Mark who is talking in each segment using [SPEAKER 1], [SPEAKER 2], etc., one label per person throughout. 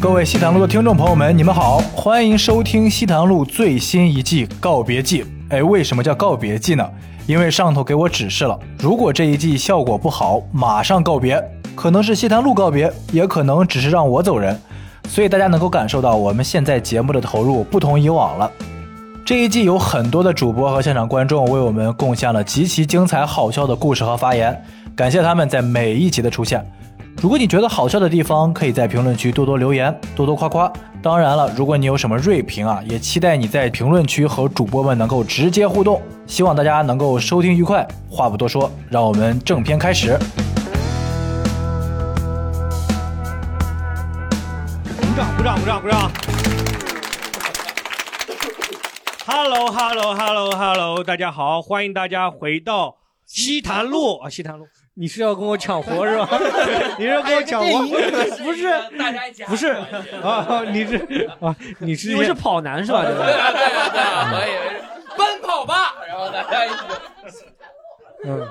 [SPEAKER 1] 各位西塘路的听众朋友们，你们好，欢迎收听西塘路最新一季《告别季》。哎，为什么叫告别季呢？因为上头给我指示了，如果这一季效果不好，马上告别，可能是西塘路告别，也可能只是让我走人。所以大家能够感受到我们现在节目的投入不同以往了。这一季有很多的主播和现场观众为我们贡献了极其精彩好笑的故事和发言，感谢他们在每一集的出现。如果你觉得好笑的地方，可以在评论区多多留言，多多夸夸。当然了，如果你有什么锐评啊，也期待你在评论区和主播们能够直接互动。希望大家能够收听愉快。话不多说，让我们正片开始。
[SPEAKER 2] 鼓掌，鼓掌，鼓掌，鼓掌。Hello，Hello，Hello，Hello，大家好，欢迎大家回到西坛路
[SPEAKER 3] 哦
[SPEAKER 2] 啊，西坛路。你是要跟我抢活是吧？
[SPEAKER 3] 哎
[SPEAKER 2] 你 是要
[SPEAKER 4] 哎
[SPEAKER 2] 跟我抢活？
[SPEAKER 5] 不是 大家一起
[SPEAKER 2] 不是啊，你是啊，你是
[SPEAKER 3] 因为是跑男是吧？这
[SPEAKER 5] 对
[SPEAKER 3] 个
[SPEAKER 5] 啊对啊对啊，我以为是奔跑吧，然后大家一起。
[SPEAKER 2] 嗯，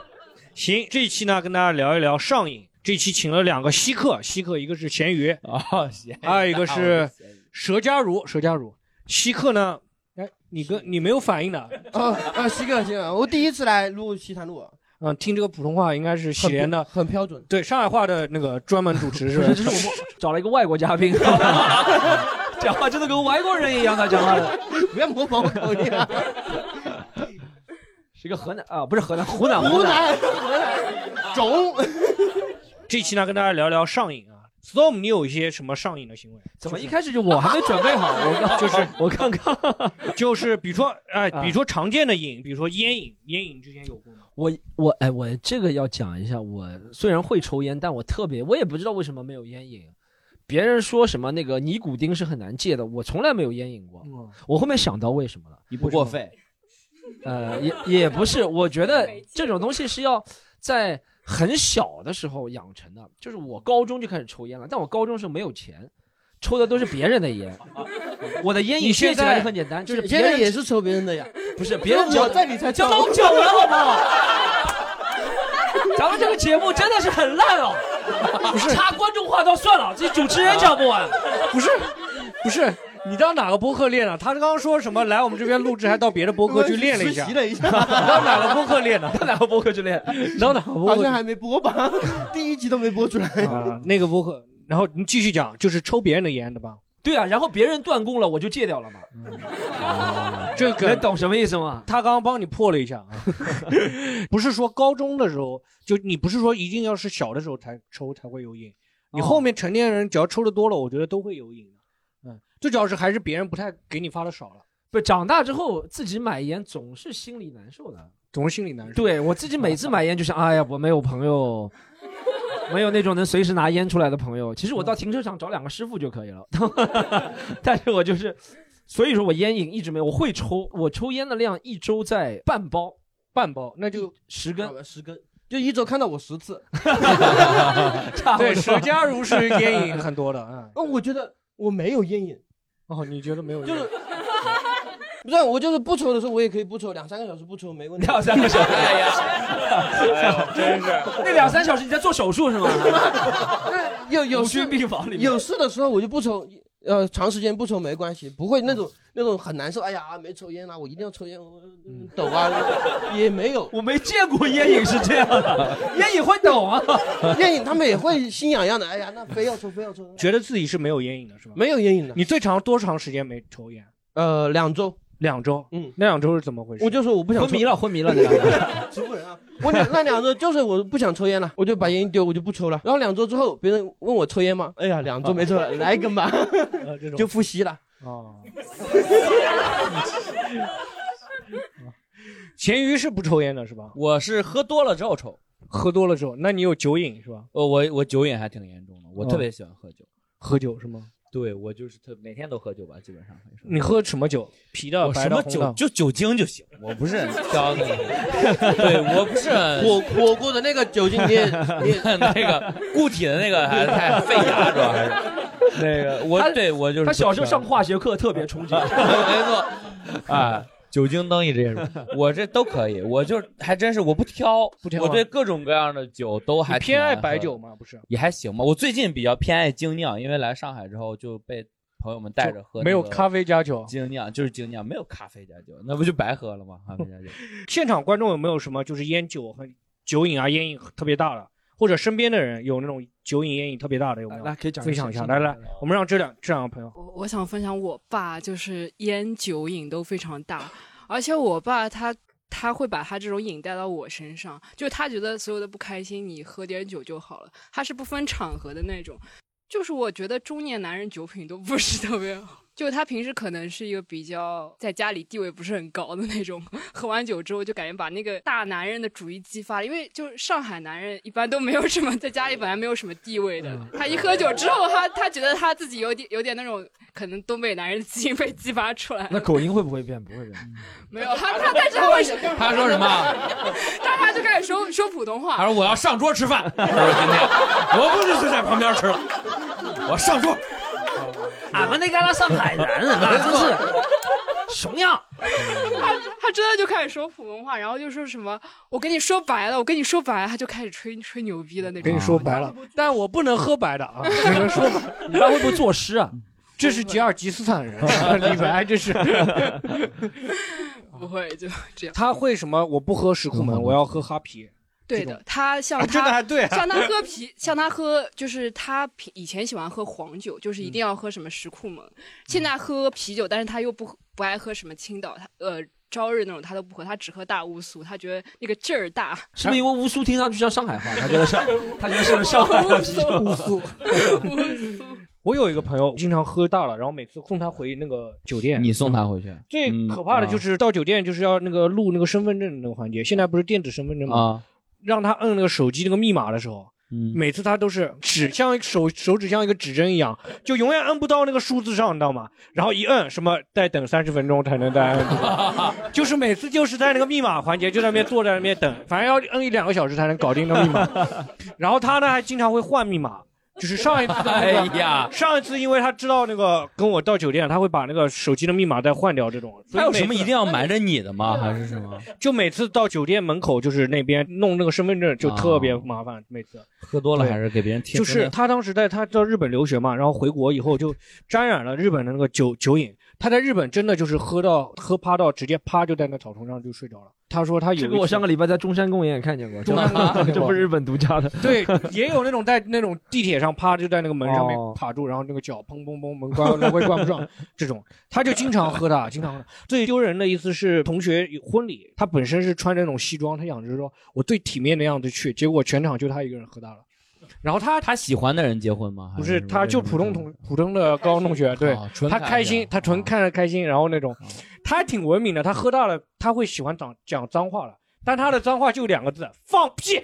[SPEAKER 2] 行，这一期呢，跟大家聊一聊上瘾。这期请了两个稀客，稀客一个是咸鱼
[SPEAKER 3] 哦
[SPEAKER 2] 啊，还有一个是佘佳茹，佘佳茹。稀客呢，哎，你跟你没有反应的，
[SPEAKER 6] 啊啊，西哥，西哥，我第一次来录西坛路，
[SPEAKER 2] 嗯，听这个普通话应该是喜连的，
[SPEAKER 6] 很标准。
[SPEAKER 2] 对，上海话的那个专门主持 是吧？
[SPEAKER 3] 这是我们找了一个外国 嘉宾，讲话真的跟外国人一样，他讲 话的
[SPEAKER 6] 不要模仿我口音啊！
[SPEAKER 3] 是一个河南啊，不是河南，湖南，
[SPEAKER 6] 湖
[SPEAKER 3] 南。
[SPEAKER 6] 南，湖南，中。
[SPEAKER 2] 这期呢，跟大家聊聊上瘾啊。Storm，你有一些什么上瘾的行为？
[SPEAKER 3] 怎么一开始就我还没准备好？我 刚
[SPEAKER 2] 就是
[SPEAKER 3] 我刚刚
[SPEAKER 2] 就是比如说，哎，
[SPEAKER 3] 啊
[SPEAKER 2] 比如说常见的瘾，比如说烟瘾，烟瘾之前有过吗？
[SPEAKER 3] 我我哎我这个要讲一下，我虽然会抽烟，但我特别我也不知道为什么没有烟瘾。别人说什么那个尼古丁是很难戒的，我从来没有烟瘾过。
[SPEAKER 5] 嗯
[SPEAKER 3] 我后面想到为什么了，
[SPEAKER 4] 你不过分，
[SPEAKER 3] 呃，也也不是，我觉得这种东西是要在很小的时候养成的。就是我高中就开始抽烟了，但我高中时候没有钱，抽的都是别人的烟。 我的烟瘾
[SPEAKER 2] 你现
[SPEAKER 3] 戒起来
[SPEAKER 2] 在
[SPEAKER 3] 就很简单，就是
[SPEAKER 6] 你
[SPEAKER 3] 别
[SPEAKER 6] 现在
[SPEAKER 3] 人
[SPEAKER 6] 也是抽别人的呀？
[SPEAKER 3] 不是别人
[SPEAKER 6] 我
[SPEAKER 3] 教
[SPEAKER 6] 在你才抽。
[SPEAKER 3] 老久了，好不好？咱们这个节目真的是很烂哦，不是插观众话倒算了，这主持人讲不完。
[SPEAKER 2] 不是，不是，你当哪个播客练的？啊他刚刚说什么来我们这边录制，还到别的播客去练了一 下
[SPEAKER 6] 实习。了一下，
[SPEAKER 2] 当哪个播客练的？啊
[SPEAKER 3] 到 哪个播客去练？到哪个播
[SPEAKER 6] 好
[SPEAKER 3] 客
[SPEAKER 6] 像？还没播吧？ 第一集都没播出来。
[SPEAKER 2] 啊，那个播客。然后你继续讲，就是抽别人的烟，对吧？
[SPEAKER 3] 对啊，然后别人断供了，我就戒掉了嘛。
[SPEAKER 2] 这
[SPEAKER 3] 能
[SPEAKER 2] 个
[SPEAKER 3] 懂什么意思吗？
[SPEAKER 2] 他刚刚帮你破了一 下啊， 不是说高中的时候，就你不是说一定要是小的时候才抽才会有瘾，你
[SPEAKER 3] 哦
[SPEAKER 2] 后面成年人只要抽的多了，我觉得都会有瘾的。 嗯，最主要是还是别人不太给你发的少了，
[SPEAKER 3] 不，长大之后自己买烟总是心里难受的。
[SPEAKER 2] 总是心里难受。
[SPEAKER 3] 对我自己每次买烟就想，哎呀，我没有朋友，没有那种能随时拿烟出来的朋友。其实我到停车场找两个师傅就可以了， 但是我就是，所以说我烟瘾一直没有。我会抽，我抽烟的量一周在半包
[SPEAKER 2] 半包，那就
[SPEAKER 3] 十根，
[SPEAKER 6] 十根，就一周看到我十次。
[SPEAKER 3] 差 不
[SPEAKER 2] 对。
[SPEAKER 3] 多
[SPEAKER 2] 佘。佳茹是烟瘾很多的，
[SPEAKER 3] 啊
[SPEAKER 2] 嗯。
[SPEAKER 6] 哦，我觉得我没有烟瘾，
[SPEAKER 2] 哦，你觉得没有？
[SPEAKER 6] 就是。不是，我就是不抽的时候，我也可以不抽，两三个小时不抽没问题。
[SPEAKER 3] 两三个 小时，
[SPEAKER 5] 哎呀， 哎呦，真是
[SPEAKER 3] 那两三小时你在做手术是吗？
[SPEAKER 6] 有有
[SPEAKER 3] 无
[SPEAKER 6] 事
[SPEAKER 3] 菌病房里面。
[SPEAKER 6] 有事的时候我就不抽，呃，长时间不抽没关系，不会那种
[SPEAKER 3] 嗯
[SPEAKER 6] 那种很难受。哎呀，没抽烟啦、我一定要抽烟，我嗯抖啊，也没有
[SPEAKER 3] 。我没见过烟瘾是这样的，烟瘾会抖啊。
[SPEAKER 6] 烟瘾他们也会心痒痒的，哎呀，那非要抽非要抽，
[SPEAKER 2] 觉得自己是没有烟瘾的，是吧？
[SPEAKER 6] 没有烟瘾的。
[SPEAKER 2] 你最长多长时间没抽烟？
[SPEAKER 6] 呃，两周，
[SPEAKER 2] 两周。
[SPEAKER 6] 嗯，
[SPEAKER 2] 那两周是怎么回事？
[SPEAKER 6] 我就说我不想
[SPEAKER 3] 昏
[SPEAKER 6] 抽
[SPEAKER 3] 迷，了，昏迷了，那 个
[SPEAKER 6] 植物人啊，我两那两周就是我不想抽烟了，我就把烟一丢，我就不抽了。然后两周之后，别人问我抽烟吗？哎呀，两周没抽了，来一根吧，
[SPEAKER 2] 呃这种
[SPEAKER 6] 就复吸了。
[SPEAKER 2] 哦。 咸鱼是不抽烟的是吧？
[SPEAKER 4] 我是喝多了之后抽。
[SPEAKER 2] 喝多了之后，那你有酒瘾是吧？哦
[SPEAKER 4] 呃，我我酒瘾还挺严重的，我特别喜欢喝酒。
[SPEAKER 2] 喝酒是吗？
[SPEAKER 4] 对我就是特每天都喝酒吧，基本上可以说。
[SPEAKER 2] 你喝什么酒？啤的、
[SPEAKER 4] 我
[SPEAKER 2] 白
[SPEAKER 4] 什
[SPEAKER 2] 的、
[SPEAKER 4] 么
[SPEAKER 2] 红
[SPEAKER 4] 酒
[SPEAKER 2] 的？
[SPEAKER 4] 就酒精就行，我不是挑的。 对我不是
[SPEAKER 6] 火火锅的那个酒精你也你 也
[SPEAKER 4] 那个固体的那个还是太费牙，主要还是 那个我
[SPEAKER 3] 他
[SPEAKER 4] 对我就是
[SPEAKER 3] 他小时
[SPEAKER 4] 不挑
[SPEAKER 3] 候上化学课特别冲击。
[SPEAKER 4] 没错啊，酒精灯一直 也是，我这都可以，我就还真是我不挑，不
[SPEAKER 2] 挑啊
[SPEAKER 4] 我对各种各样的酒都还
[SPEAKER 2] 你偏
[SPEAKER 4] 挺
[SPEAKER 2] 爱
[SPEAKER 4] 爱喝
[SPEAKER 2] 白
[SPEAKER 4] 的
[SPEAKER 2] 酒吗？不是，
[SPEAKER 4] 也还行吧。我最近比较偏爱精酿，因为来上海之后就被朋友们带着喝、
[SPEAKER 2] 没有咖啡加酒，
[SPEAKER 4] 精酿就是精酿，没有咖啡加酒，那不就白喝了吗？啊咖啡加酒。
[SPEAKER 2] 现场观众有没有什么就是烟酒和酒瘾啊，烟瘾特别大的，或者身边的人有那种酒瘾烟瘾特别大的有没有？
[SPEAKER 3] 来，可以讲一下
[SPEAKER 2] 分享一下。
[SPEAKER 3] 现
[SPEAKER 2] 来
[SPEAKER 3] 场
[SPEAKER 2] 来，我们让这两这两个朋友，
[SPEAKER 7] 我我想分享我爸就是烟酒瘾都非常大，而且我爸他他会把他这种瘾带到我身上，就他觉得所有的不开心你喝点酒就好了，他是不分场合的那种。就是我觉得中年男人酒品都不是特别好，就他平时可能是一个比较在家里地位不是很高的那种，喝完酒之后就感觉把那个大男人的主义激发了，因为就是上海男人一般都没有什么在家里本来没有什么地位的，他一喝酒之后，他他觉得他自己有点有点那种可能东北男人的基因被激发出来了，
[SPEAKER 3] 那口音会不会变？不会变。
[SPEAKER 7] 没有他他但是他会
[SPEAKER 3] 他说什么？
[SPEAKER 7] 他他就开始说说普通话，
[SPEAKER 4] 他说我要上桌吃饭，他说今天我不是就在旁边吃了，我上桌。
[SPEAKER 3] 俺们那旮旯上海人 啊，真是熊样。
[SPEAKER 7] 他他真的就开始说普通话，然后就说什么我跟你说白了，我跟你说白了，他就开始吹吹牛逼的那种。
[SPEAKER 2] 跟你说白了，啊但我不能喝白的 啊，只能说白。
[SPEAKER 3] 你爸会不会作诗啊？
[SPEAKER 4] 嗯
[SPEAKER 2] 这是吉尔吉斯斯 坦人，李白这是。
[SPEAKER 7] 不会就这样。
[SPEAKER 2] 他会什么？我不喝石库门，我要喝哈 啤。
[SPEAKER 7] 对的，他像他、
[SPEAKER 2] 啊真的还对啊
[SPEAKER 7] 像他喝 啤，像他喝就是他平以前喜欢喝黄酒，就是
[SPEAKER 2] 嗯
[SPEAKER 7] 一定要喝什么石库门，现在喝啤酒，但是他又不喝不爱喝什么青岛，他呃。朝日那种他都不喝，他只喝大乌苏，他觉得那个劲儿 大。
[SPEAKER 3] 是 不是因为乌苏听上去像上海话？他觉得是，他觉得是上海的啤酒。
[SPEAKER 2] 乌苏我有一个朋友经常喝大了，然后每次送他回那个酒店，
[SPEAKER 4] 你送他回去。嗯啊
[SPEAKER 2] 最
[SPEAKER 8] 嗯
[SPEAKER 2] 可
[SPEAKER 8] 啊
[SPEAKER 2] 怕的就是到酒店就是要那个录那个身份证那个环节，现在不是电子身份证吗
[SPEAKER 4] 啊？
[SPEAKER 2] 让他摁那个手机那个密码的时候，
[SPEAKER 4] 嗯
[SPEAKER 2] 每次他都是指像手手指像一个指针一样，就永远摁不到那个数字上，你知道吗？然后一摁什么，再等三十分钟才能 再摁，就是每次就是在那个密码环节就在那边坐在那边等，反正要摁一两个小时才能搞定那个 密码。然后他呢还经常会换密码。就是上一次的那个
[SPEAKER 4] 哎呀
[SPEAKER 2] 上一次因为他知道那个跟我到酒店，他会把那个手机的密码再换掉，这种所
[SPEAKER 4] 他
[SPEAKER 2] 以
[SPEAKER 4] 有
[SPEAKER 2] 每
[SPEAKER 4] 什么
[SPEAKER 2] 次
[SPEAKER 4] 一定要瞒着你的吗？还是什么？
[SPEAKER 2] 就每次到酒店门口，就是那边弄那个身份证，
[SPEAKER 4] 啊
[SPEAKER 2] 就特别麻烦。每次
[SPEAKER 4] 喝多了还是给别人听？
[SPEAKER 2] 就是他当时在他到日本留学嘛，然后回国以后就沾染了日本的那个酒酒瘾。他在日本真的就是喝到喝趴到，直接趴就在那草丛上就睡着了。他说他有
[SPEAKER 3] 这
[SPEAKER 2] 一
[SPEAKER 3] 个我
[SPEAKER 2] 次
[SPEAKER 3] 上个礼拜在中山公园也看见过，
[SPEAKER 2] 中山公园看见
[SPEAKER 3] 这
[SPEAKER 2] 过
[SPEAKER 3] 不是日本独家的。
[SPEAKER 2] 对，也有那种在那种地铁上趴，就在那个门上面
[SPEAKER 3] 哦
[SPEAKER 2] 卡住，然后那个脚砰砰砰门关来回关不上这种，他就经常喝的，经常喝的。最丢人的一次是同学有婚礼，他本身是穿着那种西装，他想着说我最体面的样子去，结果全场就他一个人喝大了。然后他
[SPEAKER 4] 他喜欢的人结婚吗？
[SPEAKER 2] 不是，他就普通同普通的高中同学，对
[SPEAKER 4] 哦纯
[SPEAKER 2] 他
[SPEAKER 4] 看
[SPEAKER 2] 开
[SPEAKER 4] 一下嗯
[SPEAKER 2] 心，他纯看着开心，然后那种，他还挺文明的，他喝大了他会喜欢讲讲脏话了，但他的脏话就两个字，放屁，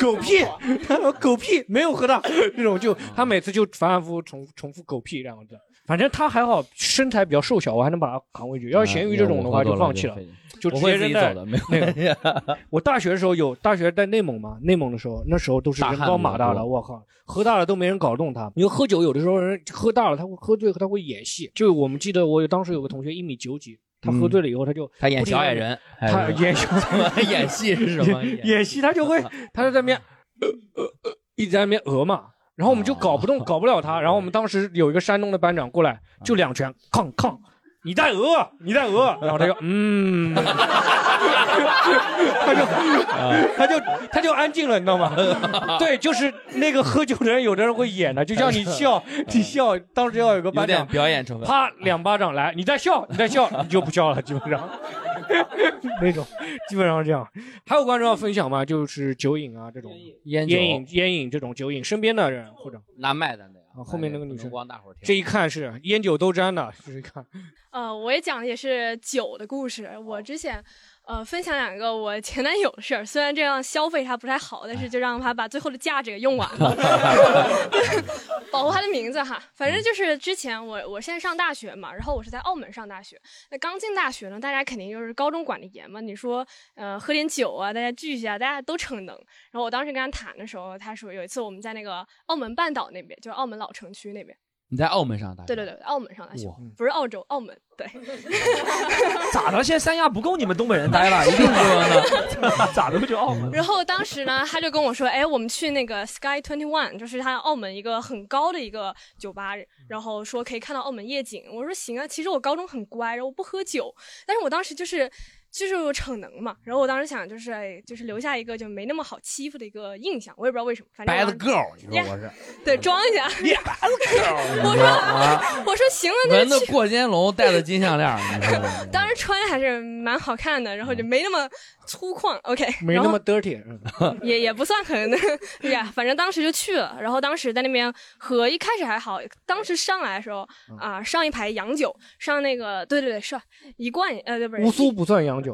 [SPEAKER 2] 狗屁， 狗屁，没有 喝大那种
[SPEAKER 4] 嗯
[SPEAKER 2] 就，他每次就反反复复重重复狗屁两个字， 反正他还好身材比较瘦小，我还能把他扛回去，
[SPEAKER 4] 嗯
[SPEAKER 2] 要是咸鱼这种的话就放弃了。就直
[SPEAKER 4] 我
[SPEAKER 2] 接
[SPEAKER 4] 会自
[SPEAKER 2] 扔
[SPEAKER 4] 己
[SPEAKER 2] 在
[SPEAKER 4] 走的，没有
[SPEAKER 2] 那个。 我大学的时候有，大学在内蒙嘛，内蒙的时候，那时候都是人高马大
[SPEAKER 4] 大汉比较
[SPEAKER 2] 的，
[SPEAKER 4] 多
[SPEAKER 2] 我靠，喝大了都没人搞动他。因为喝酒有的时候人喝大了，他会喝醉，他会演戏。就我们记得我有当时有个同学一米九几，他喝醉了以后他就
[SPEAKER 4] 他演
[SPEAKER 2] 不停
[SPEAKER 4] 小
[SPEAKER 2] 地
[SPEAKER 4] 矮人
[SPEAKER 2] 他
[SPEAKER 4] 还是
[SPEAKER 2] 演 小
[SPEAKER 4] 演戏是什么
[SPEAKER 2] 演演戏他 就会他就在那边呃呃呃一直在那边讹嘛。然后我们
[SPEAKER 4] 哦
[SPEAKER 2] 就搞不动，搞不了他。然后我们当时有一个山东的班长过来，就两 拳，抗抗，你在讹，你在讹。然 后他就嗯，他就
[SPEAKER 4] 啊
[SPEAKER 2] 他就他就安静了，你知 道吗？对，就是那个喝酒的人，有的人会演的，就像你 笑，你笑，当时要有个
[SPEAKER 4] 有
[SPEAKER 2] 班
[SPEAKER 4] 点
[SPEAKER 2] 长，
[SPEAKER 4] 表演成分。
[SPEAKER 2] 啪两巴掌来，你在笑，你在笑，你就不笑了，基 本上那种，基本上是这样。还有观众要分享吗？就是酒瘾啊这种
[SPEAKER 4] 烟酒
[SPEAKER 2] 烟瘾烟瘾这种酒瘾，身边的人或者
[SPEAKER 4] 拿麦的那
[SPEAKER 2] 啊后面那个女生，
[SPEAKER 4] 光大伙儿听。
[SPEAKER 2] 这一看是烟酒都沾的，这一看
[SPEAKER 9] 呃，我也讲的也是酒的故事。我之前，呃，分享两个我前男友的事儿。虽然这样消费他不太好，但是就让他把最后的价值给用完了，保护他的名字哈。反正就是之前我我现在上大学嘛，然后我是在澳门上大学。那刚进大学呢，大家肯定就是高中管的严嘛。你说，呃，喝点酒啊，大家聚一下，大家都逞能。然后我当时跟他谈的时候，他说有一次我们在那个澳门半岛那边，就是澳门老城区那边。
[SPEAKER 8] 你在澳门上大学？
[SPEAKER 9] 对对对，澳门上大学
[SPEAKER 8] 哇，
[SPEAKER 9] 不是澳洲，澳门。对，
[SPEAKER 3] 咋的？现在三亚不够你们东北人待了，一 定不呢？咋的就澳
[SPEAKER 2] 嗯
[SPEAKER 3] 门？
[SPEAKER 9] 然后当时呢，他就跟我说：“哎，我们去那个 Sky Twenty One，就是他澳门一个很高的一个酒吧，
[SPEAKER 8] 嗯
[SPEAKER 9] 然后说可以看到澳门夜景。”我说：“行啊，其实我高中很乖，然后我不喝酒，但是我当时就是。”就是我逞能嘛，然后我当时想就是哎，就是留下一个就没那么好欺负的一个印象，我也不知道为什么，反正
[SPEAKER 8] 白
[SPEAKER 9] 我
[SPEAKER 8] 的 girl，你说
[SPEAKER 9] Yeah，
[SPEAKER 8] 我是？
[SPEAKER 9] 对，装一下，
[SPEAKER 8] 我说啊，
[SPEAKER 9] 我说行了， 那
[SPEAKER 8] 纹
[SPEAKER 9] 就
[SPEAKER 8] 的
[SPEAKER 9] 去
[SPEAKER 8] 过肩龙，戴的金项链儿，你说 我
[SPEAKER 9] 当时穿还是蛮好看的，然后就没那么粗犷，OK，
[SPEAKER 2] 嗯没
[SPEAKER 9] 然
[SPEAKER 2] 那
[SPEAKER 9] 后
[SPEAKER 2] 么 dirty。嗯
[SPEAKER 9] 也也不算很 呀，反正当时就去了，然后当时在那边喝，一开始还好，当时上来的时候
[SPEAKER 2] 嗯
[SPEAKER 9] 啊、上一排洋酒，上那个对对对，是一罐呃对不是
[SPEAKER 2] 乌苏不算洋酒，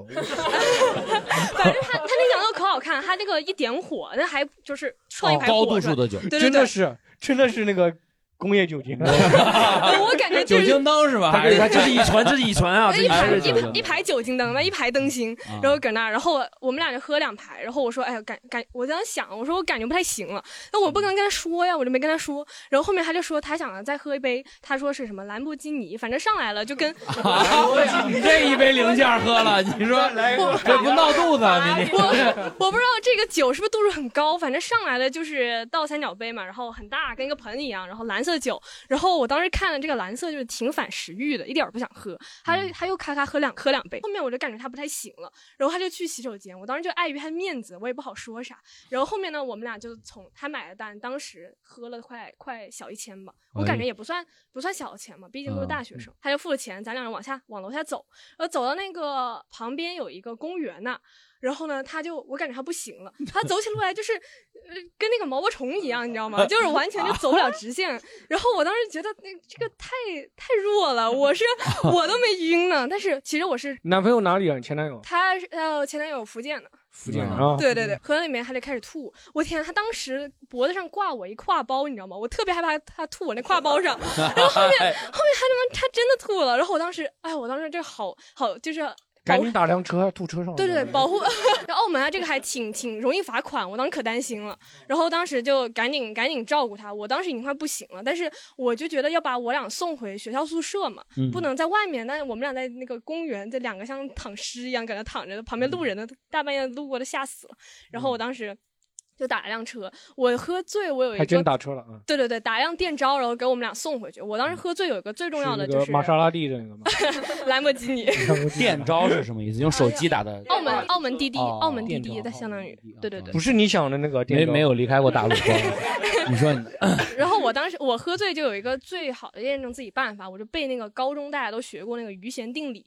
[SPEAKER 9] 反正他他那洋酒可好看，他那个一点火，那还就是 创一排火、出来对对对，
[SPEAKER 2] 哦真的是真的是那个工业酒精，
[SPEAKER 9] 我感觉就是
[SPEAKER 8] 灯是吧
[SPEAKER 3] 他这他这是乙醇，这是乙醇啊，这
[SPEAKER 9] 哎一排
[SPEAKER 3] 是乙
[SPEAKER 9] 一排
[SPEAKER 3] 醇。
[SPEAKER 9] 一排酒精灯嘛，一排灯芯
[SPEAKER 3] 啊，
[SPEAKER 9] 然后搁那儿，然后我我们俩就喝两排，然后我说，哎呀，感感，我在那想，我说我感觉不太行了，那我不能跟他说呀，我就没跟他说，然后后面他就说他想再喝一杯，他说是什么兰博基尼，反正上来了就 跟，
[SPEAKER 8] 啊你这一杯零件喝了，你说这不闹肚子啊？明天
[SPEAKER 9] 我不知道这个酒是不是度数很高，反正上来了就是倒三角杯嘛，然后很大，跟一个盆一样，然后蓝色酒，然后我当时看了这个蓝色就是挺反食欲的，一点儿不想喝，他就他又咔咔喝两喝两杯，后面我就感觉他不太行了，然后他就去洗手间，我当时就碍于他面子，我也不好说啥，然后后面呢，我们俩就从他买的单，当时喝了快快小一千吧，我感觉也不算不算小钱嘛，毕竟都是大学生，他就付了钱，咱俩人往下往楼下走，然后走到那个旁边有一个公园呐、然后呢，他就我感觉他不行了，他走起路来就是，呃，跟那个毛毛虫一样，你知道吗？就是完全就走不了直线。然后我当时觉得那这个太太弱了，我是我都没晕呢。但是其实我是
[SPEAKER 2] 男朋友哪里人？前男友，
[SPEAKER 9] 他是呃前男友福建的，
[SPEAKER 2] 福建人啊。
[SPEAKER 9] 对对对，河里面他就开始吐，我天，他当时脖子上挂我一挎包，你知道吗？我特别害怕他吐我那挎 包上，然后后面后面他他妈他真的吐了，然后我当时，哎，我当时就好好就是
[SPEAKER 2] 赶紧打辆车，吐车上。
[SPEAKER 9] 对对，对，保护。 然后澳门啊，这个还挺挺容易罚款，我当时可担心了。然后当时就赶紧赶紧照顾他，我当时已经快不行了，但是我就觉得要把我俩送回学校宿舍嘛，
[SPEAKER 8] 嗯
[SPEAKER 9] 不能在外面。但是我们俩在那个公园，这两个像躺尸一样搁那躺着，旁边路人呢大半夜路过的吓死了。然后我当时。就打了辆车，我喝醉，我有一个
[SPEAKER 2] 还真打车了啊。
[SPEAKER 9] 对对对，打一辆电召，然后给我们俩送回去。我当时喝醉有一个最重要的
[SPEAKER 2] 那
[SPEAKER 9] 就
[SPEAKER 2] 个
[SPEAKER 9] 是
[SPEAKER 2] 玛莎拉蒂的那个吗？
[SPEAKER 9] 兰博基尼。
[SPEAKER 8] 电招是什么意思？用手机打的，
[SPEAKER 9] 澳门澳门滴滴，
[SPEAKER 8] 哦
[SPEAKER 9] 澳门滴
[SPEAKER 8] 电
[SPEAKER 9] 滴，
[SPEAKER 8] 召
[SPEAKER 9] 它相当于对对对，
[SPEAKER 2] 不是你想的那个电
[SPEAKER 8] 没
[SPEAKER 2] 招
[SPEAKER 8] 没有离开过大陆。你说 你
[SPEAKER 9] 然后我当时我喝醉就有一个最好的验证自己办法，我就背那个高中大家都学过那个余弦定理，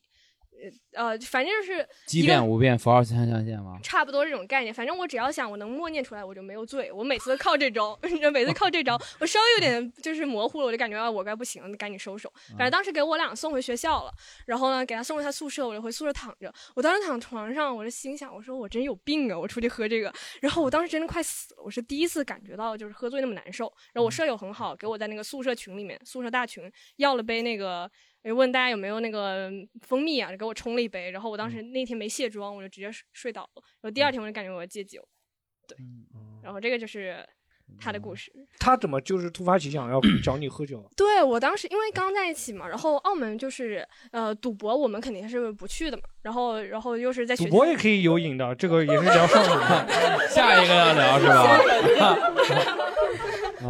[SPEAKER 9] 呃呃，反正就是
[SPEAKER 8] 奇变五变，符号三象限吗？
[SPEAKER 9] 差不多这种概念。反正我只要想我能默念出来，我就没有醉。我每次都靠这招， 你知道每次靠这招，我稍微有点就是模糊了，我就感觉啊我该不行，了，赶紧收手。反正当时给我俩送回学校了，然后呢给他送回他宿舍，我就回宿舍躺着。我当时躺床上，我就心想，我说我真有病啊，我出去喝这个。然后我当时真的快死了，我是第一次感觉到就是喝醉那么难受。然后我舍友很好，给我在那个宿舍群里面，宿舍大群要了杯那个。哎，问大家有没有那个蜂蜜啊？就给我冲了一杯，然后我当时那天没卸妆，我就直接睡睡倒了。然后第二天我就感觉我要戒酒，对，然后这个就是他的故事。
[SPEAKER 2] 他怎么就是突发奇想要找你喝酒？啊
[SPEAKER 9] 对我当时因为刚在一起嘛，然后澳门就是呃赌博，我们肯定是不去的嘛。然后然后又是在学
[SPEAKER 2] 赌
[SPEAKER 9] 校
[SPEAKER 2] 博也可以 有瘾的，这个也是聊上啊瘾 的。
[SPEAKER 8] 下一个要聊是吧？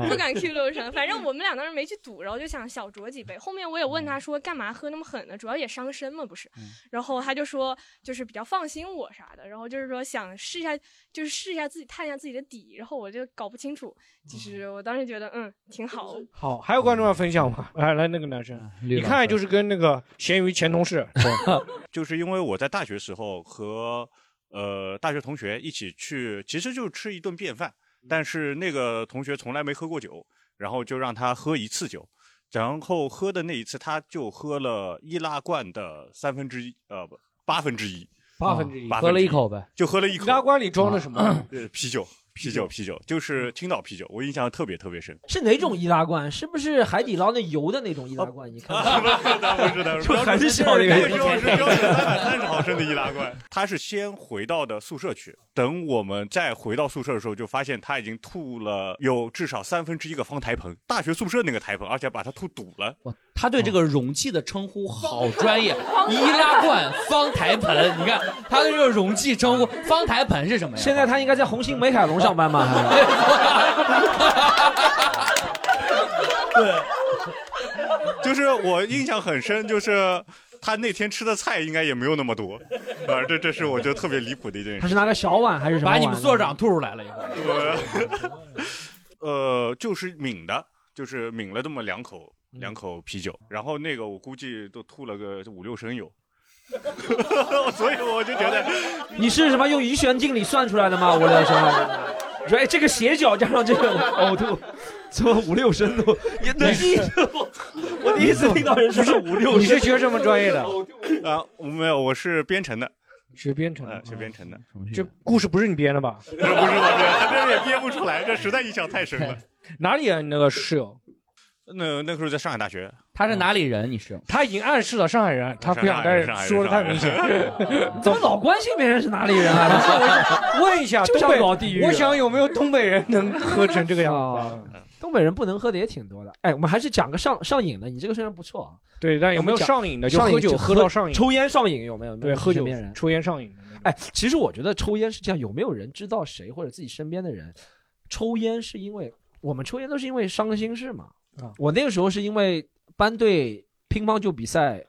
[SPEAKER 9] 不敢
[SPEAKER 2] 嗯
[SPEAKER 9] Q 流程，反正我们俩当时没去赌，然后就想小酌几杯。后面我也问
[SPEAKER 2] 嗯
[SPEAKER 9] 他说干嘛喝那么狠呢？主要也伤身嘛，不是？然后他就说就是比较放心我啥的，然后就是说想试一下，就是试一下自己探一下自己的底。然后我就搞不清楚，就是我当时觉得嗯挺好，
[SPEAKER 2] 好，还有观众要分享吗？来来，那个男生，
[SPEAKER 8] 绿
[SPEAKER 2] 一
[SPEAKER 8] 老师
[SPEAKER 2] 看就是跟那个咸鱼前同事。
[SPEAKER 10] 就是因为我在大学时候和呃大学同学一起去，其实就吃一顿便饭，
[SPEAKER 2] 嗯
[SPEAKER 10] 但是那个同学从来没喝过酒，然后就让他喝一次酒，然后喝的那一次他就喝了易拉罐的三分之一，呃不八分之一，
[SPEAKER 2] 八分之一
[SPEAKER 10] 八分
[SPEAKER 8] 喝了一口呗
[SPEAKER 10] 就喝了一口。易啊
[SPEAKER 2] 拉罐里装的什么？
[SPEAKER 10] 呃，啤酒。啤酒啤酒就是青岛啤酒，我印象特别特别深。
[SPEAKER 3] 是哪种易拉罐？是不是海底捞那油的那种易拉
[SPEAKER 2] 哦
[SPEAKER 3] 罐？你看，
[SPEAKER 10] 是的，
[SPEAKER 3] 就很小的一个
[SPEAKER 10] 那个时候是标准三百三十毫升的易拉罐。 他是先回到的宿舍去，等我们再回到宿舍的时候，就发现他已经吐了有至少三分之一个方台盆，大学宿舍那个台盆，而且把它吐堵了。
[SPEAKER 8] 他对这个容器的称呼好专业，
[SPEAKER 10] 嗯
[SPEAKER 8] 易拉罐、方台 盆，你看他对这个容器称呼，方台盆是什么呀？
[SPEAKER 3] 现在他应该在红星美凯龙上班吧？还是
[SPEAKER 10] 就是我印象很深，就是他那天吃的菜应该也没有那么多，啊，这这是我觉得特别离谱的一件
[SPEAKER 3] 他
[SPEAKER 10] 事。
[SPEAKER 3] 是拿个小碗 还是什么
[SPEAKER 10] 把
[SPEAKER 3] 碗？
[SPEAKER 10] 你们
[SPEAKER 8] 座长吐出来了以后，
[SPEAKER 10] 呃，就是抿的，就是抿了这么两口
[SPEAKER 2] 嗯
[SPEAKER 10] 两口啤酒，然后那个我估计都吐了个五六升有。 所以我就觉 得，
[SPEAKER 3] 你是什么用鱼玄定理算出来的吗？我的天！你说哎，这个斜角加上这个呕吐，怎么五六升都？你
[SPEAKER 8] 你
[SPEAKER 3] 第我我第一次听到人说是五六升，
[SPEAKER 10] 你是学什么专业
[SPEAKER 2] 的
[SPEAKER 10] 啊，我没有，我是编程的，
[SPEAKER 2] 是编程啊
[SPEAKER 10] 的，是编程的，
[SPEAKER 2] 这故事不是你编的吧？
[SPEAKER 10] 这不是我这，这也编不出来，这实在印象太深 了。
[SPEAKER 2] 哪里啊？你那个室友，
[SPEAKER 10] 那那个时候在上海大学，
[SPEAKER 8] 他是哪里人？你是？
[SPEAKER 2] 他已经暗示了哦上海人，他不想再说的太明显
[SPEAKER 10] 上海。
[SPEAKER 3] 怎么老关心别人是哪里人啊？
[SPEAKER 2] 问一下
[SPEAKER 3] 就
[SPEAKER 2] 东
[SPEAKER 3] 像
[SPEAKER 2] 北
[SPEAKER 3] 老地域啊人，
[SPEAKER 2] 我想有没有东北人能喝成这个样嗯
[SPEAKER 3] 子？东北人不能喝的也挺多的。哎，我们还是讲个上上瘾的，你这个虽然不错啊。
[SPEAKER 2] 对，但有没有上瘾的？就喝酒喝到上瘾，
[SPEAKER 3] 抽烟上瘾有没有？有没
[SPEAKER 2] 对，
[SPEAKER 3] 有
[SPEAKER 2] 喝
[SPEAKER 3] 身
[SPEAKER 2] 酒
[SPEAKER 3] 边人
[SPEAKER 2] 抽烟上瘾。
[SPEAKER 3] 哎，其实我觉得抽烟是这样，有没有人知道谁或者自己身边的人抽烟是因为我们抽烟都是因为伤心事嘛？
[SPEAKER 2] 啊
[SPEAKER 3] 我那个时候是因为班队乒乓球比赛。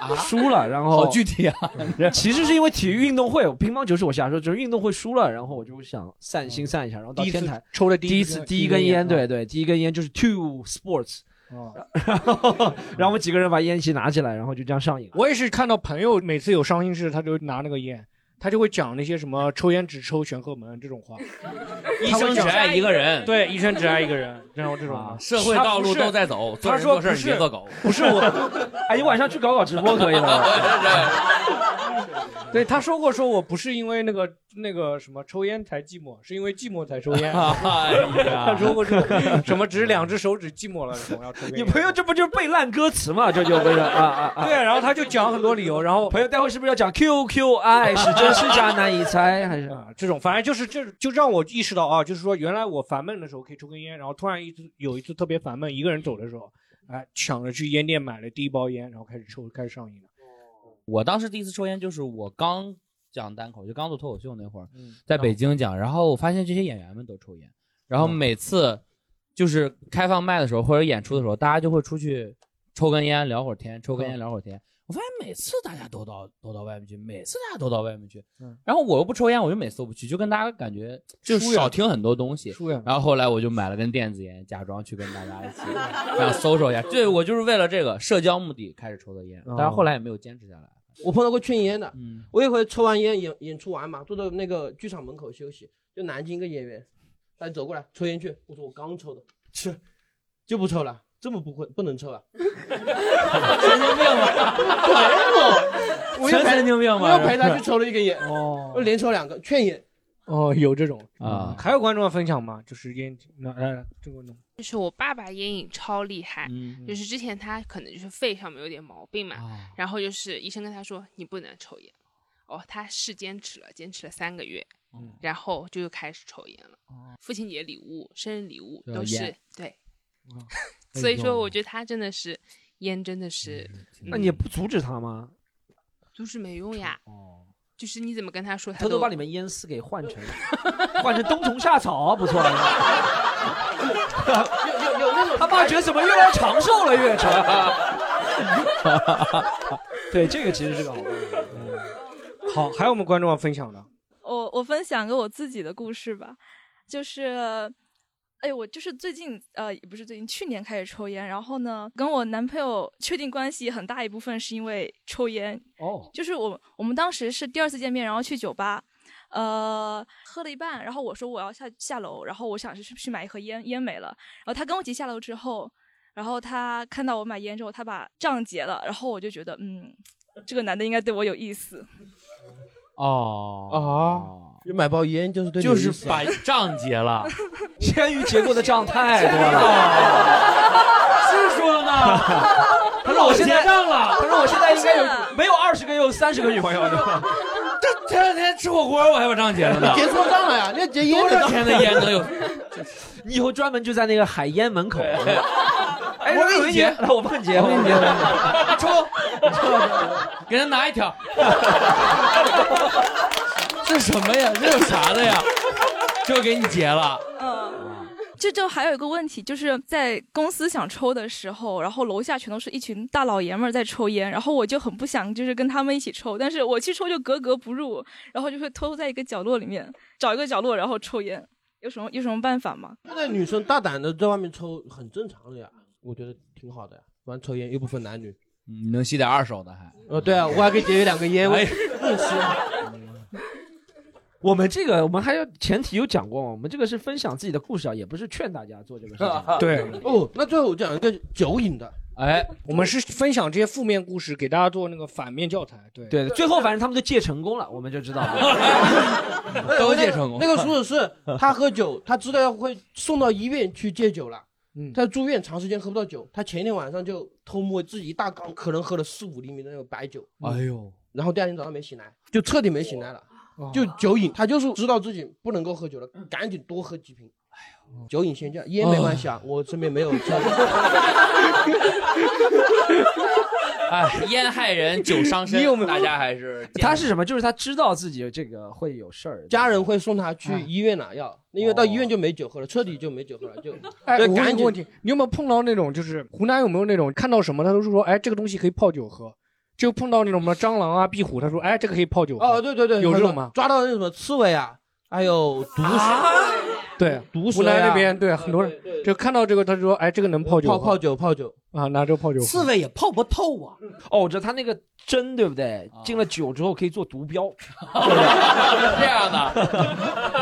[SPEAKER 3] 输了，然后
[SPEAKER 8] 啊好具体啊！
[SPEAKER 3] 其实是因为体育运动会，乒乓球是我小时候，就是运动会输了，然后我就想散心散一下，然后
[SPEAKER 2] 嗯
[SPEAKER 3] 到
[SPEAKER 2] 第一次
[SPEAKER 3] 天台
[SPEAKER 2] 抽了第
[SPEAKER 3] 第
[SPEAKER 2] 一
[SPEAKER 3] 一
[SPEAKER 2] 根
[SPEAKER 3] 次
[SPEAKER 2] 第一
[SPEAKER 3] 第一
[SPEAKER 2] 根
[SPEAKER 3] 根
[SPEAKER 2] 烟啊
[SPEAKER 3] 烟，对对，第一根烟就是 Two Sports，
[SPEAKER 2] 哦
[SPEAKER 3] 然后我们几个人把烟一 起拿起来，然后就这样上瘾了。
[SPEAKER 2] 我也是看到朋友每次有伤心事，他就拿那个烟，他就会讲那些什么抽烟只抽旋克门这种话，
[SPEAKER 8] 一生只爱一个人
[SPEAKER 2] 对，一生只爱一个人，然后这种话
[SPEAKER 8] 啊社会道路都在走
[SPEAKER 2] 他不是
[SPEAKER 8] 做
[SPEAKER 2] 他说
[SPEAKER 8] 人做事
[SPEAKER 2] 不
[SPEAKER 8] 你
[SPEAKER 2] 是
[SPEAKER 8] 别做狗
[SPEAKER 2] 不是我，
[SPEAKER 3] 哎，你晚上去搞搞直播可以吗？
[SPEAKER 2] 对，他说过，说我不是因为那个那个什么抽烟才寂寞，是因为寂寞才抽 烟。
[SPEAKER 8] 哎呀
[SPEAKER 2] 他说过这个什么，只是两只手指寂寞了，总要抽根
[SPEAKER 3] 你
[SPEAKER 2] 烟。
[SPEAKER 3] 朋友这不就是背烂歌词嘛？这就不是啊啊啊！
[SPEAKER 2] 对啊，然后他就讲很多理由，然后
[SPEAKER 3] 朋友待会是不是要讲 QQ 爱是真是假难以猜，还 是
[SPEAKER 2] 啊这种，反正就是这就让我意识到啊，就是说原来我烦闷的时候可以抽根烟，然后突然一次有一次特别烦闷，一个人走的时候，哎，抢着去烟店买了第一包烟，然后开始抽，开始上瘾了。
[SPEAKER 8] 我当时第一次抽烟就是我刚讲单口，就刚做脱口秀那会儿，
[SPEAKER 2] 嗯
[SPEAKER 8] 在北京讲，然后我发现这些演员们都抽烟，然后每次就是开放麦的时候或者演出的时候，大家就会出去抽根烟聊会儿天，抽根烟聊会儿天。我发现每次大家都到都到外面去，每次大家都到外面去，
[SPEAKER 2] 嗯
[SPEAKER 8] 然后我又不抽烟，我就每次都不去，就跟大家感觉就
[SPEAKER 2] 疏远
[SPEAKER 8] 少听很多东西
[SPEAKER 2] 疏远。
[SPEAKER 8] 然后后来我就买了根电子烟，假装去跟大家 一起然后搜索一下。对我就是为了这个社交目的开始抽的烟，但是后来也没有坚持下来。
[SPEAKER 6] 我碰到过劝烟的，
[SPEAKER 8] 哦嗯
[SPEAKER 6] 我有回抽完烟演演出完嘛，坐到那个剧场门口休息，就南京一个演员，他走过来抽烟去，我说我刚抽的，切，就不抽了，这么不会不能抽啊？神经病吧？ 我，我又
[SPEAKER 8] 真
[SPEAKER 6] 陪
[SPEAKER 8] 神经病吧
[SPEAKER 6] 我又陪他去抽了一根烟，
[SPEAKER 2] 哦，
[SPEAKER 6] 我连抽两个劝烟，
[SPEAKER 2] 哦，有这种
[SPEAKER 8] 啊，
[SPEAKER 2] 还有观众要分享吗？就是烟，那那这 个弄
[SPEAKER 11] 就是我爸爸烟瘾超厉害，
[SPEAKER 8] 嗯
[SPEAKER 11] 就是之前他可能就是肺上面有点毛病嘛，
[SPEAKER 3] 啊
[SPEAKER 11] 然后就是医生跟他说你不能抽烟，哦，他是坚持了，坚持了三个月，
[SPEAKER 3] 哦
[SPEAKER 8] 嗯
[SPEAKER 11] 然后就又开始抽烟了。父亲节礼物、生日礼物
[SPEAKER 8] 都要
[SPEAKER 11] 都是
[SPEAKER 8] 烟
[SPEAKER 11] 对，
[SPEAKER 3] 哎
[SPEAKER 11] 所以说
[SPEAKER 3] 呦嗯
[SPEAKER 11] 我觉得他真的是烟真的是，
[SPEAKER 3] 那
[SPEAKER 8] 嗯
[SPEAKER 3] 你也不阻止他吗？
[SPEAKER 11] 阻止没用呀。就是你怎么跟他说，他
[SPEAKER 3] 偷偷把里面烟丝给换成 换成冬虫夏草，不错。
[SPEAKER 6] 有有那种
[SPEAKER 3] 他爸觉得怎么越来越长寿了越长。 对，这个其实是个好办法。
[SPEAKER 2] 好，还有我们观众要分享 的，
[SPEAKER 12] 我我分享个我自己的故事吧，就是，哎，我就是最近呃，也不是最近，去年开始抽烟，然后呢，跟我男朋友确定关系很大一部分是因为抽烟。
[SPEAKER 3] 哦，
[SPEAKER 12] 就是我我们当时是第二次见面，然后去酒吧，呃，喝了一半，然后我说我要下下楼，然后我想是去去买一盒烟，烟没了，然后他跟我一起下楼之后，然后他看到我买烟之后，他把账结了，然后我就觉得，嗯，这个男的应该对我有意思。
[SPEAKER 8] 哦
[SPEAKER 2] 啊，
[SPEAKER 6] 就买包烟就是对你有
[SPEAKER 8] 就
[SPEAKER 6] 意思啊，
[SPEAKER 8] 是把账结了，
[SPEAKER 3] 千与结过的账太多
[SPEAKER 8] 了， 是说呢。
[SPEAKER 3] 他说我现在
[SPEAKER 8] 结账了
[SPEAKER 3] 他说我现在应该有没有二十个，有三十个女朋友呢。
[SPEAKER 8] 这前两天吃火锅，我还把账结了呢。
[SPEAKER 6] 结错账了呀，那结烟
[SPEAKER 3] 多
[SPEAKER 6] 的
[SPEAKER 3] 少
[SPEAKER 6] 账
[SPEAKER 3] 钱的烟能有？你以后专门就在那个海烟门 口。哎，我给你结，我帮你结，我给你结，
[SPEAKER 8] 抽，给他拿一条。这什么呀？这有啥的呀？就给你结了。
[SPEAKER 12] 这就还有一个问题，就是在公司想抽的时候，然后楼下全都是一群大老爷们儿在抽烟，然后我就很不想就是跟他们一起抽，但是我去抽就格格不入，然后就会偷偷在一个角落里面找一个角落然后抽烟，有什么有什么办法吗？
[SPEAKER 6] 现在女生大胆的在外面抽很正常的呀，我觉得挺好的呀。反正抽烟又不分男女。
[SPEAKER 8] 嗯你能吸点二手的还？
[SPEAKER 6] 哦，对啊，我还可以节约两根烟。我
[SPEAKER 3] 哎
[SPEAKER 6] 不吸。
[SPEAKER 3] 我们这个，我们还有前提有讲过，我们这个是分享自己的故事啊，也不是劝大家做这个事 情。
[SPEAKER 6] 哦，那最后我讲一个酒瘾的，
[SPEAKER 8] 哎，
[SPEAKER 2] 我们是分享这些负面故事，给大家做那个反面教材。对
[SPEAKER 3] 对，最后反正他们就戒成功了，我们就知道了。
[SPEAKER 6] 都
[SPEAKER 3] 戒成功
[SPEAKER 6] 那个叔叔是他喝酒，他知道要会送到医院去戒酒了。
[SPEAKER 2] 嗯，
[SPEAKER 6] 他住院长时间喝不到酒，他前一天晚上就偷摸自己一大缸，可能喝了四五厘米的那种白酒。
[SPEAKER 8] 哎呦，
[SPEAKER 6] 然后第二天早上没醒来，就彻底没醒来了，就酒瘾，他就是知道自己不能够喝酒了，赶紧多喝几瓶。酒瘾先降，烟没关系啊，我身边没有这样的。
[SPEAKER 8] 哎，烟害人，酒伤身。
[SPEAKER 6] 你 有没有
[SPEAKER 8] 大家还是
[SPEAKER 3] 他是什么？就是他知道自己这个会有事儿，
[SPEAKER 6] 家人会送他去医院拿药，因为到医院就没酒喝了，彻底就没酒喝了， 就
[SPEAKER 2] 哎，
[SPEAKER 6] 对
[SPEAKER 2] 我问
[SPEAKER 6] 赶
[SPEAKER 2] 你个
[SPEAKER 6] 紧
[SPEAKER 2] 问题，你有没有碰到那种，就是湖南有没有那种看到什么，他都是说，哎，这个东西可以泡酒喝，就碰到那种什么蟑螂啊、壁虎，他说，哎，这个可以泡酒喝。
[SPEAKER 6] 哦，对对对，
[SPEAKER 2] 有这种吗？
[SPEAKER 6] 抓到那什么刺猬啊，还有毒蛇，
[SPEAKER 2] 啊对，
[SPEAKER 6] 毒蛇啊
[SPEAKER 2] 湖南
[SPEAKER 6] 呀
[SPEAKER 2] 那边对很多人就看到这个，他就说，哎，这个能泡酒喝，
[SPEAKER 6] 泡泡酒泡酒
[SPEAKER 2] 啊，拿这个泡酒喝。
[SPEAKER 3] 猬也泡不透啊。哦，我知道他那个针对不对？进了酒之后可以做毒 标，
[SPEAKER 8] 这样的？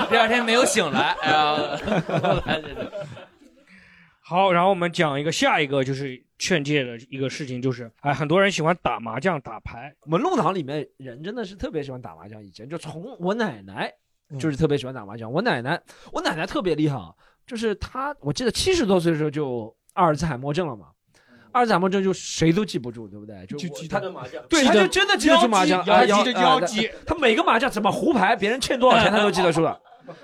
[SPEAKER 8] 第二天没有醒来，哎呀，后来这是
[SPEAKER 2] 好，然后我们讲一个下一个就是劝诫的一个事情，就是哎，很多人喜欢打麻将、打牌。
[SPEAKER 3] 我们弄堂里面人真的是特别喜欢打麻将，以前就从我奶奶就是特别喜欢打麻将。我奶奶，我奶奶特别厉害，啊，就是她，我记得七十多岁的时候就阿尔兹海默症了嘛。阿尔兹海默症就谁都记不住，对不对？就我她
[SPEAKER 6] 的麻将
[SPEAKER 3] 对，
[SPEAKER 6] 记
[SPEAKER 3] 她
[SPEAKER 6] 得
[SPEAKER 3] 就真的记得住麻将，
[SPEAKER 6] 腰
[SPEAKER 3] 啊
[SPEAKER 6] 记记得腰记
[SPEAKER 3] 啊她她每个麻将怎么胡牌，别人欠多少钱她都记得住了，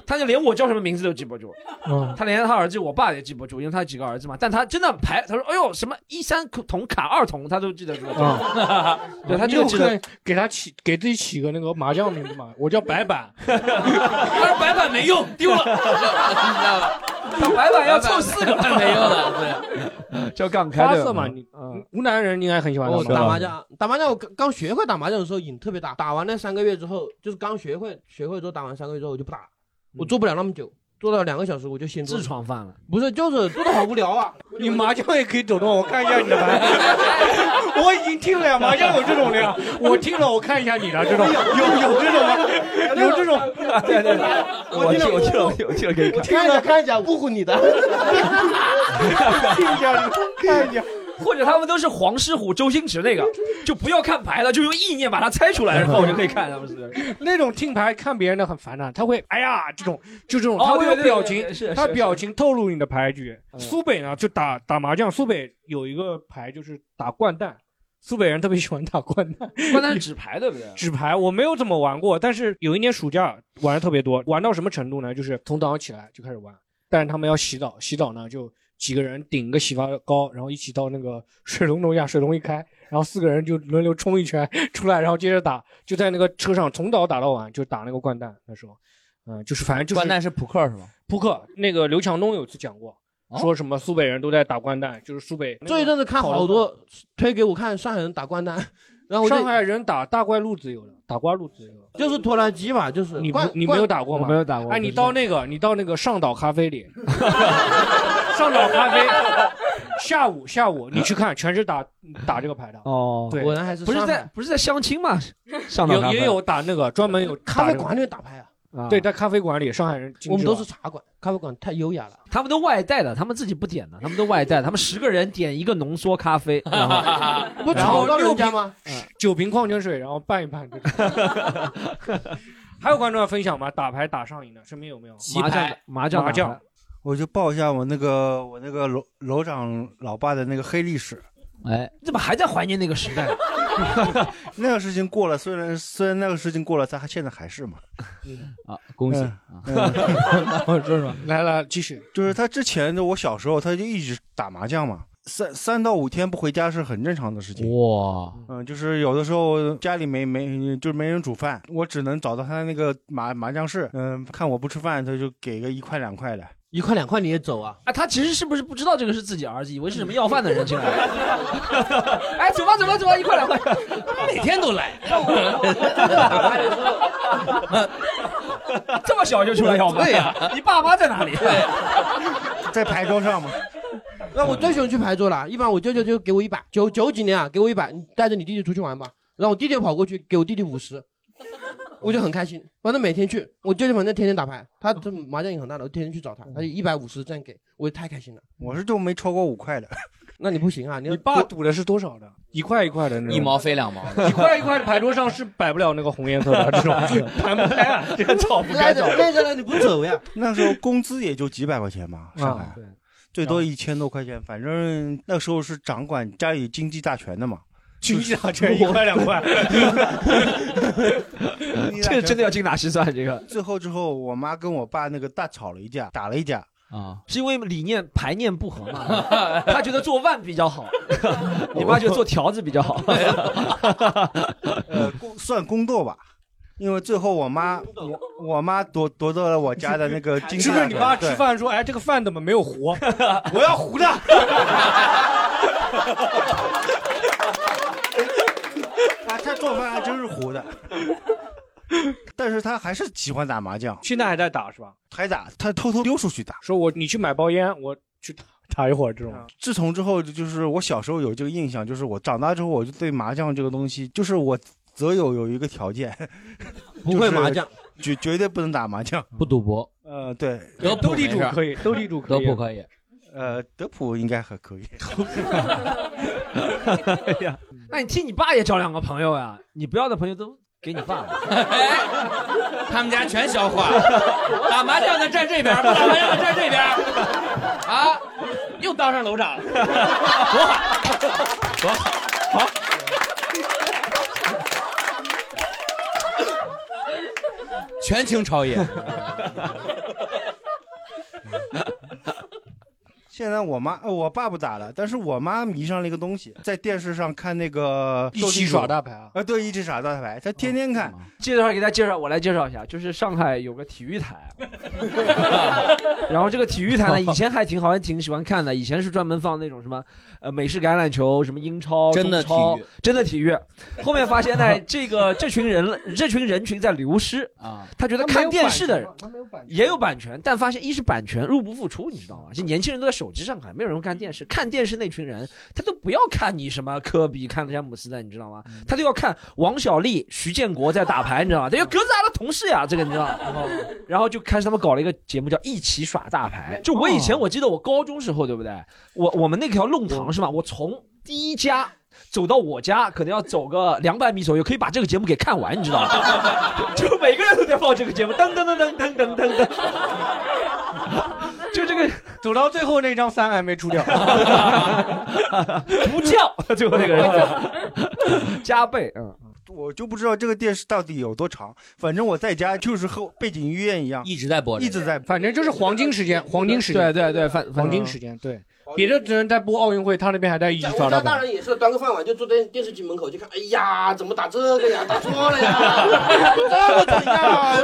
[SPEAKER 3] 她就连我叫什么名字都记不住。
[SPEAKER 2] 嗯，
[SPEAKER 3] 他连他儿子，我爸也记不住，因为他有几个儿子嘛。但他真的排，他说：“哎呦，什么一三铜卡、二铜，他都记得住。
[SPEAKER 2] 啊
[SPEAKER 3] 对他
[SPEAKER 2] 你
[SPEAKER 3] 就
[SPEAKER 2] 有
[SPEAKER 3] 记
[SPEAKER 2] 可
[SPEAKER 3] 得
[SPEAKER 2] 能。给他起给自己起个那个麻将名字嘛，我叫白板，
[SPEAKER 8] 他说白板没用，丢了，你知道吧？
[SPEAKER 3] 他白板要凑四 个，
[SPEAKER 8] 没用了，
[SPEAKER 3] 叫杠
[SPEAKER 6] 开
[SPEAKER 2] 花
[SPEAKER 6] 对
[SPEAKER 2] 色嘛，
[SPEAKER 6] 嗯
[SPEAKER 2] 你湖南人应该很喜欢
[SPEAKER 6] 我哦打麻
[SPEAKER 2] 将。
[SPEAKER 6] 将，打麻将我刚刚学会打麻将的时候瘾特别大，打完那三个月之后，就是刚学会，学会之后打完三个月之后我就不打了，我做不了那么久，做到两个小时我就先
[SPEAKER 3] 自创饭了，
[SPEAKER 6] 不是就是做的好无聊啊。
[SPEAKER 2] 你麻将也可以走动，我看一下你的牌。 我已经听了呀，麻将有这种的呀，我听了，我看一下你的这种，有有这种吗？ 有这种？
[SPEAKER 3] 对 对对，
[SPEAKER 6] 我听了
[SPEAKER 3] 了有记了可以
[SPEAKER 6] 我看一下看一下，误会你的。
[SPEAKER 2] 看一下，看一下。
[SPEAKER 3] 或者他们都是黄狮虎、周星驰那个，就不要看牌了，就用意念把它猜出来，然后我就可以看了，不是？
[SPEAKER 2] 那种听牌看别人的很烦的，他 会哎呀这种就这种，
[SPEAKER 3] 哦
[SPEAKER 2] 他会
[SPEAKER 3] 对
[SPEAKER 2] 有
[SPEAKER 3] 对对
[SPEAKER 2] 表
[SPEAKER 3] 对
[SPEAKER 2] 情
[SPEAKER 3] 对是，
[SPEAKER 2] 他
[SPEAKER 3] 是嗯
[SPEAKER 2] 表
[SPEAKER 3] 是
[SPEAKER 2] 情透露你的牌局。苏北呢，就打打麻将，苏北有一个牌就是打掼蛋，苏北人特别喜欢打掼蛋，
[SPEAKER 3] 关键是纸牌，对不对？
[SPEAKER 2] 纸牌我没有怎么玩过，但是有一年暑假玩的特别多，玩到什么程度呢？就是从早上起来就开始玩，但是他们要洗澡，洗澡呢就几个人顶个洗发膏，然后一起到那个 水龙头下，水龙一开，然后四个人就轮流冲一圈出来，然后接着打，就在那个车上从早打到晚，就打那个掼蛋。那时候，嗯，就是反正就是
[SPEAKER 8] 掼蛋是扑克是吗？
[SPEAKER 2] 扑克，那个刘强东有一次讲过，说什么苏北人都在打掼蛋，就是苏北
[SPEAKER 6] 哦这一阵子看好多推给我看上海人打掼蛋，然后我就
[SPEAKER 2] 上海人打大怪路子有的，打瓜路子有的。
[SPEAKER 6] 就是拖拉机嘛，就是
[SPEAKER 2] 你不
[SPEAKER 6] 灌
[SPEAKER 2] 你没有打过吗？
[SPEAKER 6] 我没有打过
[SPEAKER 2] 哎，
[SPEAKER 6] 不
[SPEAKER 2] 你
[SPEAKER 6] 知
[SPEAKER 2] 到那个你到那个上岛咖啡里，上岛咖啡，下午下午你去看，全是打打这个牌的。
[SPEAKER 3] 哦
[SPEAKER 2] 对，
[SPEAKER 6] 果然还是
[SPEAKER 3] 不是
[SPEAKER 6] 上海
[SPEAKER 3] 在不是在相亲嘛？上岛咖
[SPEAKER 2] 有
[SPEAKER 3] 啡
[SPEAKER 2] 也有打那个专门 有
[SPEAKER 6] 咖啡
[SPEAKER 2] 打这个
[SPEAKER 6] 馆里面打牌啊，
[SPEAKER 3] 啊
[SPEAKER 2] 对，在咖啡馆里，上海人
[SPEAKER 6] 我们都是茶馆，咖啡馆太优雅了。
[SPEAKER 3] 他们都外带的，他们自己不点的，他们都外带的，他们十个人点一个浓缩咖啡，然后
[SPEAKER 2] 不吵到人家
[SPEAKER 6] 吗？
[SPEAKER 2] 九瓶矿泉水，然后拌一拌。还有观众要分享吗？打牌打上瘾的，身边有没有？
[SPEAKER 13] 棋牌
[SPEAKER 2] 麻将，麻将，
[SPEAKER 13] 我就报一下我那个我那个楼楼长老爸的那个黑历史。
[SPEAKER 8] 哎，
[SPEAKER 3] 怎么还在怀念那个时代？啊
[SPEAKER 13] 那个事情过了，虽然虽然那个事情过了，但他现在还是嘛。
[SPEAKER 8] 啊，恭喜
[SPEAKER 13] 嗯
[SPEAKER 8] 啊！
[SPEAKER 13] 嗯
[SPEAKER 2] 我说说，来来继续。
[SPEAKER 13] 就是他之前的，我小时候他就一直打麻将嘛，三三到五天不回家是很正常的事情。
[SPEAKER 8] 哇，
[SPEAKER 13] 嗯，就是有的时候家里没没就是没人煮饭，我只能找到他那个麻麻将室，嗯，看我不吃饭，他就给个一块两块的。
[SPEAKER 6] 一块两块你也走 啊？
[SPEAKER 3] 啊，他其实是不是不知道这个是自己儿子，以为是什么要饭的人进来？哎，走吧，走吧，走吧，一块两块，
[SPEAKER 4] 每天都来。
[SPEAKER 3] 这么小就出来要饭？
[SPEAKER 6] 对呀
[SPEAKER 3] 你爸妈在哪里？
[SPEAKER 13] 在牌桌上吗？
[SPEAKER 6] 那我最喜欢去牌桌了，一般我舅舅就给我一百，九九几年啊，给我一百，你带着你弟弟出去玩吧。然后我弟弟跑过去给我弟弟五十，我就很开心。反正每天去，我舅舅反正天天打牌，他这麻将瘾很大的，我天天去找他，他一百五十这样给我，太开心了。
[SPEAKER 13] 我是就没超过五块 的。
[SPEAKER 6] 那你不行啊，你你
[SPEAKER 2] 爸赌的是多少的？一块一块的那种，
[SPEAKER 8] 一毛飞两毛。
[SPEAKER 2] 一块一块的牌桌上是摆不了那个红颜色的这种， 盘不开
[SPEAKER 10] 哎
[SPEAKER 2] 啊，这个吵不开的。
[SPEAKER 6] 你不走呀？
[SPEAKER 13] 那时候工资也就几百块钱嘛，上海
[SPEAKER 2] 啊对，
[SPEAKER 13] 最多一千多块钱。反正那时候是掌管家里经济大权的嘛，
[SPEAKER 2] 经济大权一块两 块
[SPEAKER 13] 这个真
[SPEAKER 3] 的要精打细算。这个
[SPEAKER 13] 最后之后，我妈跟我爸那个大吵了一架，打了一架。
[SPEAKER 8] 啊，
[SPEAKER 3] 是因为理念排念不合嘛？ 他觉得做腕比较好，你妈觉得 做条子比较好。
[SPEAKER 13] 呃，工算工作吧，因为最后我妈我我妈夺夺得了我家的那 个经济
[SPEAKER 2] 是
[SPEAKER 13] 大
[SPEAKER 2] 不是
[SPEAKER 13] 权。
[SPEAKER 2] 你爸吃
[SPEAKER 13] 对
[SPEAKER 2] 饭说，哎，这个饭怎么没有糊？ 我要糊 的。
[SPEAKER 13] 啊，他做饭还真是糊 的，但是他还是喜欢打麻将，
[SPEAKER 2] 现在还在打是吧？
[SPEAKER 13] 还打，他偷偷丢出去打。
[SPEAKER 2] 说我你去买包烟，我去 打打一会儿这种。
[SPEAKER 13] 啊自从之后，就是我小时候有这个印象，就是我长大之后，我就对麻将这个东西，就是我择友有一个条件，
[SPEAKER 6] 不会麻将，
[SPEAKER 13] 绝绝对不能打麻将，
[SPEAKER 8] 不赌博。
[SPEAKER 13] 呃，对，
[SPEAKER 8] 德
[SPEAKER 2] 斗地主可以，斗地主可以，啊
[SPEAKER 8] 德普可以。
[SPEAKER 13] 呃，德普应该还可以。
[SPEAKER 3] 哎呀，那你替你爸也找两个朋友呀，你不要的朋友都给你爸了。
[SPEAKER 4] 他们家全消化，打麻将的站这边，不打麻将的站这边，啊，又当上楼长了，多好，多好，好。
[SPEAKER 8] 全情超野。
[SPEAKER 13] 现在我妈、呃我爸不打了，但是我妈迷上了一个东西，在电视上看那个
[SPEAKER 3] 一起耍大
[SPEAKER 2] 牌啊，
[SPEAKER 13] 呃，对，一起耍大牌，她天天看。
[SPEAKER 3] 介绍给大家介绍，我来介绍一下，就是上海有个体育台，然后这个体育台呢，以前还挺好，还挺喜欢看的。以前是专门放那种什么呃美式橄榄球、什么英超、
[SPEAKER 8] 真的
[SPEAKER 3] 中超
[SPEAKER 8] 体育，
[SPEAKER 3] 真的体育。后面发现 呢，这个这群人这群人群在流失
[SPEAKER 8] 啊，
[SPEAKER 3] 他觉得看电视的人。也有版权，但发现一是版权入不敷出，你知道吗？这年轻人都在手机上看，没有人看电视。看电视那群人，他都不要看你什么科比、看詹姆斯的，你知道吗？他都要看王小利、徐建国在打牌，你知道吗？等于格子俺的同事呀，这个你知道吗？然后就开始他们搞了一个节目叫《一起耍大牌》。就我以前我记得我高中时候，对不对？我我们那条弄堂是吧？我从第一家。走到我家可能要走个两百米左右，可以把这个节目给看完，你知道吗？就每个人都在放这个节目，噔噔噔噔噔噔噔噔。就这个
[SPEAKER 2] 走 到最后那张三还没出掉，
[SPEAKER 3] 不叫最后那个人 加倍，嗯，
[SPEAKER 13] 我就不知道这个电视到底有多长，反正我在家就是和背景音乐一样，
[SPEAKER 8] 一直在播
[SPEAKER 13] 一直在，
[SPEAKER 2] 反正就是 黄金时间，黄金时间，
[SPEAKER 3] 对对对，反
[SPEAKER 2] 黄金时间，对。别的只能在播奥运会，他那边还在一起
[SPEAKER 6] 我
[SPEAKER 2] 耍
[SPEAKER 6] 家
[SPEAKER 2] 大
[SPEAKER 6] 大
[SPEAKER 2] 牌。
[SPEAKER 6] 人也是端个饭碗就坐在电视机门口就看，哎呀，怎么打这个呀？打错了呀，这么怎样？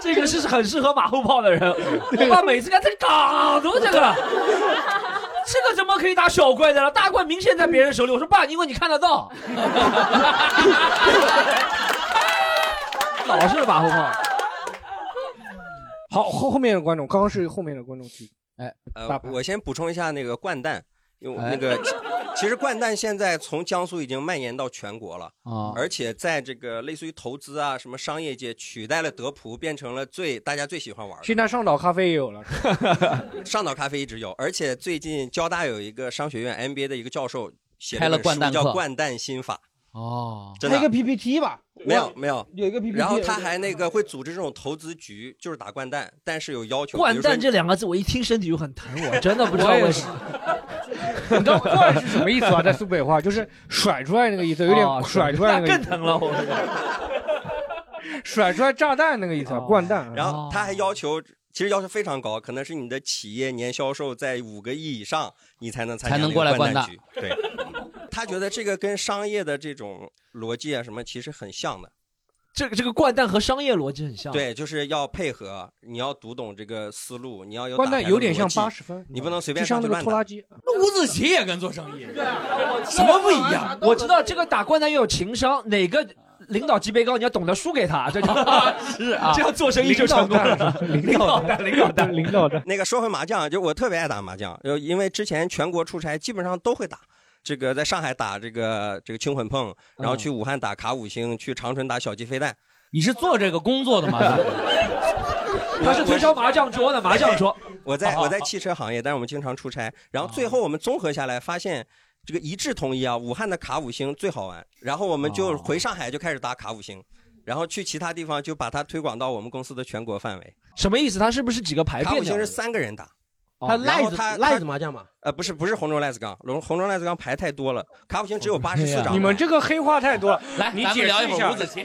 [SPEAKER 3] 这个是很适合马后炮的人。我爸每次看这搞懂这个了，这个怎么可以打小怪的了？大怪明显在别人手里。我说爸，因为你看得到，老是马后 炮。
[SPEAKER 2] 好，后后面的观众，刚刚是后面的观众提。
[SPEAKER 8] 哎，
[SPEAKER 2] 大
[SPEAKER 14] 呃，
[SPEAKER 2] 牌
[SPEAKER 14] 我先补充一下那个掼蛋，因为我
[SPEAKER 2] 哎
[SPEAKER 14] 那个、其其实掼蛋现在从江苏已经蔓延到全国了，
[SPEAKER 2] 哦
[SPEAKER 8] 啊
[SPEAKER 14] 而且在这个类似于投资啊什么商业界取代了德扑，变成了最大家最喜欢玩
[SPEAKER 2] 现在上岛咖啡也有了，
[SPEAKER 14] 的。上岛咖啡一直有，而且最近交大有一个商学院 MBA 的一个教授写
[SPEAKER 8] 开了
[SPEAKER 14] 了本
[SPEAKER 8] 掼
[SPEAKER 14] 书
[SPEAKER 8] 蛋
[SPEAKER 14] 叫
[SPEAKER 8] 课
[SPEAKER 14] 《掼蛋心法》。
[SPEAKER 8] 哦，
[SPEAKER 14] 真
[SPEAKER 6] 他
[SPEAKER 14] 的
[SPEAKER 6] 一个 PPT 吧？
[SPEAKER 14] 没有没有
[SPEAKER 6] 有一个 PPT，
[SPEAKER 14] 然后他还那个会组织这种投资局，就是打掼蛋，但是有要求。
[SPEAKER 3] 掼蛋
[SPEAKER 14] 比
[SPEAKER 3] 这
[SPEAKER 14] 如说
[SPEAKER 3] 两个字，我一听身体就很疼，我真的不知道
[SPEAKER 2] 我也
[SPEAKER 3] 为
[SPEAKER 2] 是
[SPEAKER 3] 什么。
[SPEAKER 2] 你知道“惯”是什么意思啊？在苏北话就是甩出来那个意思，有
[SPEAKER 14] 哦
[SPEAKER 2] 点甩出啊来那个意思。
[SPEAKER 3] 更疼了，我们。
[SPEAKER 2] 甩出来炸弹那个意思啊，掼蛋。
[SPEAKER 14] 然后他还要求，其实要求非常高，可能是你的企业年销售在五个亿以上，你才能参加
[SPEAKER 8] 才能
[SPEAKER 14] 那个
[SPEAKER 8] 过来
[SPEAKER 14] 掼
[SPEAKER 8] 掼
[SPEAKER 14] 蛋
[SPEAKER 8] 蛋
[SPEAKER 14] 局。对，他觉得这个跟商业的这种逻辑啊什么其实很像的。
[SPEAKER 3] 这个这个掼蛋和商业逻辑很像。
[SPEAKER 14] 对，就是要配合，你要读懂这个思路，你要有
[SPEAKER 2] 掼
[SPEAKER 14] 打
[SPEAKER 2] 蛋
[SPEAKER 14] 开的
[SPEAKER 2] 有点
[SPEAKER 14] 逻
[SPEAKER 2] 像
[SPEAKER 14] 辑
[SPEAKER 2] 80分
[SPEAKER 14] 你不能随
[SPEAKER 2] 就
[SPEAKER 14] 便
[SPEAKER 2] 像那
[SPEAKER 14] 上去
[SPEAKER 2] 个
[SPEAKER 14] 乱
[SPEAKER 2] 拖
[SPEAKER 14] 打。
[SPEAKER 2] 拉机，
[SPEAKER 4] 那伍子棋也敢做生意，
[SPEAKER 3] 什么不一样？我知道这个啊打掼蛋要有情商，哪个领导级别高，你要懂得输给 他，这就
[SPEAKER 14] 是啊
[SPEAKER 3] 这样做生意就成功了。领导蛋，领导蛋，
[SPEAKER 2] 领导蛋。
[SPEAKER 14] 那个说回麻将，就我特别爱打麻将，就因为之前全国出差基本上都会打。这个在上海打这个这个青魂碰，然后去武汉打卡五星，去长春打小鸡飞蛋。
[SPEAKER 8] 嗯你是做这个工作 的吗？
[SPEAKER 3] 他是推销麻将桌的，麻将桌。
[SPEAKER 14] 我在我在汽车行业，但是我们经常出差。然后最后我们综合下来，发现这个一致同意啊，武汉的卡五星最好玩。然后我们就回上海就开始打卡五星，然后去其他地方就把它推广到我们公司的全国范围。
[SPEAKER 3] 什么意思？他是不是几个牌
[SPEAKER 14] 卡
[SPEAKER 3] 变
[SPEAKER 14] 五
[SPEAKER 3] 掉
[SPEAKER 14] 星
[SPEAKER 3] 了
[SPEAKER 14] 是？三个人打，
[SPEAKER 3] 哦
[SPEAKER 6] 他
[SPEAKER 14] 然
[SPEAKER 6] 赖
[SPEAKER 14] 后
[SPEAKER 6] 子
[SPEAKER 14] 他
[SPEAKER 6] 赖子麻将嘛，
[SPEAKER 14] 呃，不是不是红中赖子杠，红红中赖子杠牌太多了，卡五星只有八十四张。
[SPEAKER 2] 你们这个黑话太多了。
[SPEAKER 14] 来
[SPEAKER 2] 你
[SPEAKER 14] 咱们
[SPEAKER 2] 解
[SPEAKER 14] 聊
[SPEAKER 2] 释
[SPEAKER 14] 一会儿
[SPEAKER 2] 下
[SPEAKER 14] 伍子棋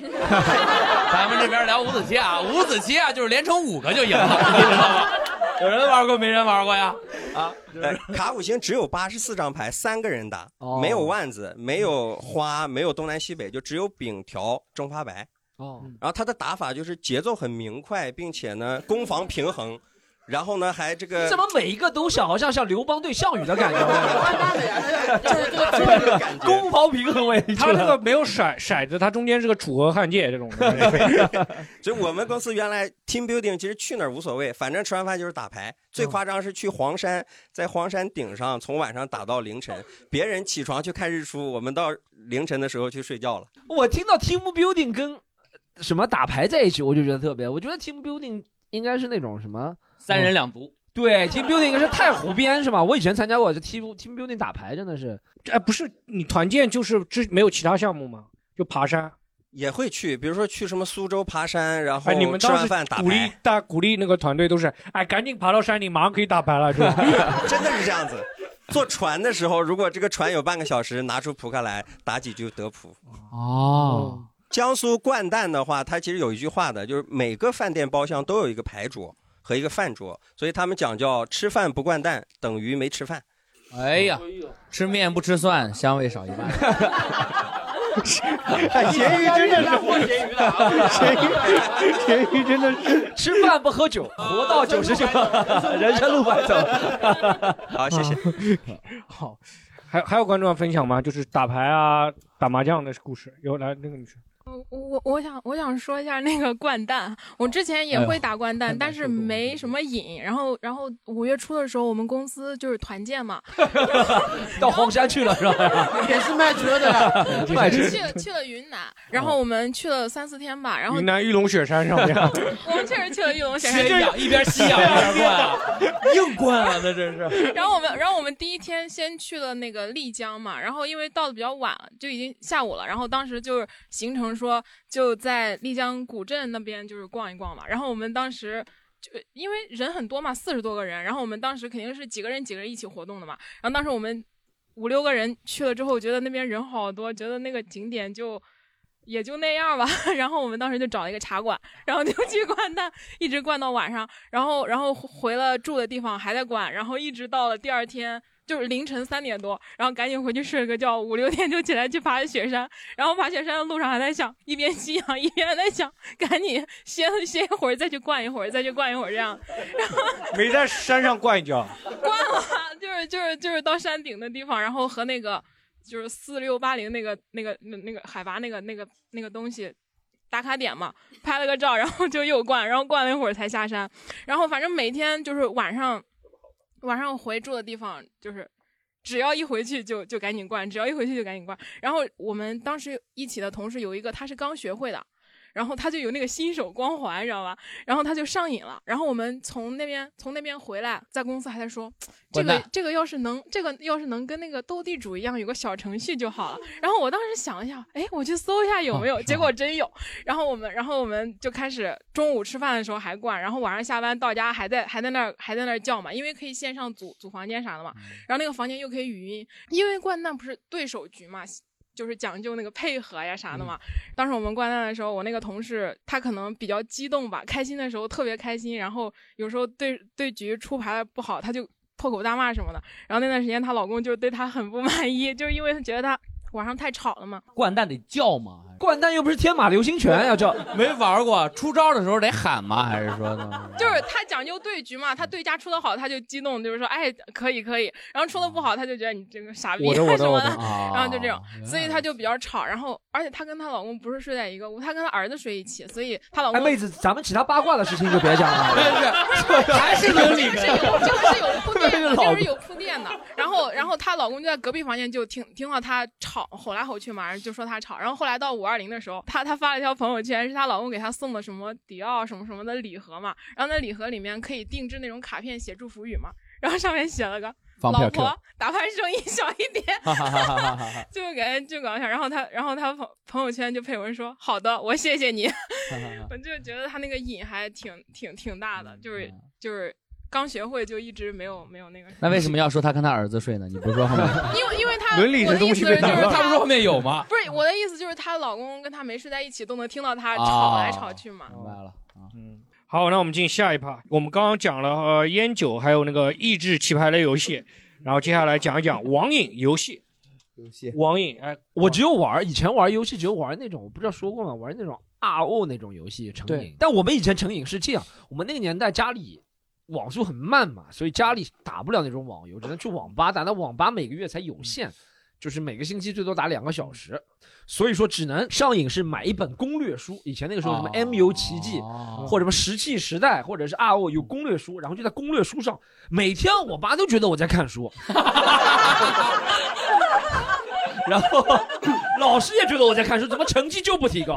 [SPEAKER 4] 咱们这边聊伍子棋啊，伍子棋啊，就是连成五个就赢了，你知道吗？有人玩过没人玩过呀？啊，
[SPEAKER 14] 呃，卡五星只有八十四张牌，三个人打，
[SPEAKER 4] 哦
[SPEAKER 14] 没有万字，没
[SPEAKER 3] 嗯
[SPEAKER 14] 有花，没有东南西北，就只有饼条中发白。
[SPEAKER 3] 哦，
[SPEAKER 14] 然后他的打法就是节奏很明快，并且呢攻防平衡，然后呢还这个
[SPEAKER 3] 怎么每一个都想好像像刘邦对项羽的感 觉？
[SPEAKER 14] 就是这个
[SPEAKER 2] 这
[SPEAKER 14] 个 感
[SPEAKER 3] 觉，攻防平衡位。
[SPEAKER 2] 他那个没有骰骰子，他中间是个楚河汉界 这种的。
[SPEAKER 14] 就我们公司原 来 team building 其实去哪儿无所谓，反正吃完饭就是打牌。
[SPEAKER 3] 嗯
[SPEAKER 14] 最夸张是去黄山，在黄山顶上从晚上打到凌晨，别人起床去看日出，我们到凌晨的时候去睡觉了。
[SPEAKER 3] 我听到 team building 跟什么打牌在一起，我就觉得特别。我觉得 team building 应该是那种什么
[SPEAKER 8] 三人两毒。
[SPEAKER 3] 对，team building 应该是太湖边是吧？我以前参加过，就 team team building 打牌真的是。
[SPEAKER 2] 哎，不是你团建就是这没有其他项目吗？就爬山。
[SPEAKER 14] 也会去，比如说去什么苏州爬山，然
[SPEAKER 2] 哎，你
[SPEAKER 14] 后
[SPEAKER 2] 们
[SPEAKER 14] 哦吃
[SPEAKER 2] 当
[SPEAKER 14] 完
[SPEAKER 2] 时
[SPEAKER 14] 饭打
[SPEAKER 2] 鼓励
[SPEAKER 14] 牌，
[SPEAKER 2] 大鼓励那个团队都是，哎，赶紧爬到山顶，马上可以打牌了，是吧？
[SPEAKER 14] 真的是这样子。坐船的时候，如果这个船有半个小时，拿出扑克来打几局德扑。
[SPEAKER 8] 哦，
[SPEAKER 14] 江苏掼蛋的话，它其实有一句话的，就是每个饭店包厢都有一个牌桌和一个饭桌，所以他们讲叫吃饭不掼蛋等于没吃饭。
[SPEAKER 8] 哎呀，吃面不吃蒜，香味少一半。
[SPEAKER 14] 哎
[SPEAKER 8] 咸鱼真的是
[SPEAKER 4] 咸鱼
[SPEAKER 8] 咸
[SPEAKER 4] 鱼
[SPEAKER 3] 咸鱼真的是吃饭不喝酒，活到九十九，人生路白走。
[SPEAKER 14] 好，谢谢。
[SPEAKER 2] 好，还还有观众要分享吗？就是打牌啊、打麻将的故事。有来那个女生，
[SPEAKER 15] 我我我想我想说一下那个掼蛋，我之前也
[SPEAKER 2] 哎呦
[SPEAKER 15] 会打掼蛋，但是没什么瘾。然后然后五月初的时候，我们公司就是团建嘛，
[SPEAKER 3] 到黄山去了是吧？
[SPEAKER 15] 也是卖车
[SPEAKER 2] 的
[SPEAKER 15] 对
[SPEAKER 2] 卖车
[SPEAKER 15] 去了去了云南，然后我们去了三四天吧，然后
[SPEAKER 2] 云南玉龙雪山上面，
[SPEAKER 15] 我们确实去了玉龙雪
[SPEAKER 4] 吸氧
[SPEAKER 15] 山，
[SPEAKER 4] 一边吸氧一边灌啊， 硬灌啊，那真是。
[SPEAKER 15] 然后我们，然后我们第一天先去了那个丽江嘛，然后因为到的比较晚，就已经下午了。然后当时就是行程说就在丽江古镇那边就是逛一逛嘛。然后我们当时就因为人很多嘛，四十多个人，然后我们当时肯定是几个人几个人一起活动的嘛。然后当时我们五六个人去了之后，觉得那边人好多，觉得那个景点就。也就那样吧， 然后我们当时就找了一个茶馆，然后就去灌蛋，一直灌到晚上，然后然后回了住的地方还在灌，然后一直到了第二天就是凌晨三点多，然后赶紧回去睡了个觉，五六点就起来去爬雪山，然后爬雪山的路上还在想，一边吸氧一边还在想，赶紧歇歇一会儿再去灌一会儿，再去灌一会儿这样，
[SPEAKER 2] 没在山上灌一跤。
[SPEAKER 15] 灌了，就是就是就是到山顶的地方，然后和那个就是四六八零那个那个那那个海拔那个那个那个东西打卡点嘛，拍了个照，然后就又灌，然后灌了一会儿才下山，然后反正每天就是晚上晚上回住的地方就是。只要一回去就就赶紧灌，只要一回去就赶紧灌。然后我们当时一起的同事有一个，他是刚学会的，然后他就有那个新手光环，知道吧？然后他就上瘾了。然后我们从那边从那边回来，在公司还在说，这
[SPEAKER 16] 滚
[SPEAKER 15] 个
[SPEAKER 16] 蛋
[SPEAKER 15] 这个要是能这个要是能跟那个斗地主一样有个小程序就好了。然后我当时想一想，哎，我去搜一下有没有，结果真有。然后我们然后我们就开始中午吃饭的时候还灌，然后晚上下班到家还在还在那儿还在那儿叫嘛，因为可以线上组组房间啥的嘛。然后那个房间又可以语音，因为灌蛋不是对手局嘛。就是讲究那个配合呀啥的嘛。
[SPEAKER 8] 嗯
[SPEAKER 15] 当时我们灌蛋的时候，我那个同事他可能比较激动吧，开心的时候特别开心，然后有时候对对局出牌不好，他就破口大骂什么的。然后那段时间，她老公就对她很不满意， 就是因为觉得她晚上太吵了嘛。
[SPEAKER 8] 掼蛋得叫吗？
[SPEAKER 3] 掼蛋又不是天马流星拳要叫，
[SPEAKER 8] 没玩过，出招的时候得喊吗？还是说呢？
[SPEAKER 15] 就是他讲究对局嘛，他对家出的好，他就激动，就是说，哎，可以可以。然后出的不好，他就觉得你这个傻逼
[SPEAKER 8] 我
[SPEAKER 15] 什
[SPEAKER 8] 的我
[SPEAKER 15] 么
[SPEAKER 8] 的
[SPEAKER 15] 的，
[SPEAKER 8] 我的啊
[SPEAKER 15] 然后就这种，所以他就比较吵。然后，而且她跟她老公不是睡在一个屋，她跟她儿子睡一起，所以她老
[SPEAKER 3] 哎，
[SPEAKER 15] 公
[SPEAKER 3] 妹子，咱们其他八卦的事情就别讲了。
[SPEAKER 15] 还是
[SPEAKER 3] 能
[SPEAKER 15] 能
[SPEAKER 3] 理
[SPEAKER 15] 理
[SPEAKER 3] 解
[SPEAKER 15] 解，这个是有铺垫的，
[SPEAKER 3] 老
[SPEAKER 15] 这个是有铺垫的。然后，然后她老公就在隔壁房间就听听到她吵，吼来吼去嘛，然后就说她吵。然后后来到五二零的时候，她她发了一条朋友圈，是她老公给她送的什么迪奥什么什么的礼盒嘛。然后那礼盒里面可以定制那种卡片，写祝福语嘛。然后上面写了个
[SPEAKER 8] 放
[SPEAKER 15] 老
[SPEAKER 8] 票
[SPEAKER 15] 婆
[SPEAKER 8] Q
[SPEAKER 15] 打牌声音小一点，
[SPEAKER 8] 哈哈哈哈哈哈！
[SPEAKER 15] 就感觉就搞笑。然后她，然后她朋朋友圈就配文说：“好的，我谢谢你。”我就觉得他那个瘾还挺挺挺大的，就是就是刚学会就一直没有没有那个。
[SPEAKER 8] 那为什么要说他跟他儿子睡呢？你不是说后面
[SPEAKER 15] 因为因为他我的意思就是
[SPEAKER 8] 他
[SPEAKER 15] 他
[SPEAKER 8] 不是后面有 吗？
[SPEAKER 15] 不是我的意思就是她老公跟她没睡在一起都能听到她吵来吵去嘛。
[SPEAKER 8] 哦明白了。啊
[SPEAKER 2] 好，那我们进下一趴。我们刚刚讲了呃烟酒，还有那个益智棋牌类游戏，然后接下来讲一讲网瘾游戏。
[SPEAKER 3] 游戏
[SPEAKER 2] 网瘾，哎，
[SPEAKER 3] 我只有玩，以前玩游戏只有玩那种，我不知道说过吗？玩那种 RO 那种游戏成瘾
[SPEAKER 8] 对。
[SPEAKER 3] 但我们以前成瘾是这样，我们那个年代家里网速很慢嘛，所以家里打不了那种网游，只能去网吧打。那网吧每个月才
[SPEAKER 8] 嗯
[SPEAKER 3] 有限，就是每个星期最多打两个小时，所以说只能上瘾是买一本攻略书。以前那个时候什么
[SPEAKER 8] 哦
[SPEAKER 3] MU 奇迹，或者什么石器时代，或者是 RO 有攻略书，然后就在攻略书上，每天我爸都觉得我在看书。 然后老师也觉得我在看书，怎么成绩就不提高？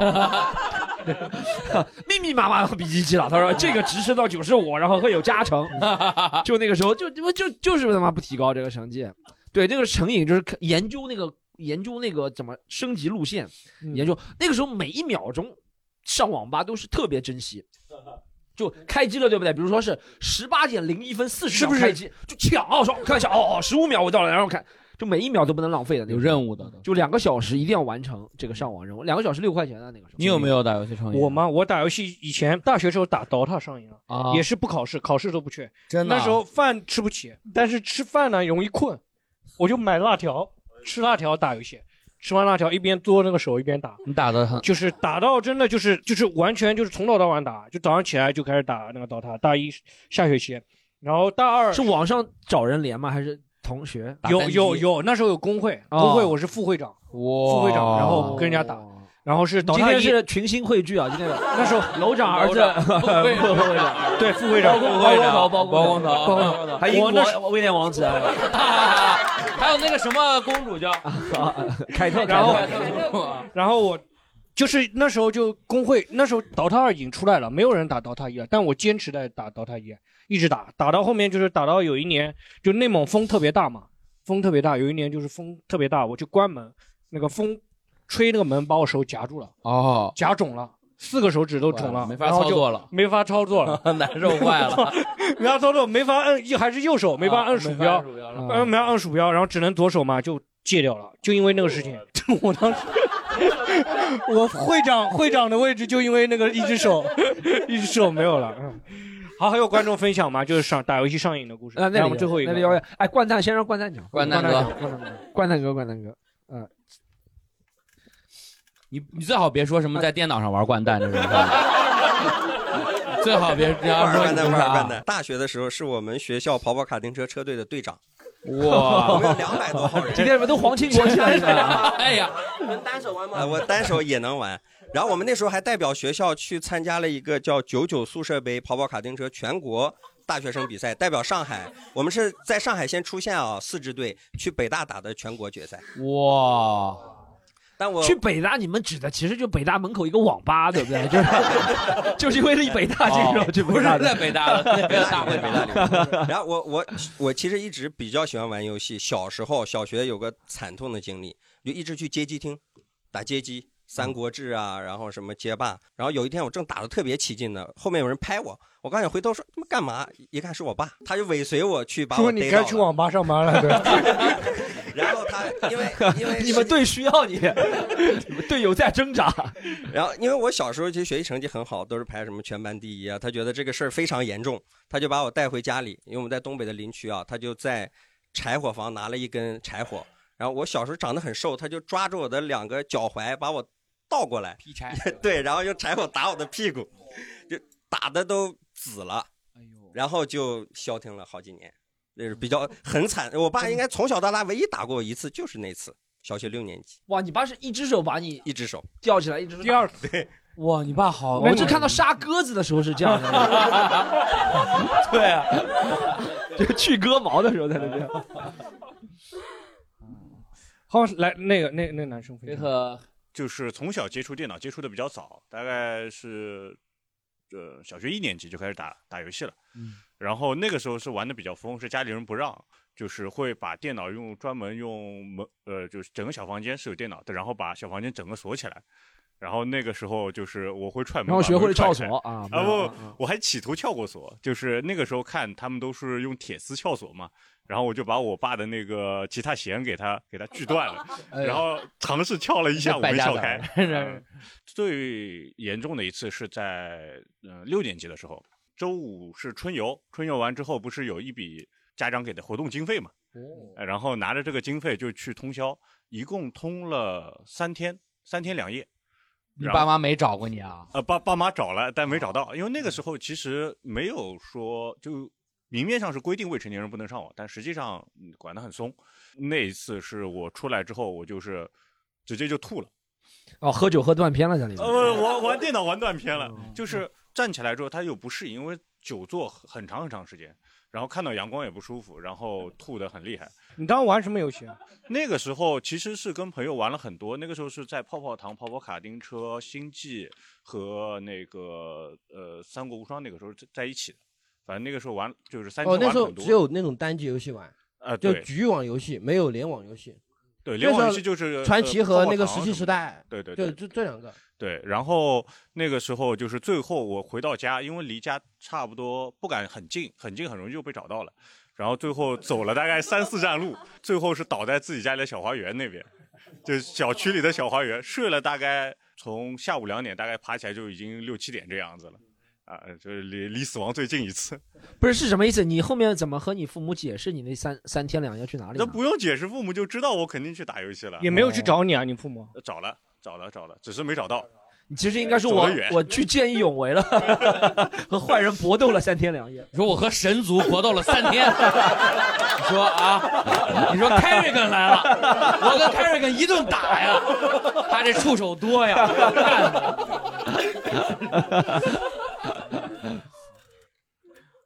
[SPEAKER 3] 密密麻麻的笔记记了，他说这个直升到九十五，然后会有加成。就那个时候，就就就就是他妈不提高这个成绩。对，这个成瘾就是看研究那个研究那个怎么升级路线，研究那个时候每一秒钟上网吧都是特别珍惜。就开机了，对不对？比如说是十八点零一分四十秒开机，就抢啊，说看一下，哦哦，十五秒我到了，然后看，就每一秒都不能浪费的那种。有任务的，就两个小时一定要完成这个上网任务，两个小时六块钱的啊那个时候。
[SPEAKER 8] 你有没有打游戏成
[SPEAKER 3] 啊
[SPEAKER 8] 瘾？
[SPEAKER 2] 我吗？我打游戏以前大学时候打 DOTA 上瘾了，
[SPEAKER 8] 啊
[SPEAKER 2] 也是不考试，考试都不去。
[SPEAKER 8] 真的啊
[SPEAKER 2] 那时候饭吃不起，但是吃饭呢容易困，我就买辣条，吃辣条打游戏。吃完辣条一边做那个手一边打，
[SPEAKER 8] 你打的很
[SPEAKER 2] 就是打到真的就是就是完全就是从早到晚打，就早上起来就开始打那个 DOTA。大一下学期，然后大二
[SPEAKER 3] 是网上找人连吗？还是同学？
[SPEAKER 2] 有有有，那时候有工会，
[SPEAKER 3] 哦
[SPEAKER 2] 工会我是副会长，副会长，然后跟人家打，然后是 DOTA
[SPEAKER 3] 今天
[SPEAKER 2] 一
[SPEAKER 3] 是群星汇聚啊，今 天
[SPEAKER 2] 那时候
[SPEAKER 3] 楼长儿子，
[SPEAKER 2] 副会长
[SPEAKER 3] 副会长，
[SPEAKER 2] 对副会长
[SPEAKER 3] 包工
[SPEAKER 2] 副会长
[SPEAKER 3] 包工头，包工头，
[SPEAKER 2] 包工头
[SPEAKER 3] 还英
[SPEAKER 2] 我那时
[SPEAKER 3] 国威廉王子，
[SPEAKER 8] 还有那个什么公主叫
[SPEAKER 3] 啊凯特，
[SPEAKER 2] 然后
[SPEAKER 3] 凯特
[SPEAKER 2] 然后我啊就是那时候就工会，那时候 DOTA 二已经出来了，没有人打 DOTA 一了，但我坚持在打 DOTA 一，一直打，打到后面就是打到有一年，就内蒙风特别大嘛，风特别大，有一年就是风特别大，我就关门，那个风吹那个门把我手夹住了，
[SPEAKER 8] 哦，
[SPEAKER 2] 夹肿了。四个手指都肿了，
[SPEAKER 8] 没法
[SPEAKER 2] 然后
[SPEAKER 8] 操
[SPEAKER 2] 就
[SPEAKER 8] 作了
[SPEAKER 2] 没法操作了，
[SPEAKER 8] 难受坏了，
[SPEAKER 2] 没法操作，没法摁，还是右手没法摁鼠标，
[SPEAKER 8] 了
[SPEAKER 2] 嗯，没法摁鼠标，然后只能左手嘛，就戒掉了，就因为那个事情， 我当时。我会长会长的位置就因为那个一只手，一只手没有 了。嗯，好，还有观众分享吗？就是上打游戏上瘾的故事。
[SPEAKER 3] 啊，
[SPEAKER 2] 来
[SPEAKER 3] 那里
[SPEAKER 2] 我们最后一个
[SPEAKER 3] 那里有人哎，掼蛋先让掼蛋讲，
[SPEAKER 8] 掼蛋
[SPEAKER 3] 讲
[SPEAKER 8] 哥
[SPEAKER 3] 掼蛋哥，掼蛋哥，掼蛋哥，嗯，
[SPEAKER 8] 你你最好别说什么在电脑上玩掼蛋这种事，最好 别这样
[SPEAKER 14] 玩
[SPEAKER 8] 说
[SPEAKER 14] 儿掼
[SPEAKER 8] 你
[SPEAKER 14] 蛋，
[SPEAKER 8] 不
[SPEAKER 14] 玩
[SPEAKER 8] 是
[SPEAKER 14] 儿
[SPEAKER 8] 啊
[SPEAKER 14] 掼蛋。大学的时候是我们学校跑跑卡丁车车队的队长，
[SPEAKER 8] 哇
[SPEAKER 14] 我们有两百多号人。
[SPEAKER 3] 今天你们都皇 亲国戚了，你们
[SPEAKER 8] 哎呀，
[SPEAKER 6] 单手玩吗？
[SPEAKER 14] 啊，我单手也能玩。然后我们那时候还代表学校去参加了一个叫“九九宿舍杯”跑跑卡丁车全国大学生比赛，代表上海。我们是在上海先出现啊，四支队去北大打的全国决赛。
[SPEAKER 8] 哇，
[SPEAKER 14] 但我
[SPEAKER 3] 去北大，你们指的其实就北大门口一个网吧，对不对？就是就是因为立北大这种，就
[SPEAKER 14] 哦不是在
[SPEAKER 3] 北
[SPEAKER 14] 大 了，
[SPEAKER 3] 在
[SPEAKER 14] 北大会北大 理。然后我我我其实一直比较喜欢玩游戏，小时候小学有个惨痛的经历，就一直去街机厅打街机。三国志
[SPEAKER 3] 嗯
[SPEAKER 14] 啊，然后什么街霸，然后有一天我正打的特别起劲呢，后面有人拍我，我刚想回头说他妈干嘛，一看是我爸，他就尾随我去把
[SPEAKER 16] 说
[SPEAKER 14] 我
[SPEAKER 16] 你
[SPEAKER 14] 逮到
[SPEAKER 16] 该
[SPEAKER 14] 了。
[SPEAKER 16] 去网吧上班了，对吧？
[SPEAKER 14] 然后他因为因为
[SPEAKER 3] 你们队需要你， 你们队友在挣扎。
[SPEAKER 14] 然后，因为我小时候其实学习成绩很好，都是排什么全班第一啊。他觉得这个事儿非常严重，他就把我带回家里，因为我们在东北的林区啊，他就在柴火房拿了一根柴火。然后我小时候长得很瘦，他就抓住我的两个脚踝，把我倒过来劈
[SPEAKER 8] 柴，
[SPEAKER 14] 对，然后用柴火打我的屁股，就打的都紫了，
[SPEAKER 3] 哎
[SPEAKER 14] 然后就消停了好几年，那是
[SPEAKER 3] 嗯
[SPEAKER 14] 比较很惨。我爸应该从小到大唯一打过我一次，就是那次，小学六年级，
[SPEAKER 3] 哇，你爸是一只手把你
[SPEAKER 14] 一只手。
[SPEAKER 3] 吊起来，一只手第二
[SPEAKER 14] 对。
[SPEAKER 3] 哇，你爸好！
[SPEAKER 14] 那
[SPEAKER 3] 我
[SPEAKER 14] 你
[SPEAKER 3] 就看到杀鸽子的时候是这样 的，对啊， 就去鸽毛的时候在那边。
[SPEAKER 2] 好，来那个那那个男生分享，
[SPEAKER 10] 就是从小接触电脑接触的比较早，大概是呃小学一年级就开始打打游戏了。
[SPEAKER 8] 嗯
[SPEAKER 10] 然后那个时候是玩的比较疯，是家里人不让，就是会把电脑用专门用门呃，就是整个小房间是有电脑的，然后把小房间整个锁起来。然后那个时候就是我会踹门，
[SPEAKER 3] 然后
[SPEAKER 10] 把
[SPEAKER 3] 学
[SPEAKER 10] 门
[SPEAKER 3] 会了
[SPEAKER 10] 踹
[SPEAKER 3] 撬
[SPEAKER 10] 开
[SPEAKER 3] 锁啊
[SPEAKER 10] 啊
[SPEAKER 3] 不
[SPEAKER 10] 不
[SPEAKER 3] 啊，
[SPEAKER 10] 我还企图撬过锁，就是那个时候看他们都是用铁丝撬锁嘛，然后我就把我爸的那个吉他弦给他给他锯断 了，
[SPEAKER 8] 哎呀
[SPEAKER 10] 然后尝试撬了一下午
[SPEAKER 8] 败
[SPEAKER 10] 没
[SPEAKER 8] 家
[SPEAKER 10] 撬
[SPEAKER 8] 子
[SPEAKER 10] 开
[SPEAKER 8] 儿。
[SPEAKER 10] 嗯最严重的一次是在嗯六年级的时候，周五是春游，春游完之后不是有一笔家长给的活动经费嘛，
[SPEAKER 2] 哦
[SPEAKER 10] 呃然后拿着这个经费就去通宵，一共通了三天，三天两夜。
[SPEAKER 8] 你
[SPEAKER 10] 然
[SPEAKER 8] 爸
[SPEAKER 10] 后
[SPEAKER 8] 妈没找过你啊？
[SPEAKER 10] 呃，爸爸妈找了，但没找到，因为那个时候其实没有说就明面上是规定未成年人不能上网，但实际上嗯管得很松。那一次是我出来之后，我就是直接就吐了。
[SPEAKER 3] 哦，喝酒喝断片了，家里面
[SPEAKER 10] 呃，我玩电脑玩断片了，就是站起来之后他又不适应，因为久坐很长很长时间，然后看到阳光也不舒服，然后吐得很厉害。
[SPEAKER 2] 你当时玩什么游戏 啊？
[SPEAKER 10] 那个时候其实是跟朋友玩了很多，那个时候是在泡泡糖、跑跑卡丁车、星际和那个呃三国无双，那个时候在在一起的。反正那个时候玩就是三
[SPEAKER 6] 哦
[SPEAKER 10] 天，
[SPEAKER 6] 那
[SPEAKER 10] 玩
[SPEAKER 6] 时
[SPEAKER 10] 了
[SPEAKER 6] 候
[SPEAKER 10] 很多。
[SPEAKER 6] 只有那种单机游戏玩，
[SPEAKER 10] 啊
[SPEAKER 6] 就
[SPEAKER 10] 对
[SPEAKER 6] 局域网游戏，没有联网游戏。
[SPEAKER 10] 对
[SPEAKER 6] 那
[SPEAKER 10] 联网游
[SPEAKER 6] 时候
[SPEAKER 10] 戏就是
[SPEAKER 6] 传
[SPEAKER 10] 呃
[SPEAKER 6] 奇
[SPEAKER 10] 泡
[SPEAKER 6] 和
[SPEAKER 10] 泡
[SPEAKER 6] 那个
[SPEAKER 10] 糖
[SPEAKER 6] 石
[SPEAKER 10] 什
[SPEAKER 6] 器
[SPEAKER 10] 么
[SPEAKER 6] 时
[SPEAKER 10] 的
[SPEAKER 6] 代，
[SPEAKER 10] 对对
[SPEAKER 6] 就
[SPEAKER 10] 对
[SPEAKER 6] 就这两 个。
[SPEAKER 10] 对，然后那个时候就是最后我回到家，因为离家差不多不敢很近，很近很容易就被找到了。然后最后走了大概三四站路，最后是倒在自己家里的小花园那边，就是小区里的小花园，睡了大概从下午两点，大概爬起来就已经六七点这样子了，啊，就是离离死亡最近一次。
[SPEAKER 3] 不是是什么意思？你后面怎么和你父母解释你那三三天两夜去哪里
[SPEAKER 10] 那
[SPEAKER 3] 呢？
[SPEAKER 10] 不用解释，父母就知道我肯定去打游戏了，
[SPEAKER 3] 也没有去
[SPEAKER 2] 找你啊，你父母
[SPEAKER 10] 呃找了，找了，找了，只是没找到。
[SPEAKER 3] 你其实应该说
[SPEAKER 10] 走
[SPEAKER 3] 我
[SPEAKER 10] 得远
[SPEAKER 3] 我去见义勇为了， 和坏人搏斗了三天两夜。
[SPEAKER 8] 你说我和神族搏斗了三天，你说啊，你说 Kerrigan 来了，我跟 Kerrigan 一顿打呀，他这触手多呀，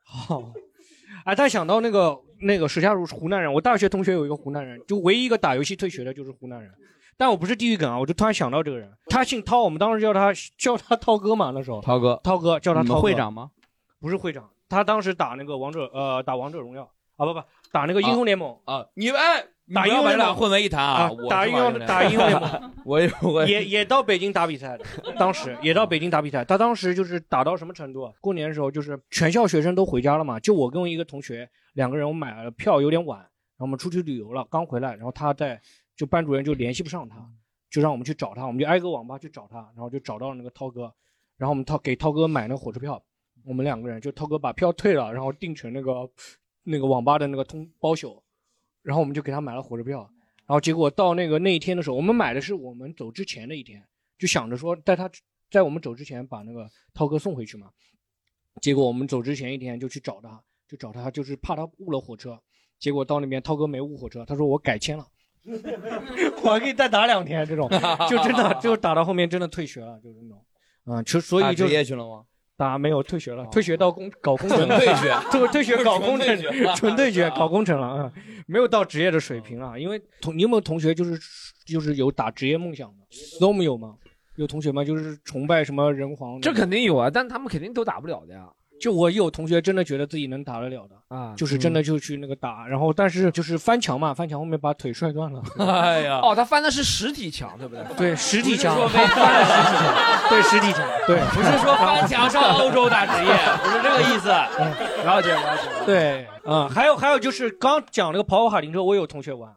[SPEAKER 2] 好， 哎，但想到那个那个史佳如是湖南人，我大学同学有一个湖南人，就唯一一个打游戏退学的就是湖南人。但我不是地域梗啊，我就突然想到这个人，他姓涛，我们当时叫他叫他涛哥嘛，那时候
[SPEAKER 8] 涛哥，
[SPEAKER 2] 涛哥叫他
[SPEAKER 8] 你
[SPEAKER 2] 涛
[SPEAKER 8] 们
[SPEAKER 2] 哥
[SPEAKER 8] 会长吗？
[SPEAKER 2] 不是会长，他当时打那个王者呃打王者荣耀啊不不打那个英雄联盟
[SPEAKER 8] 啊，你哎
[SPEAKER 2] 打英雄
[SPEAKER 8] 白
[SPEAKER 2] 联
[SPEAKER 8] 俩
[SPEAKER 2] 盟
[SPEAKER 8] 混为一谈啊！我
[SPEAKER 2] 打英雄打英雄联盟，
[SPEAKER 8] 我也 我
[SPEAKER 2] 也也到北京打比赛的，当时也到北京打比赛。他当时就是打到什么程度啊？过年的时候就是全校学生都回家了嘛，就我跟我一个同学两个人，我买了票有点晚，然后我们出去旅游了，刚回来，然后他在就班主任就联系不上他，就让我们去找他，我们就挨个网吧去找他，然后就找到了那个涛哥，然后我们涛给涛哥买那个火车票，我们两个人就涛哥把票退了，然后订成那个那个网吧的那个通包宿，然后我们就给他买了火车票，然后结果到那个那一天的时候，我们买的是我们走之前的一天，就想着说带他在我们走之前把那个涛哥送回去嘛，结果我们走之前一天就去找他，就找他就是怕他误了火车，结果到那边涛哥没误火车，他说我改签了。我还可以再打两天， 啊这种就真的就打到后面真的退学了，就是那种，嗯，就所以就
[SPEAKER 8] 打职业去了吗？
[SPEAKER 2] 啊，没有退学了，退学到工搞工程
[SPEAKER 4] 纯
[SPEAKER 2] 了，
[SPEAKER 4] 退学
[SPEAKER 2] 这个 退学搞工程
[SPEAKER 4] 纯退学，了
[SPEAKER 2] 纯退学搞工程了啊，没有到职业的水平啊。因为同你有没有同学就是就是有打职业梦想的？Storm 有吗？有同学吗？就是崇拜什么人皇？
[SPEAKER 3] 这肯定有啊，但他们肯定都打不了的呀。
[SPEAKER 2] 就我有同学真的觉得自己能打得了的
[SPEAKER 3] 啊
[SPEAKER 2] 就是真的就去那个打，然后但是就是翻墙嘛，翻墙后面把腿摔断了。
[SPEAKER 3] 哎呀，哦，他翻的是实体墙，对不对？
[SPEAKER 2] 对，实体墙，
[SPEAKER 3] 不是说
[SPEAKER 2] 翻
[SPEAKER 3] 被
[SPEAKER 2] 了实体墙，对，实体墙，对，，
[SPEAKER 4] 不是说翻墙上欧洲打职业不是这个意思。
[SPEAKER 2] 了解了解。对，嗯，还有还有就是刚讲那个跑跑卡丁车，我有同学玩，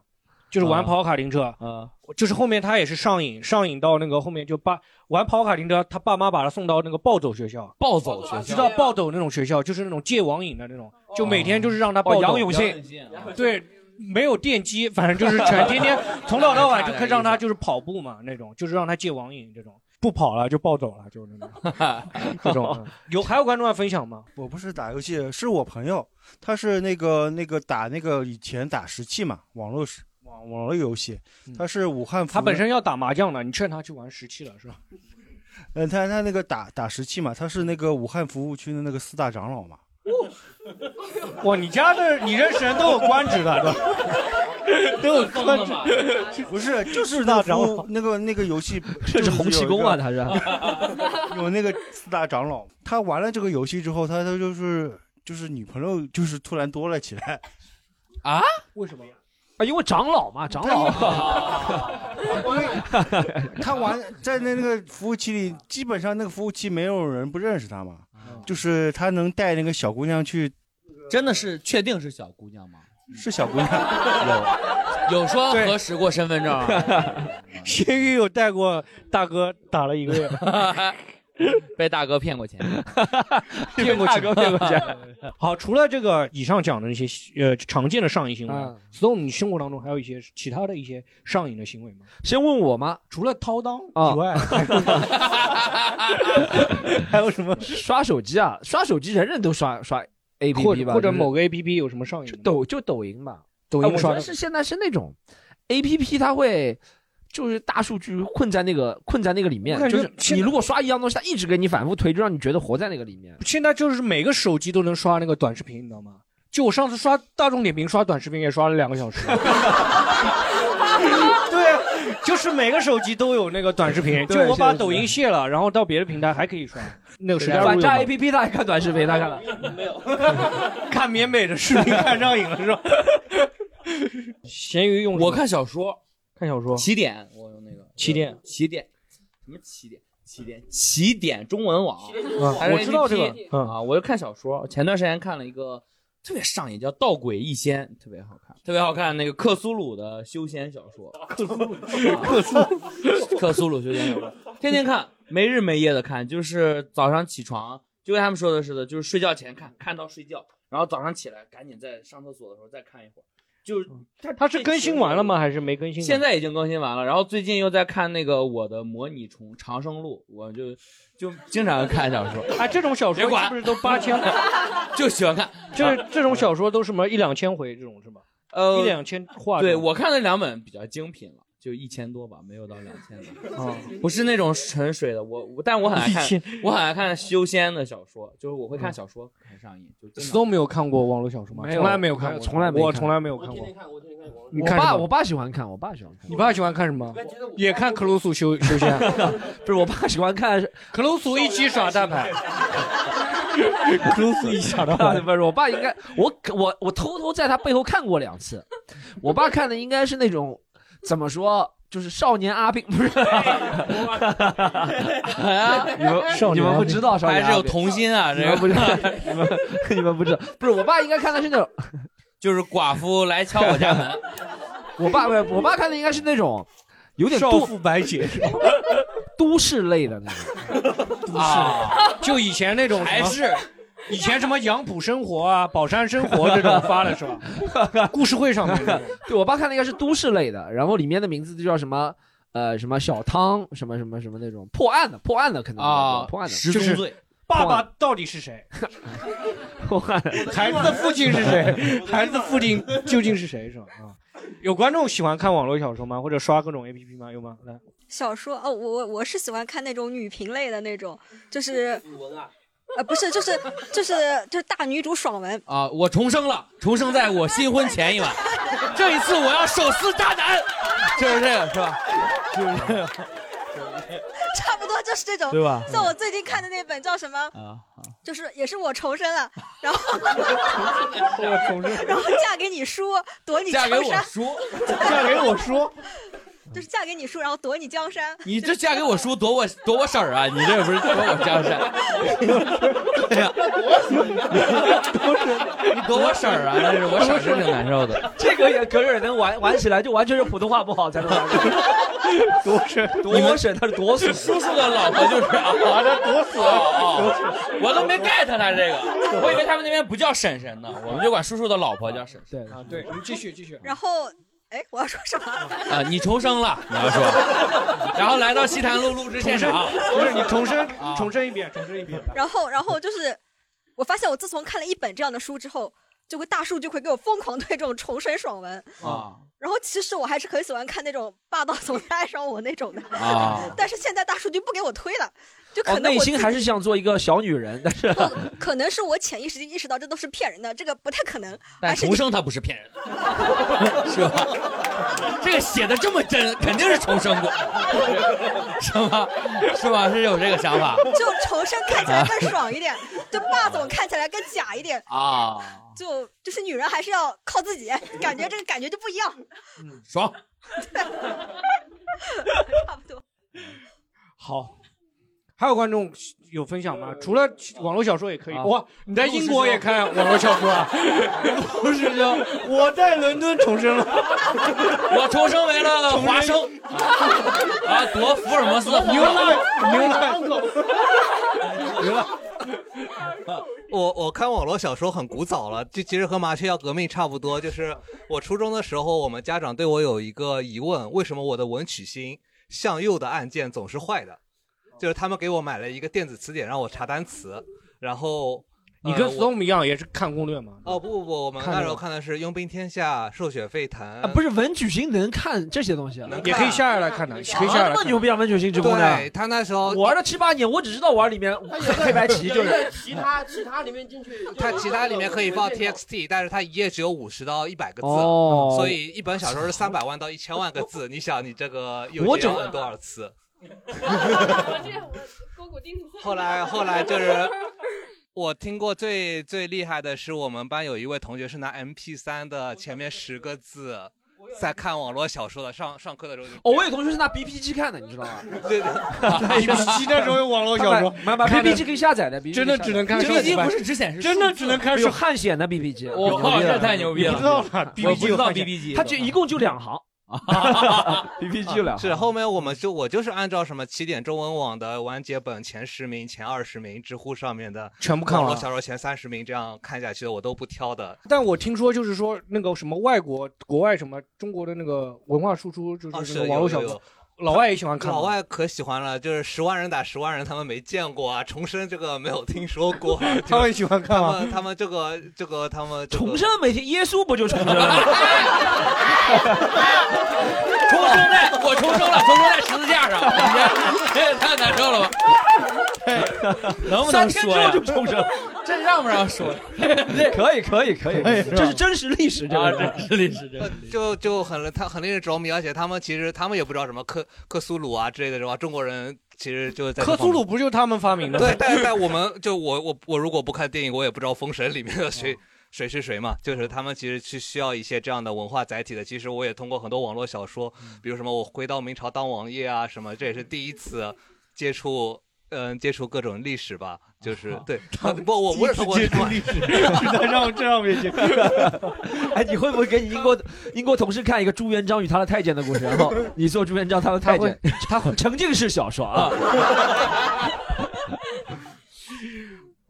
[SPEAKER 2] 就是玩
[SPEAKER 4] 啊
[SPEAKER 2] 跑跑卡丁车，
[SPEAKER 3] 啊，
[SPEAKER 2] 就是后面他也是上瘾，上瘾到那个后面就爸玩跑跑卡丁车，他爸妈把他送到那个暴走学校，
[SPEAKER 8] 暴走学校
[SPEAKER 2] 知道暴走那种学校就是那种戒网瘾的那种，就每天就是让
[SPEAKER 1] 哦
[SPEAKER 2] 他暴走。
[SPEAKER 3] 杨永信，
[SPEAKER 2] 对，没有电击，反正就是全天天从早到晚就可以让他就是跑步嘛那种，就是让他戒网瘾这种。不跑了就暴走了，就是那种这 种。嗯有还有观众要分享吗？
[SPEAKER 13] 我不是打游戏，是我朋友，他是那个那个打那个以前打石器嘛，网络石网网络游戏，他是武汉服
[SPEAKER 2] 嗯他本身要打麻将的，你劝他去玩石器了是吧？
[SPEAKER 13] 嗯，他他那个打打石器嘛，他是那个武汉服务区的那个四大长老嘛。
[SPEAKER 2] 哇，你家的你认识人都有官职的，都有官
[SPEAKER 13] 职， 不是就是
[SPEAKER 2] 四大
[SPEAKER 13] 那
[SPEAKER 2] 长
[SPEAKER 13] 服
[SPEAKER 2] 老
[SPEAKER 13] 务那个那个游戏，
[SPEAKER 3] 这是洪七公啊
[SPEAKER 13] 就有一个 有那个四大长老，他玩了这个游戏之后，他他就是就是女朋友就是突然多了起来，
[SPEAKER 8] 啊？
[SPEAKER 2] 为什么？
[SPEAKER 3] 啊，因为长老嘛，长老。
[SPEAKER 13] 他玩在那那个服务器里，基本上那个服务器没有人不认识他嘛，就是他能带那个小姑娘去，
[SPEAKER 8] 真的是确定是小姑娘吗？
[SPEAKER 13] 是小姑娘。
[SPEAKER 8] 有有说核实过身份证啊，
[SPEAKER 2] 咸鱼有带过大哥打了一个月，
[SPEAKER 8] 被大哥骗过钱，
[SPEAKER 2] 骗过钱，
[SPEAKER 8] 被大哥骗过钱。
[SPEAKER 2] 好，除了这个以上讲的那些呃常见的上瘾行为
[SPEAKER 3] 嗯
[SPEAKER 2] ，Storm，你生活当中还有一些其他的一些上瘾的行为吗？
[SPEAKER 3] 先问我吗？
[SPEAKER 2] 除了掏裆
[SPEAKER 3] 啊
[SPEAKER 2] 以外，还有还有什么？
[SPEAKER 3] 刷手机啊，刷手机人人都刷刷 A
[SPEAKER 2] 或
[SPEAKER 3] P P
[SPEAKER 2] 者
[SPEAKER 3] 吧，
[SPEAKER 2] 或者
[SPEAKER 3] 就是
[SPEAKER 2] 某个 A P P 有什么上瘾的吗？
[SPEAKER 3] 抖就抖音吧，
[SPEAKER 2] 抖
[SPEAKER 3] 哎
[SPEAKER 2] 音
[SPEAKER 3] 我
[SPEAKER 2] 刷
[SPEAKER 3] 觉
[SPEAKER 2] 的
[SPEAKER 3] 得是现在是那种 A P P，它会就是大数据困在那个困在那个里面
[SPEAKER 2] 我，感觉
[SPEAKER 3] 就是
[SPEAKER 2] 现
[SPEAKER 3] 你
[SPEAKER 2] 在
[SPEAKER 3] 如果刷一样东西，它一直给你反复推，就让你觉得活在那个里面。
[SPEAKER 2] 现在就是每个手机都能刷那个短视频，你知道吗？就我上次刷大众点评刷短视频也刷了两个小时。 对啊，就是每个手机都有那个短视频。就
[SPEAKER 3] 对
[SPEAKER 2] 我
[SPEAKER 3] 是的
[SPEAKER 2] 把
[SPEAKER 3] 是的
[SPEAKER 2] 抖音卸了，然后到别的平台还可以刷。那个时间
[SPEAKER 3] 反诈 A P P 它还看短视频，它看了。
[SPEAKER 2] 看缅北的视频看上瘾了是吧？ 咸鱼用
[SPEAKER 8] 我看小说，
[SPEAKER 2] 看小说，
[SPEAKER 8] 起点我用那个
[SPEAKER 2] 起点
[SPEAKER 8] 起点什么起点起点起点中文网
[SPEAKER 2] 嗯，
[SPEAKER 8] 还是
[SPEAKER 2] 我知道这个嗯
[SPEAKER 8] APP 啊，我就看小说，前段时间看了一个特别上瘾，叫《盗鬼异仙》，特别好看，特别好看那个克苏鲁的修仙小说， 克苏鲁，克苏鲁，克苏鲁修仙小说， 天天看，没日没夜的看，就是早上起床就跟他们说的似的，就是睡觉前看，看到睡觉，然后早上起来赶紧在上厕所的时候再看一会儿，就是它
[SPEAKER 2] 它是更新完了吗？还是没更新完？
[SPEAKER 8] 现在已经更新完了，然后最近又在看那个《我的模拟虫长生录》，我就就经常看小说，
[SPEAKER 2] 啊，这种小说
[SPEAKER 8] 别管
[SPEAKER 2] 是不是都八 千了？
[SPEAKER 8] 就喜欢看，
[SPEAKER 2] 这这种小说都什么一两千回这种是吧？
[SPEAKER 8] 呃
[SPEAKER 2] 一两千话。
[SPEAKER 8] 对我看了两本比较精品了，就一千多吧，没有到两千的，
[SPEAKER 2] 啊，
[SPEAKER 8] 不是那种沉水的。我我，但我很爱
[SPEAKER 2] 一
[SPEAKER 8] 看
[SPEAKER 2] 千，
[SPEAKER 8] 我很爱看修仙的小说，就是我
[SPEAKER 3] 嗯
[SPEAKER 8] 会看小说很上瘾，就经常
[SPEAKER 2] 都没有看过网络小说吗？
[SPEAKER 3] 没有
[SPEAKER 2] 从来没有看过，
[SPEAKER 3] 从来没看
[SPEAKER 2] 我从来没有看过。你
[SPEAKER 3] 我
[SPEAKER 2] 看什
[SPEAKER 3] 爸
[SPEAKER 2] 么
[SPEAKER 3] 我爸喜欢看，我爸喜欢看。
[SPEAKER 2] 你爸喜欢看什么？也看克鲁索修修 仙，
[SPEAKER 3] 不是我爸喜欢看
[SPEAKER 2] 克鲁索一起耍大 牌，克鲁索一起耍大
[SPEAKER 3] 啊
[SPEAKER 2] 牌。
[SPEAKER 3] 不是，我爸应该，我我我偷偷在他背后看过两次。我爸看的应该是那种怎么说，就是少年阿兵，不是？
[SPEAKER 8] 哎
[SPEAKER 3] 哎
[SPEAKER 8] 啊
[SPEAKER 3] 你们你们不知道少年阿兵
[SPEAKER 8] 还是有童心啊，
[SPEAKER 3] 你
[SPEAKER 8] 这
[SPEAKER 3] 们不知道
[SPEAKER 8] 个，
[SPEAKER 3] 你们你们不 知道，不是我爸应该看的是那种，
[SPEAKER 8] 就是寡妇来敲我家门，
[SPEAKER 3] 我爸不是我爸看的应该是那种有点
[SPEAKER 2] 少
[SPEAKER 3] 都
[SPEAKER 2] 妇白洁，
[SPEAKER 3] 都市类的那种。
[SPEAKER 2] 啊，就以前那种什么
[SPEAKER 3] 还是
[SPEAKER 2] 以前什么杨浦生活啊、宝山生活这种发了是吧？故事会上面那种
[SPEAKER 3] 对我爸看的应该是都市类的，然后里面的名字就叫什么呃什么小汤什么什么什么那种破案的破案的可能
[SPEAKER 8] 啊
[SPEAKER 3] 破案的
[SPEAKER 8] 十
[SPEAKER 3] 就是
[SPEAKER 8] 宗罪
[SPEAKER 2] 爸爸到底是谁？
[SPEAKER 3] 破案的
[SPEAKER 2] 孩子的父亲是谁？ 孩子的父亲 究竟是谁？是吧？啊，有观众喜欢看网络小说吗？或者刷各种 APP 吗？有吗？来，啊
[SPEAKER 16] 小说哦，我我我是喜欢看那种女频类的那种，就是呃，不是，就是就是就是大女主爽文，
[SPEAKER 8] 啊！我重生了，重生在我新婚前一晚，这一次我要手撕渣男，就是这个是吧？就是这个
[SPEAKER 16] 差不多就是这种，
[SPEAKER 8] 对吧
[SPEAKER 16] 像我最近看的那本叫什么，
[SPEAKER 8] 啊！
[SPEAKER 16] 就是也是我重生了，然后
[SPEAKER 8] 我重生
[SPEAKER 16] 然后嫁给你叔，夺你
[SPEAKER 4] 嫁
[SPEAKER 16] 江
[SPEAKER 4] 给我
[SPEAKER 16] 山，
[SPEAKER 8] 叔，
[SPEAKER 4] 嫁给我叔，
[SPEAKER 16] 就是嫁给你叔，然后夺你江山。
[SPEAKER 8] 你这嫁给我叔夺我夺我婶儿啊！你这不是夺我江山？对呀、
[SPEAKER 3] 你
[SPEAKER 8] 躲我婶儿啊那是我婶儿是挺难受的。
[SPEAKER 3] 这个也可有人能玩玩起来，就完全是普通话不好才能 玩。
[SPEAKER 8] 夺婶，
[SPEAKER 3] 夺我婶，他是夺死。
[SPEAKER 8] 叔叔的 老婆就是啊，
[SPEAKER 4] 这
[SPEAKER 8] 躲
[SPEAKER 4] 死
[SPEAKER 8] 了我都没 get 他这
[SPEAKER 3] 哦
[SPEAKER 8] 个，我以为他们那边不叫婶婶呢，我们就管叔叔的老婆叫婶婶。
[SPEAKER 3] 啊对啊，
[SPEAKER 2] 对，你继续继续。
[SPEAKER 16] 然后，哎，我要说什么？
[SPEAKER 8] 啊，你重生了，你要说， 然后来到西坛路录制现场，
[SPEAKER 2] 不是你重申
[SPEAKER 8] 啊
[SPEAKER 2] 重申一遍，重申一遍。
[SPEAKER 16] 然后，然后就是，我发现我自从看了一本这样的书之后，就会大数据会给我疯狂推这种重生爽文。
[SPEAKER 8] 啊，
[SPEAKER 16] 然后其实我还是很喜欢看那种霸道总裁爱上我那种的，
[SPEAKER 3] 啊
[SPEAKER 16] 但是现在大数据不给我推了，就可
[SPEAKER 3] 哦，
[SPEAKER 16] 能我
[SPEAKER 3] 内
[SPEAKER 16] 自己、
[SPEAKER 3] 心还是想做一个小女人，但 是啊
[SPEAKER 16] 可能是我潜意识地意识到这都是骗人的，这个不太可能。
[SPEAKER 8] 但
[SPEAKER 16] 还是
[SPEAKER 8] 重生他不是 骗人的，是吧？这个写的这么真，肯定是重生过，是吧？是吧？是有这个想法
[SPEAKER 16] 就重生看起来更爽一点，就霸总看起来更假一点，
[SPEAKER 8] 啊，
[SPEAKER 16] 就就是女人还是要靠自己，感觉这个感觉就不一样。
[SPEAKER 8] 爽。
[SPEAKER 2] 好，还有观众有分享吗？除了网络小说也可以。哇，你在英国也看网络小说啊？
[SPEAKER 4] 不是 就我在伦敦重生了，
[SPEAKER 8] 我重生为了华生啊，夺福尔摩斯。
[SPEAKER 4] 牛奶牛奶
[SPEAKER 17] 我我看网络小说很古早了，就其实和《麻雀要革命》差不多。就是我初中的时候，我们家长对我有一个疑问：为什么我的文曲星向右的按键总是坏的？就是他们给我买了一个电子词典，让我查单词，然后
[SPEAKER 2] 你
[SPEAKER 17] 呃
[SPEAKER 2] 跟
[SPEAKER 17] 我
[SPEAKER 2] Storm 一样也是看攻略吗？
[SPEAKER 17] 哦不不不，我们
[SPEAKER 2] 看
[SPEAKER 17] 那时
[SPEAKER 2] 了
[SPEAKER 17] 候
[SPEAKER 2] 吗
[SPEAKER 17] 看的是《佣兵天下》《兽血沸腾》
[SPEAKER 3] 啊不是文曲星能看这些东西啊，
[SPEAKER 17] 也可以下
[SPEAKER 2] 下来看的，
[SPEAKER 17] 可以下来看
[SPEAKER 3] 啊那么牛逼啊！文曲星之功呢
[SPEAKER 17] 对？他那时候
[SPEAKER 3] 我玩了七八年，我只知道玩里面黑白棋，
[SPEAKER 6] 有
[SPEAKER 3] 就
[SPEAKER 6] 一个
[SPEAKER 3] 是
[SPEAKER 6] 其他其他里面进去，
[SPEAKER 17] 它其他里面可以放 txt，但是它一页只有五十到一百个字，
[SPEAKER 3] 哦
[SPEAKER 17] 所以一本小说是三百万到一千万个字。你想，你这个又
[SPEAKER 3] 我
[SPEAKER 17] 要
[SPEAKER 3] 整
[SPEAKER 17] 问多少次？
[SPEAKER 11] 我这我勾股定
[SPEAKER 17] 后来后 来就是 我听过最最厉害的是我们班有一位同学是拿 MP 三的前面十个字在看网络小说的，上上课的时候就
[SPEAKER 3] 哦，我有同学是拿 BPG 看的，你知道吗？
[SPEAKER 17] 对的 BPG 那时候有网络
[SPEAKER 2] 小说
[SPEAKER 3] 买买
[SPEAKER 2] 看的
[SPEAKER 3] BPG 可以下载的，
[SPEAKER 2] 真的只能看
[SPEAKER 3] BPG
[SPEAKER 2] 上
[SPEAKER 3] 不
[SPEAKER 2] 半
[SPEAKER 3] 是只显示数字，
[SPEAKER 2] 真的只能看
[SPEAKER 3] 有
[SPEAKER 2] 上
[SPEAKER 3] 汉显的 BPG，
[SPEAKER 2] 我
[SPEAKER 3] 牛逼
[SPEAKER 2] 靠
[SPEAKER 3] 了
[SPEAKER 2] 这太牛逼了你不知道吗
[SPEAKER 3] 我
[SPEAKER 17] BPG
[SPEAKER 3] 不知道
[SPEAKER 17] 有汉显
[SPEAKER 3] BPG，它就一共就两行 ，BPG 就两行。
[SPEAKER 17] 啊是后面我们就我就是按照什么起点中文网的完结本前十名、前二十名，知乎上面的
[SPEAKER 2] 全部看完
[SPEAKER 17] 网络小说前三十名这样看下去的，我都不挑的。
[SPEAKER 2] 但我听说就是说那个什么外国国外什么中国的那个文化输出，就
[SPEAKER 17] 啊，
[SPEAKER 2] 是
[SPEAKER 17] 是
[SPEAKER 2] 那
[SPEAKER 17] 有
[SPEAKER 2] 个网络小
[SPEAKER 17] 有
[SPEAKER 2] 说
[SPEAKER 17] 有，
[SPEAKER 2] 老外也喜欢看吗。
[SPEAKER 17] 老外可喜欢了，就是十万人打十万人，他们没见过啊，重生这个没有听说过，啊
[SPEAKER 2] 他们喜欢看吗
[SPEAKER 17] 他们他们这个这个他们这个
[SPEAKER 3] 重生每天，耶稣不就重生了吗？ 重生在，
[SPEAKER 8] 我重生了，重生在十 字架上，这也太难受了吧？能不能说
[SPEAKER 3] 三
[SPEAKER 8] 呀？
[SPEAKER 3] 天之后就 重生了
[SPEAKER 8] 这让不让说？
[SPEAKER 3] 可以可以可以，哎这是真实历史，这
[SPEAKER 8] 啊
[SPEAKER 3] 个
[SPEAKER 8] 真实历史，这个
[SPEAKER 17] 呃就就很他很令人着迷，而且他们其实他们也不知道什么克克苏鲁啊之类的，是吧？中国人其实就是在这
[SPEAKER 2] 克
[SPEAKER 17] 方
[SPEAKER 2] 苏
[SPEAKER 17] 面
[SPEAKER 2] 鲁不就他们发明的吗？
[SPEAKER 17] 对，但但我们就我我我如果不看电影，我也不知道《封神》里面的谁谁是谁嘛。就是他们其实是需要一些这样的文化载体的。其实我也通过很多网络小说，比如什么我回到明朝当王爷啊什么，这也是第一次呃接触。嗯，接触各种历史吧，
[SPEAKER 3] 啊哦
[SPEAKER 17] 就是对，呃不，我不是通过
[SPEAKER 3] 接触
[SPEAKER 17] 历史，
[SPEAKER 3] 在上这上面去。 哎，你会不会给你英国英国同事看一个朱元璋与他的太监的故事？然后你做朱元璋，他的太监，他沉浸式小说啊。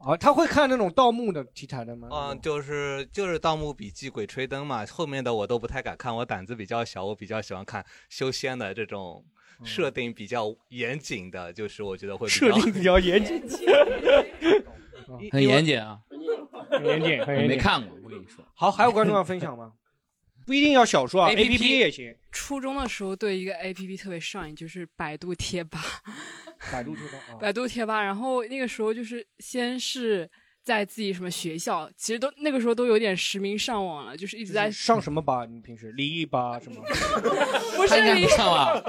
[SPEAKER 2] 啊，他会看那种盗墓的题材的吗？
[SPEAKER 8] 哦
[SPEAKER 17] 嗯，就是就是《盗墓笔记》《鬼吹灯》嘛，后面的我都不太敢看，我胆子比较小，我比较喜欢看修仙的这种设定比较严谨的，就是我觉得会比较
[SPEAKER 2] 嗯设定比较严谨
[SPEAKER 8] 很严谨啊，
[SPEAKER 2] 很严谨，很严谨。
[SPEAKER 8] 没看过，我跟你说。
[SPEAKER 2] 好，还有观众要分 享吗？不一定要小说啊
[SPEAKER 7] APP
[SPEAKER 2] ，APP 也行。
[SPEAKER 7] 初中的时候对一个 A P P 特别上瘾，就是百度贴吧。
[SPEAKER 3] 百度贴吧
[SPEAKER 2] 哦
[SPEAKER 3] 啊
[SPEAKER 7] 百度贴吧，然后那个时候就是先是在自己什么学校，其实都那个时候都有点实名上网了，就是一直在
[SPEAKER 2] 上什么吧？你平时离异吧 什么？
[SPEAKER 7] 不是离
[SPEAKER 2] 上啊？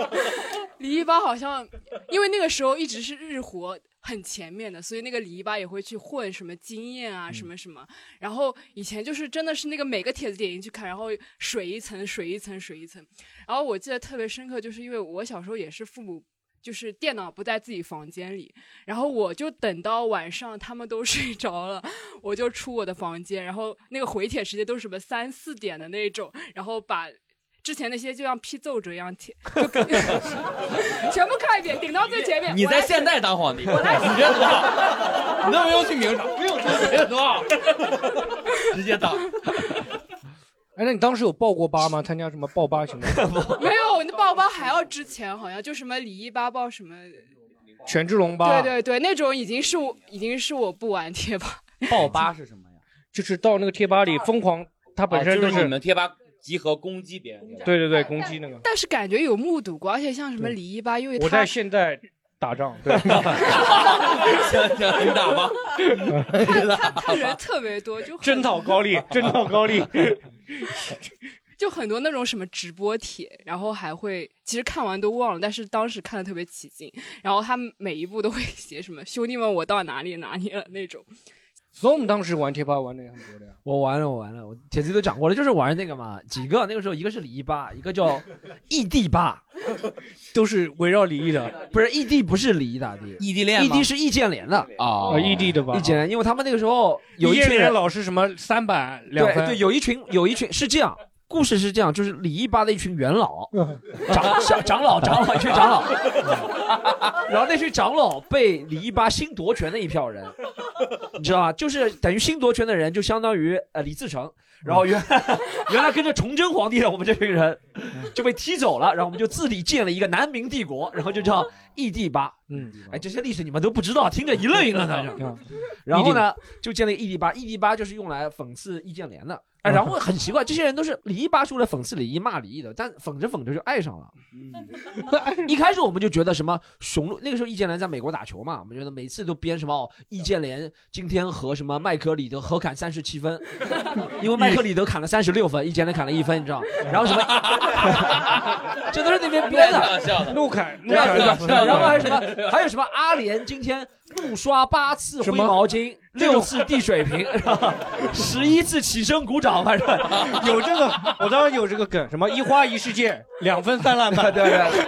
[SPEAKER 7] 离一吧好像，因为那个时候一直是日活很前面的，所以那个离一吧也会去混什么经验啊，什么什么。然后以前就是真的是那个每个帖子点进去看，然后水一层水一层水一层。然后我记得特别深刻，就是因为我小时候也是父母。就是电脑不在自己房间里，然后我就等到晚上他们都睡着了，我就出我的房间，然后那个回帖时间都是什么三四点的那种，然后把之前那些就像批奏折一样贴， 全部看一遍，顶到最前面。
[SPEAKER 4] 你
[SPEAKER 7] 我来
[SPEAKER 4] 在现 代当 皇帝，你
[SPEAKER 7] 我来
[SPEAKER 4] 这多好，你都不用去明朝，不用出去多
[SPEAKER 2] 啊
[SPEAKER 4] 好，
[SPEAKER 2] 直接打。 哎，那你当时有报过吧吗？参加什么报吧什 么？
[SPEAKER 7] 没有，那报吧还要之前好像就什么李一吧报什 么，
[SPEAKER 2] 权志龙吧？
[SPEAKER 7] 对对对，那种已经是我已经是我不玩贴吧。
[SPEAKER 8] 爆吧是什么？
[SPEAKER 2] 就是到那个贴吧里疯狂，他本
[SPEAKER 3] 哦
[SPEAKER 4] 啊
[SPEAKER 2] 身
[SPEAKER 8] 就
[SPEAKER 2] 就是
[SPEAKER 8] 你们贴吧集合攻击别人，
[SPEAKER 2] 对对对 攻击那个。
[SPEAKER 7] 但是感觉有目睹过，而且像什么李一吧，因为
[SPEAKER 2] 我在
[SPEAKER 7] 他
[SPEAKER 2] 现在打仗， 对，
[SPEAKER 4] 想想你打吧，
[SPEAKER 7] 他人特别多，就
[SPEAKER 2] 征讨高丽，征讨高 丽。
[SPEAKER 7] 就很多那种什么直播帖，然后还会其实看完都忘了，但是当时看的特别起劲。然后他每一步都会写什么“兄弟们，我到哪里哪里了”那种。
[SPEAKER 2] 所以我们当时玩贴吧玩的也很多的呀。
[SPEAKER 3] 我完了，我完了，我铁子都讲过了，就是玩那个嘛，几个那个时候一个是李一吧，一个 叫异地吧，
[SPEAKER 2] 都是围绕李毅的，
[SPEAKER 3] 不是异地不是李一大地，
[SPEAKER 8] 异地恋
[SPEAKER 3] 异
[SPEAKER 8] 吗
[SPEAKER 3] 地是易建联的
[SPEAKER 8] 啊
[SPEAKER 2] 啊异地的吧
[SPEAKER 3] 易建联，因为他们那个时候 有一
[SPEAKER 2] 一
[SPEAKER 3] 群
[SPEAKER 2] 人
[SPEAKER 3] 人
[SPEAKER 2] 老是什么三板两
[SPEAKER 3] 对
[SPEAKER 2] 分，
[SPEAKER 3] 对，有一群有一群是这样，故事是这样，就是李一吧的一群 元老，长长长老 长老一群长老，然后那群长老被李一吧新夺权的一 票人，你知道吧？就是等于新夺权的人，就相当于呃李自成，然后原 原来跟着崇祯皇帝的我们这群人就被踢走了，然后我们就自己建了一个南明帝国，然后就叫义帝吧。
[SPEAKER 2] 嗯，
[SPEAKER 3] 哎，这些历史你们都不知道，听着一愣一愣的。 这样然后呢，就建了一个义帝吧，义帝吧就是用来讽刺易建联的。哎，然后很奇怪，这些人都是李一吧出来讽刺李一骂李一的，但讽着讽着就爱上了。一开始我们就觉得什么雄鹿，那个时候易建联在美国打球嘛，我们觉得每次都编什么哦，易建联今天和什么麦克里德合砍三十七分，因为麦克里德砍了三十六分，易建联砍了一分，你知道？然后什么，这都是那边编的。
[SPEAKER 2] 陆凯，陆
[SPEAKER 3] 对啊
[SPEAKER 2] 凯
[SPEAKER 3] 对啊对啊然后还有什么，
[SPEAKER 2] 么？
[SPEAKER 3] 还有什么阿联今天怒刷八次灰毛巾，六次地水 平， 十一次起身鼓掌，反 正
[SPEAKER 2] 有这个，我当时有这个梗，什么一花一世界，两分三烂
[SPEAKER 3] 对
[SPEAKER 2] 半，
[SPEAKER 3] 对对，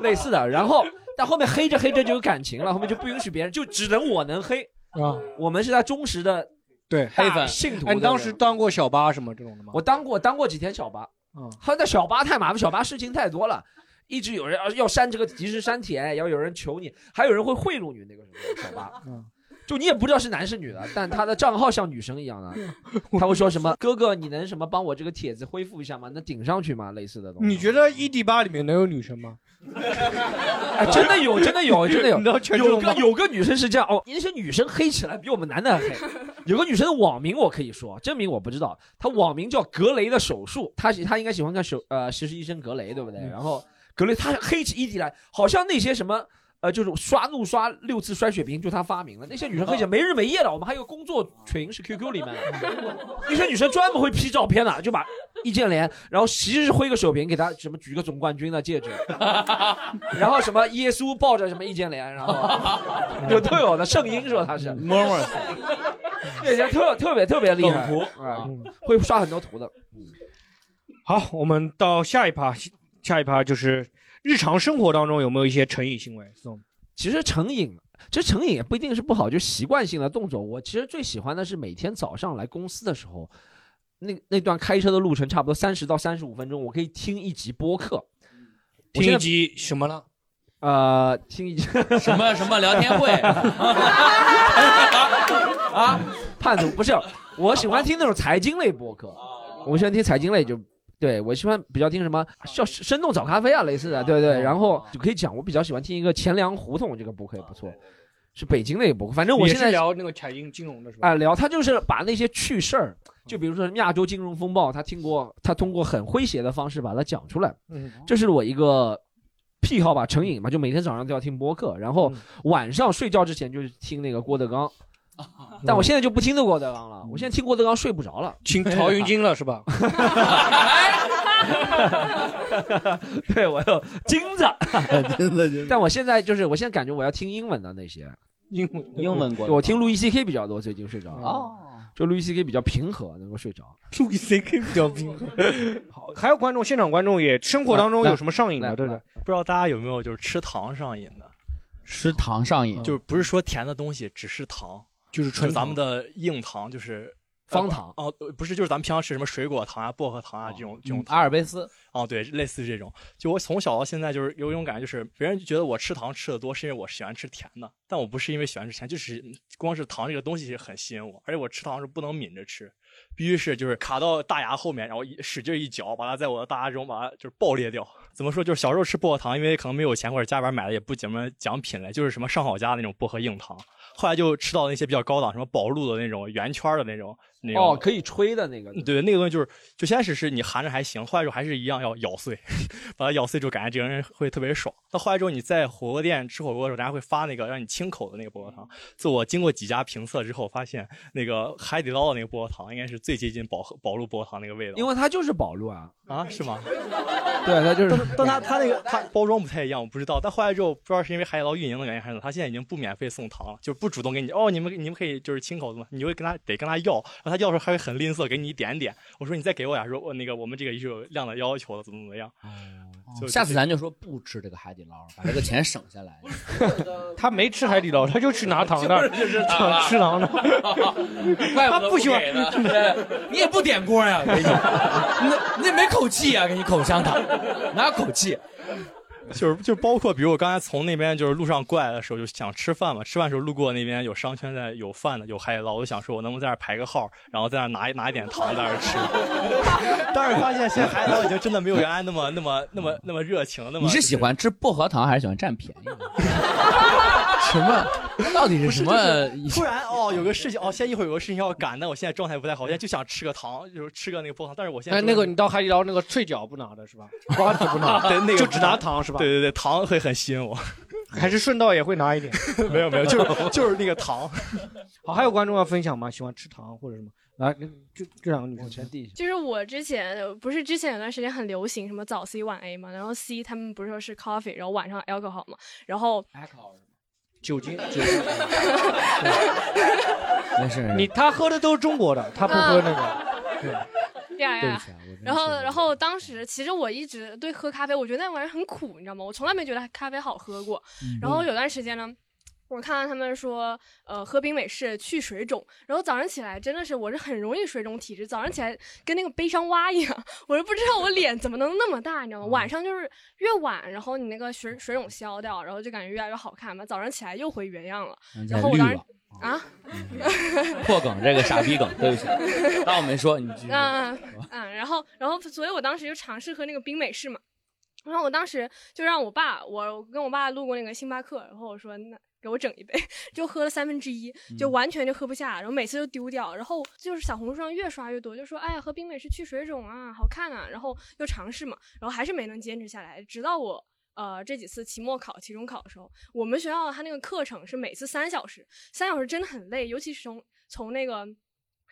[SPEAKER 3] 类似的。然后但后面黑着黑着就有感情了，后面就不允许别人，就只能我能黑。
[SPEAKER 2] 啊，
[SPEAKER 3] 我们是他忠实的
[SPEAKER 2] 对
[SPEAKER 3] 黑粉信徒。
[SPEAKER 2] 哎，你当时当过小八什么这种的吗？
[SPEAKER 3] 我当过当过几天小巴，
[SPEAKER 2] 嗯，
[SPEAKER 3] 他 那小巴太麻烦，小巴事情太多了。一直有人啊要要删这个及时删帖，要有人求你，还有人会贿赂你。那个时候，小巴，
[SPEAKER 2] 嗯，
[SPEAKER 3] 就你也不知道是男是女的，但他的账号像女生一样的，他会说什么“哥哥，你能什么帮我这个帖子恢复一下吗？能顶上去吗？”类似的东西。
[SPEAKER 2] 你觉得一 D 八里面能有女生吗？
[SPEAKER 3] 哎，真的有，真的有，真的 有
[SPEAKER 2] 你知道，权志
[SPEAKER 3] 有
[SPEAKER 2] 龙吗
[SPEAKER 3] 个有个女生是这样哦，那些女生黑起来比我们男的还黑。有个女生的网名我可以说，真名我不知道，她网名叫格雷的手术，她喜她应该喜欢看手呃实习医生格雷对不对？
[SPEAKER 2] 嗯
[SPEAKER 3] 然后格雷她黑起一起来，好像那些什么。呃，就是刷怒刷六次摔水瓶，就她发明的。那些女生
[SPEAKER 2] 啊
[SPEAKER 3] 黑起来没日没夜的，我们还有工作群是 QQ 里面
[SPEAKER 2] 嗯
[SPEAKER 3] 的，那些女生专门会 P 照片的，就把易建联，然后其实是挥个手瓶给她什么举个总冠军的戒指，然后什么耶稣抱着什么易建联，然后 有都有的圣婴说他是，
[SPEAKER 2] 摸 摸，
[SPEAKER 3] 那些特特别特别厉害，
[SPEAKER 2] 梗图嗯
[SPEAKER 3] 啊，会刷很多图的。
[SPEAKER 2] 好，我们到下一趴，下一趴就是日常生活当中有没有一些成瘾行为？
[SPEAKER 3] 其实成瘾，其实成瘾也不一定是不好，就习惯性的动作。我其实最喜欢的是每天早上来公司的时候，那那段开车的路程差不多三十到三十五分钟，我可以听一集播客，我现
[SPEAKER 2] 听
[SPEAKER 3] 在
[SPEAKER 2] 一集什么了？
[SPEAKER 3] 呃，听一集
[SPEAKER 8] 什么什么聊天 会
[SPEAKER 3] 啊，叛徒不是，我喜欢听那种财经类播客，
[SPEAKER 2] 啊
[SPEAKER 3] 我喜欢听财经类就。对，我喜欢比较听什么叫生动早咖啡啊，类似的，对
[SPEAKER 2] 哦
[SPEAKER 3] 对。然后就可以讲，我比较喜欢听一个钱粮胡同这个播客也不错，是北京那个播客。反正我
[SPEAKER 2] 也
[SPEAKER 3] 现
[SPEAKER 2] 是
[SPEAKER 3] 在
[SPEAKER 2] 聊那个财经金融的是吧？
[SPEAKER 3] 啊、聊他就是把那些趣事儿，就比如说亚洲金融风暴，他听过，他通过很诙谐的方式把它讲出来。
[SPEAKER 2] 嗯
[SPEAKER 3] 这是我一个癖好吧，成瘾吧，就每天早上都要听播客，然
[SPEAKER 2] 嗯
[SPEAKER 3] 后晚上睡觉之前就是听那个郭德纲。但我现在就不听郭德纲了，我现在听郭德纲睡不着了，
[SPEAKER 2] 听曹云金了是吧？
[SPEAKER 3] 对我有金子，金子。 但我现在就是，我现在感觉我要听英文的那些，
[SPEAKER 2] 英文
[SPEAKER 8] 英文国
[SPEAKER 3] 我听路易 C K 比较多，最近睡着哦。就路易 C K 比较平和，能够睡着。
[SPEAKER 2] 路易 C K 比较平和。好，还有观众，现场观众也生活当中有什么上瘾的，对不对？
[SPEAKER 18] 不知道大家有没有就是吃糖上瘾的，
[SPEAKER 8] 吃糖上
[SPEAKER 2] 嗯
[SPEAKER 8] 瘾，
[SPEAKER 18] 就是不是说甜的东西，只是糖，
[SPEAKER 2] 就是纯
[SPEAKER 18] 咱们的硬糖，就是
[SPEAKER 8] 方糖哦
[SPEAKER 18] 呃不哦，不是，就是咱们平常吃什么水果糖啊、薄荷糖啊这种这种
[SPEAKER 8] 嗯阿尔卑斯
[SPEAKER 18] 哦，对，类似于这种。就我从小到现在，就是有一种感觉，就是别人觉得我吃糖吃的多，是因为我喜欢吃甜的，但我不是因为喜欢吃甜，就是光是糖这个东西很吸引我，而且我吃糖是不能抿着吃，必须是就是卡到大牙后面，然后一使劲一嚼，把它在我的大牙中把它就是爆裂掉。怎么说？就是小时候吃薄荷糖，因为可能没有钱或者家里边买的也不怎么讲品类，就是什么上好佳那种薄荷硬糖。后来就吃到那些比较高档，什么宝路的那种圆圈的那种那种嗯
[SPEAKER 3] 哦，可以吹的那个，
[SPEAKER 18] 对，那个东西就是，就先是是你含着还行，后来之后还是一样要咬碎， 把它咬碎之后，感觉这个人会特别爽。到后来之后，你在火锅店吃火锅的时候，人家会发那个让你清口的那个薄荷糖。自我经过几家评测之后，发现那个海底捞的那个薄荷糖应该是最接近宝宝路薄荷糖那个味道，
[SPEAKER 3] 因为它就是宝路啊
[SPEAKER 18] 啊，是吗？
[SPEAKER 3] 对，它就是。哎
[SPEAKER 18] 但它它那个它包装不太一样，我不知道。但后来之后，不知道是因为海底捞运营的原因还是怎么，它现在已经不免费送糖了，就不主动给你哦，你们你们可以就是亲口的嘛，你会跟他得跟他要，然后他要的时候还会很吝啬，给你一点点。我说你再给我点，说我那个我们这个是有量的要求的，怎么怎么样。
[SPEAKER 4] 哦
[SPEAKER 18] 就
[SPEAKER 8] 下次咱就说不吃这个海底捞，把这个钱省下来。
[SPEAKER 2] 他没吃海底捞，他就去拿糖那儿，
[SPEAKER 8] 就是
[SPEAKER 4] 吃糖了
[SPEAKER 2] 吃糖的。
[SPEAKER 4] 怪
[SPEAKER 2] 他
[SPEAKER 4] 不得
[SPEAKER 2] 不喜欢
[SPEAKER 4] 给呢， 对你也不点锅呀，给你， 你你也没口气啊呀，给你口 香糖，哪有口气？
[SPEAKER 18] 就是就包括，比如我刚才从那边就是路上过来的时候，就想吃饭嘛，吃饭的时候路过那边有商圈在有饭的有海底捞，我就想说我能不能在那儿排个号，然后在那儿拿一拿一点糖在那儿吃。但是发现现在海底捞已经真的没有原来那么那么那么那么热情，那么
[SPEAKER 8] 你是喜欢吃薄荷糖还是喜欢占便宜？ 什么？到底是什么？
[SPEAKER 18] 就是突然哦，有个事情哦，现在一会儿有个事情要赶，但我现在状态不太好，我现在就想吃个糖，就是吃个那个薄荷糖。但是我现在
[SPEAKER 2] 哎，那个你到海底捞那个脆角不拿的是吧？瓜子不拿，
[SPEAKER 18] 对那个
[SPEAKER 2] 就只拿糖是吧？
[SPEAKER 18] 对对对，糖会很吸引我。
[SPEAKER 2] 还是顺道也会拿一点。
[SPEAKER 18] 没有没有， 就是就是那个糖。
[SPEAKER 2] 好，还有观众要分享吗？喜欢吃糖或者什么？来，这这两个女生先递一下。
[SPEAKER 9] 就是我之前不是之前有段时间很流行什么早 C 晚 A 嘛，然后 C 他们不是说是 coffee，然后晚上 alcohol 嘛，然后
[SPEAKER 2] 酒 精，酒精。
[SPEAKER 8] 没 事，
[SPEAKER 2] 你他喝的都是中国的，他不喝那个。
[SPEAKER 9] 对呀、
[SPEAKER 2] 对
[SPEAKER 9] 呀
[SPEAKER 2] 不起啊我真
[SPEAKER 9] 然后然后当时其实我一直对喝咖啡，我觉得那玩意儿很苦，你知道吗？我从来没觉得咖啡好喝过。
[SPEAKER 19] 嗯
[SPEAKER 9] 然后有段时间呢。我看到他们说，呃，喝冰美式去水肿，然后早上起来真的是我是很容易水肿体质，早上起来跟那个悲伤蛙一样， 我就不知道我脸怎么能那么大，你
[SPEAKER 8] 嗯
[SPEAKER 9] 知道吗？晚上就是越晚，然后你那个水水肿消掉，然后就感觉越来越好看嘛，早上起来又回原样了
[SPEAKER 8] 嗯。
[SPEAKER 9] 然后我当时
[SPEAKER 8] 绿了嗯
[SPEAKER 9] 啊，
[SPEAKER 8] 破梗，这个傻逼梗，对不 起， 当我没说，你继续。哎
[SPEAKER 9] 嗯嗯嗯，然后然后，所以我当时就尝试喝那个冰美式嘛。然后我当时就让我爸，我跟我爸路过那个星巴克，然后我说那给我整一杯， 就喝了三分之一，就完全就喝不下，然后每次都丢掉。然后就是小红书上越刷越多，就说哎呀喝冰美式去水肿啊，好看啊，然后又尝试嘛，然后还是没能坚持下来，直到我。呃，这几次期末考、期中考的时候，我们学校它那个课程是每次三小时，三小时真的很累，尤其是从从那个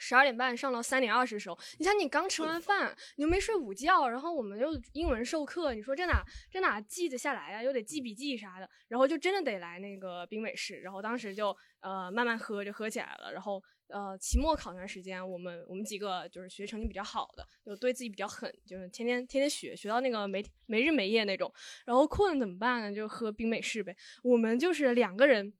[SPEAKER 9] 十二点半上到三点二十的时候，你想你刚吃完饭，你又没睡午觉，然后我们又英文授课，你说这哪这哪记得下来呀、又得记笔记啥的，然后就真的得来那个冰美式，然后当时就呃慢慢喝就喝起来了，然后呃期末考那段时间，我们我们几个就是学习成绩比较好的，就对自己比较狠，就是天天天天学，学到那个没没日没夜那种，然后困了怎么办呢？就喝冰美式呗，我们就是两个人。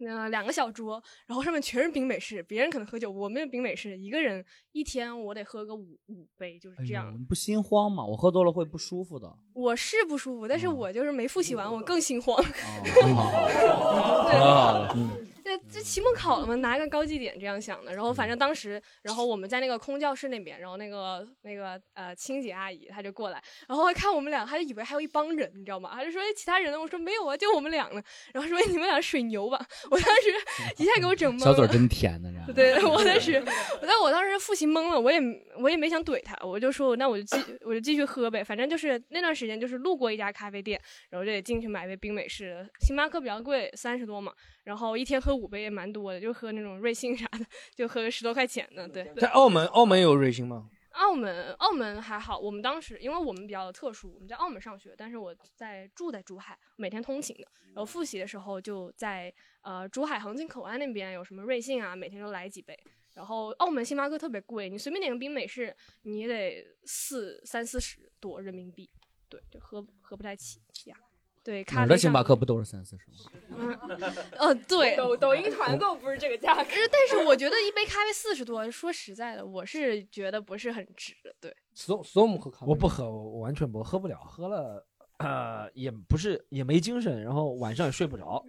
[SPEAKER 9] 那呃两个小桌，然后上面全是冰美式，别人可能喝酒，我没有冰美式，一个人一天我得喝个五五杯，就是
[SPEAKER 8] 哎
[SPEAKER 9] 这
[SPEAKER 8] 呦
[SPEAKER 9] 样。
[SPEAKER 8] 你不心慌吗？我喝多了会不舒服的。
[SPEAKER 9] 我是不
[SPEAKER 8] 嗯
[SPEAKER 9] 舒服，但是我就是没复习完，我更心慌。
[SPEAKER 8] 很好，很好的，嗯
[SPEAKER 9] 对，这期末考了嘛，拿一个高绩点这样想的。然后
[SPEAKER 8] 嗯
[SPEAKER 9] 反正当时，然后我们在那个空教室那边，然后那个那个呃清洁阿姨她就过来，然后看我们俩，她就以为还有一帮人，你知道吗？她就说、哎、其他人呢？我说没有啊，就我们俩呢。然后说、哎你们俩水牛吧，我当时一下给我整懵了。
[SPEAKER 8] 小嘴儿真甜呢，这
[SPEAKER 9] 对，我当时，但我当时复习懵了，我也我也没想怼他，我就说那我就继我就继续喝呗，反正就是那段时间就是路过一家咖啡店，然后就得进去买杯冰美式，星巴克比较贵，三十多嘛，然后一天喝五杯也蛮多的，就喝那种瑞幸啥的，就喝个十多块钱的，对。
[SPEAKER 2] 在澳门，澳门有瑞幸吗？
[SPEAKER 9] 澳门，澳门还好。我们当时，因为我们比较特殊，我们在澳门上学，但是我在住在珠海，每天通勤的。然后复习的时候就在呃珠海航进口岸那边有什么瑞幸啊，每天都来几杯。然后澳门星巴克特别贵，你随便点个冰美式，你也得四三四十多人民币，对，就喝喝不太起呀。对，咖
[SPEAKER 8] 哪儿
[SPEAKER 9] 啡
[SPEAKER 8] 的
[SPEAKER 9] 上
[SPEAKER 8] 星巴克不都是三四十 吗？
[SPEAKER 9] 呃，对，
[SPEAKER 19] 抖抖 音团购不是这个价格
[SPEAKER 9] 可呃是但是我觉得一杯咖啡四十多，说实在的，我是觉得不是很值的。对，
[SPEAKER 3] 所所以我们喝咖啡，我不喝，我我完全不喝不了，喝了呃也不是也没精神，然后晚上也睡不着。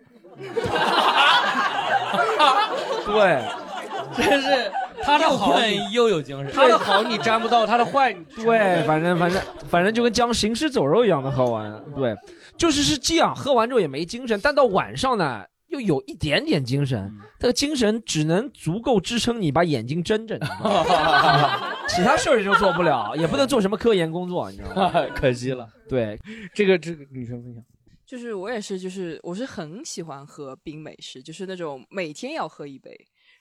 [SPEAKER 3] 对，
[SPEAKER 2] 真是他的好
[SPEAKER 8] 困又有精神，
[SPEAKER 2] 他的好你沾不到，他的坏你
[SPEAKER 3] 对，反正反正反正就跟将行尸走肉一样的喝完，对，就是是这样，喝完之后也没精神，但到晚上呢，又有一点点精神，这个精神只能足够支撑你把眼睛睁着，你知道吗 其他事儿就做不了，也不能做什么科研工作，你知道吗？
[SPEAKER 2] 可惜了。
[SPEAKER 3] 对，这个这个女生分享，
[SPEAKER 19] 就是我也是，就是我是很喜欢喝冰美式，就是那种每天要喝一杯，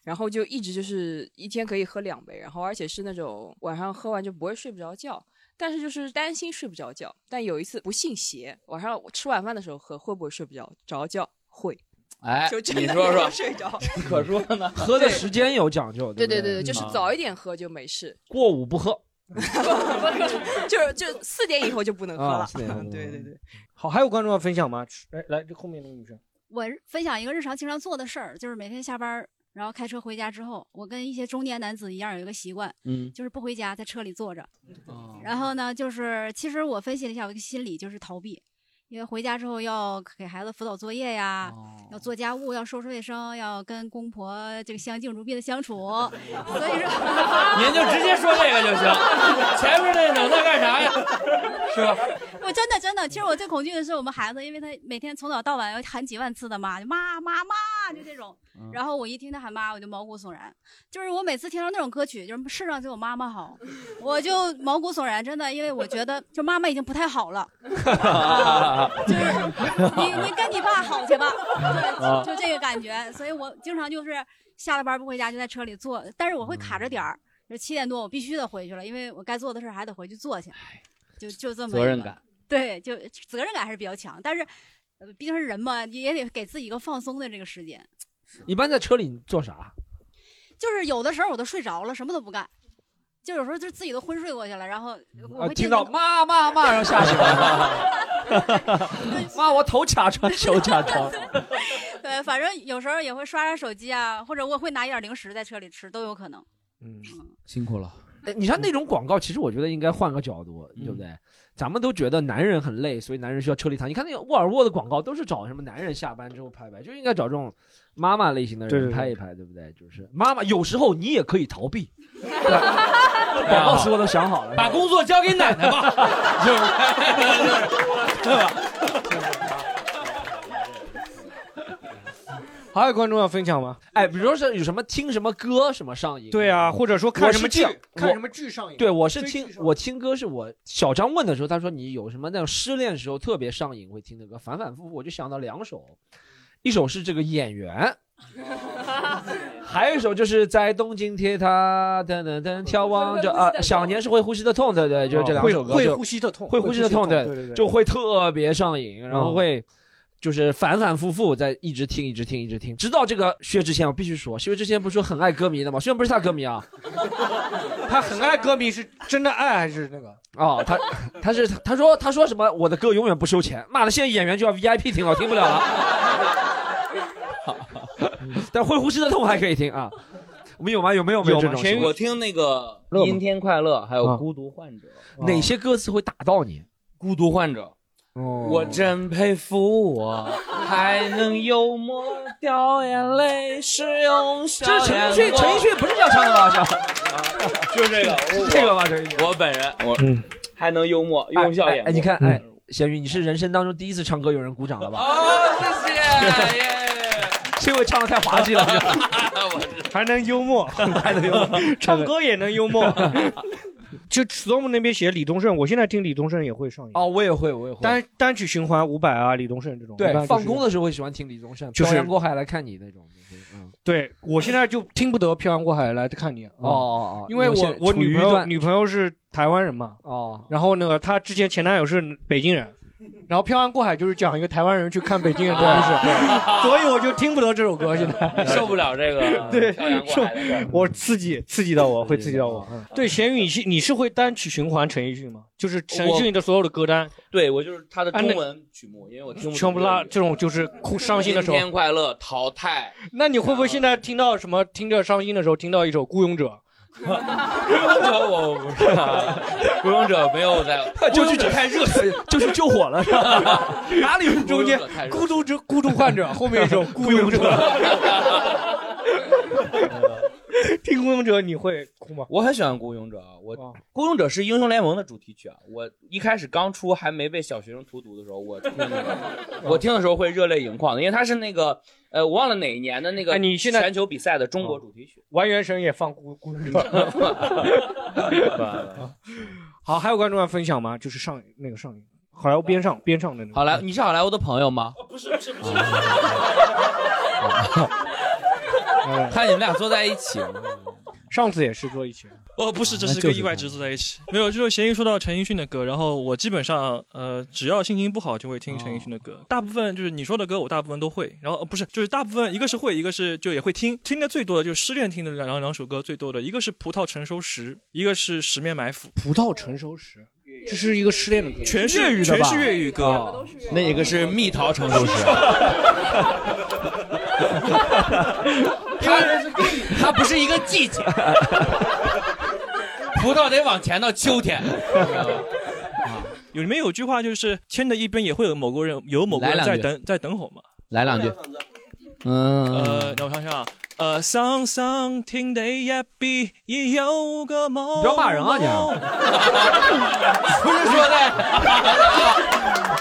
[SPEAKER 19] 然后就一直就是一天可以喝两杯，然后而且是那种晚上喝完就不会睡不着觉，但是就是担心睡不着觉。但有一次不信邪，晚上我吃晚饭的时候喝会不会睡不着着觉？会，
[SPEAKER 8] 哎
[SPEAKER 19] 就，真的
[SPEAKER 8] 你说
[SPEAKER 19] 没
[SPEAKER 8] 说
[SPEAKER 19] 有，睡着。
[SPEAKER 8] 可说 呢，
[SPEAKER 3] 喝的时间有讲究，
[SPEAKER 19] 对
[SPEAKER 3] 对
[SPEAKER 19] 对
[SPEAKER 3] 不
[SPEAKER 19] 对对，就是
[SPEAKER 3] 嗯
[SPEAKER 19] 早一点喝就没事，
[SPEAKER 3] 过午不喝。
[SPEAKER 19] 就是就四点以后就不能喝了。
[SPEAKER 2] 啊四 点以后不能喝
[SPEAKER 19] 对对对，
[SPEAKER 2] 好，还有观众要分享吗？来来，这后面那个女生，
[SPEAKER 20] 我分享一个日常经常做的事儿，就是每天下班儿，然后开车回家之后，我跟一些中年男子一样有一个习惯，
[SPEAKER 8] 嗯
[SPEAKER 20] 就是不回家，在车里坐着。
[SPEAKER 4] 哦
[SPEAKER 20] 然后呢，就是其实我分析了一下，我一个心理就是逃避，因为回家之后要给孩子辅导作业呀，
[SPEAKER 4] 哦
[SPEAKER 20] 要做家务，要收拾卫生，要跟公婆这个相敬如宾的相处， 所以说
[SPEAKER 4] 您就直接说这个就行，前面那冷的干啥呀？是吧？
[SPEAKER 20] 我真的真的，其实我最恐惧的是我们孩子，因为他每天从早到晚要喊几万次的妈，就妈妈妈，就这种。
[SPEAKER 8] 嗯
[SPEAKER 20] 然后我一听他喊妈，我就毛骨悚然。就是我每次听到那种歌曲，就是世上只有妈妈好，我就毛骨悚然，真的，因为我觉得就妈妈已经不太好了，你你跟你爸好去吧，
[SPEAKER 4] 啊
[SPEAKER 20] 对，就这个感觉。所以我经常就是下了班不回家，就在车里坐，但是我会卡
[SPEAKER 8] 嗯
[SPEAKER 20] 着点儿，就七点多我必须得回去了，因为我该做的事儿还得回去做去，就就这么
[SPEAKER 8] 责
[SPEAKER 20] 一
[SPEAKER 8] 任
[SPEAKER 20] 个
[SPEAKER 8] 感。
[SPEAKER 20] 对，就责任感还是比较强，但是呃毕竟是人嘛，也得给自己一个放松的这个时间。
[SPEAKER 3] 一般在车里你做 啥？
[SPEAKER 20] 就是有的时候我都睡着了，什么都不干，就有时候就自己都昏睡过去了，然后我
[SPEAKER 3] 啊，
[SPEAKER 20] 会
[SPEAKER 3] 听
[SPEAKER 20] 见
[SPEAKER 3] 到妈妈妈，然后下去 了。妈，我头卡床， 手卡床。
[SPEAKER 20] 对，反正有时候也会刷刷手机啊，或者我会拿一点零食在车里吃，都有可能。
[SPEAKER 8] 辛苦了。
[SPEAKER 3] 哎你看那种广告，其实我觉得应该换个角度，对不对？咱们都觉得男人很累，所以男人需要车力谈。你看那个沃尔沃的广告，都是找什么男人下班之后拍拍，就应该找这种妈妈类型的
[SPEAKER 2] 对
[SPEAKER 3] 人
[SPEAKER 2] 对对
[SPEAKER 3] 拍一拍，对不对？ 就是妈妈，有时候你也可以逃 避。
[SPEAKER 4] 广
[SPEAKER 3] 广告词我都想好了，
[SPEAKER 4] 把工作交给奶
[SPEAKER 8] 哎
[SPEAKER 4] 奶吧， 就是对吧？
[SPEAKER 2] 还有观众要分享吗？
[SPEAKER 3] 哎，比如说是有什么听什么歌什么上瘾？嗯
[SPEAKER 2] 对啊或者说看
[SPEAKER 3] 我是
[SPEAKER 2] 什么
[SPEAKER 3] 这样
[SPEAKER 2] 剧看
[SPEAKER 3] 我
[SPEAKER 2] 什么剧上瘾
[SPEAKER 3] 对，我是
[SPEAKER 2] 追
[SPEAKER 3] 听我听歌是我小张问的时候，他说你有什么那种失恋时候特别上瘾会听的歌，反反复复我就想到两首，一首是这个演员。还有一首就是在东京铁塔噔噔噔眺望着 啊，想念是会呼吸的痛，对对，就是这两首歌
[SPEAKER 2] 会
[SPEAKER 3] 就
[SPEAKER 2] 会呼吸的痛
[SPEAKER 3] 会呼吸的
[SPEAKER 2] 会呼
[SPEAKER 3] 痛，
[SPEAKER 2] 吸的痛对对对
[SPEAKER 3] 就会特别上瘾，然后
[SPEAKER 2] 嗯
[SPEAKER 3] 会就是反反复复在一直听，一直听，一直听，直到这个薛之谦，我必须说，薛之谦不是说很爱歌迷的吗？虽然不是他歌迷啊，
[SPEAKER 2] 他很爱歌迷，是真的爱还是那个？
[SPEAKER 3] 哦，他他是他说他说什么？我的歌永远不收钱。妈的，现在演员就要 VIP 听了，我听不了 了。但会呼吸的痛还可以听啊。 我们有吗？有没有没有这种情况
[SPEAKER 8] 我？听那个
[SPEAKER 3] 乐吗
[SPEAKER 8] 《阴天快乐》，还有
[SPEAKER 3] 啊
[SPEAKER 8] 《孤独患者》，
[SPEAKER 3] 哪些歌词会打到你？
[SPEAKER 8] 孤独患者，我真佩服 我，还能幽默掉眼泪，是用笑
[SPEAKER 3] 这是
[SPEAKER 8] 脸
[SPEAKER 3] 陈奕迅，
[SPEAKER 8] 过
[SPEAKER 3] 陈奕迅不是这样唱的吧？
[SPEAKER 8] 啊 就是这个，
[SPEAKER 3] 这个吧，陈奕
[SPEAKER 8] 迅。我本人，我
[SPEAKER 3] 嗯
[SPEAKER 8] 还能幽默，用笑
[SPEAKER 3] 哎
[SPEAKER 8] 掩，
[SPEAKER 3] 哎
[SPEAKER 8] 过。
[SPEAKER 3] 你看，哎，咸鱼，你是人生当中第一次唱歌有人鼓掌了吧？
[SPEAKER 8] 哦谢谢。
[SPEAKER 3] 是因为唱的太滑稽了，
[SPEAKER 2] 还能幽默，还
[SPEAKER 3] 能幽默，
[SPEAKER 2] 唱歌也能幽默。 就 storm 那边写李宗盛，我现在听李宗盛也会上瘾。
[SPEAKER 3] 哦，我也会，我也会。
[SPEAKER 2] 单单曲循环五百啊，李宗盛这种。一
[SPEAKER 3] 对
[SPEAKER 2] 般就，是
[SPEAKER 3] 放工的时候会喜欢听李宗盛，
[SPEAKER 2] 就是
[SPEAKER 3] 漂洋过海来看你那种。
[SPEAKER 2] 对我现在就听不得《漂洋过海来看你》啊
[SPEAKER 3] 哦哦哦
[SPEAKER 2] 因为
[SPEAKER 3] 有
[SPEAKER 2] 我
[SPEAKER 3] 些
[SPEAKER 2] 我
[SPEAKER 3] 处于
[SPEAKER 2] 女
[SPEAKER 3] 一
[SPEAKER 2] 朋友
[SPEAKER 3] 段
[SPEAKER 2] 女朋友是台湾人嘛，
[SPEAKER 3] 哦，
[SPEAKER 2] 然后那个她之前前男友是北京人，然后《漂洋过海》就是讲一个台湾人去看北京人的故 事，所以我就听不得这首歌，现在
[SPEAKER 8] 受不了这个
[SPEAKER 2] 对
[SPEAKER 8] 漂洋过海的事儿
[SPEAKER 2] 我刺激刺激到我，会刺激到我。嗯对，咸鱼，你是你是会单曲循环陈奕迅吗？就是陈奕迅的所有的歌单，
[SPEAKER 8] 对我就是他的
[SPEAKER 2] 啊那
[SPEAKER 8] 中文曲目，因为我听不懂
[SPEAKER 2] 全部拉这种就是哭伤心的时候
[SPEAKER 8] 今。天快乐淘 汰，
[SPEAKER 2] 那你会不会现在听到什么？听着伤心的时候，听到一首《孤勇者》？
[SPEAKER 8] 孤勇者我不啊知道， 孤勇者没有 在，
[SPEAKER 2] 就是只看热 水，
[SPEAKER 3] 就是救火了是吧？
[SPEAKER 2] 哪里是中间 孤独之孤独患者，后面一首孤勇者。 听孤勇者你会哭吗？哦
[SPEAKER 8] 我很喜欢孤勇者，啊我孤勇者是英雄联盟的主题曲啊。我一开始刚出还没被小学生荼毒的时候， 我听那个，
[SPEAKER 2] 哦
[SPEAKER 8] 我听的时候会热泪盈眶的，因为它是那个呃，我忘了哪一年的那个
[SPEAKER 2] 哎你现在
[SPEAKER 8] 全球比赛的中国主题曲。
[SPEAKER 2] 完原神也放孤孤勇 者。好，还有观众要分享吗？就是上那个上瘾，好莱坞边上边上的那个。
[SPEAKER 8] 好莱，你是好莱坞的朋友吗？
[SPEAKER 5] 不是不是不是，
[SPEAKER 8] 看你们俩坐在一起，
[SPEAKER 2] 上次也是坐一起。
[SPEAKER 21] 哦，不是，这
[SPEAKER 2] 那
[SPEAKER 21] 是
[SPEAKER 2] 就
[SPEAKER 21] 个
[SPEAKER 2] 是
[SPEAKER 21] 意外
[SPEAKER 2] 他
[SPEAKER 21] 之坐在一起。没有，就是咸鱼说到陈奕迅的歌，然后我基本上呃，只要心情不好就会听陈奕迅的
[SPEAKER 2] 哦
[SPEAKER 21] 歌，大部分就是你说的歌，我大部分都会。然后、呃不是，就是大部分一个是会，一个是就也会听。听的最多的就是失恋听的两两两首歌最多的，一个是《葡萄成熟时》，一个是《十面埋伏》。
[SPEAKER 2] 葡萄成熟时，这是一个失恋的歌，
[SPEAKER 21] 全是全是粤语歌，
[SPEAKER 8] 那一个是蜜桃成 熟时。它它不是一个季节， 葡萄得往前到秋天。
[SPEAKER 21] 有里面有句话就是“天的一边也会有某个人，有某个
[SPEAKER 8] 来
[SPEAKER 21] 人
[SPEAKER 8] 两
[SPEAKER 21] 在
[SPEAKER 8] 句
[SPEAKER 21] 等在等候嘛。”
[SPEAKER 8] 来两句，嗯
[SPEAKER 21] 呃，让我想想啊，呃，想想天地一邊已有個夢。
[SPEAKER 8] 你不要骂人啊你
[SPEAKER 21] 不
[SPEAKER 8] 是说
[SPEAKER 21] 的，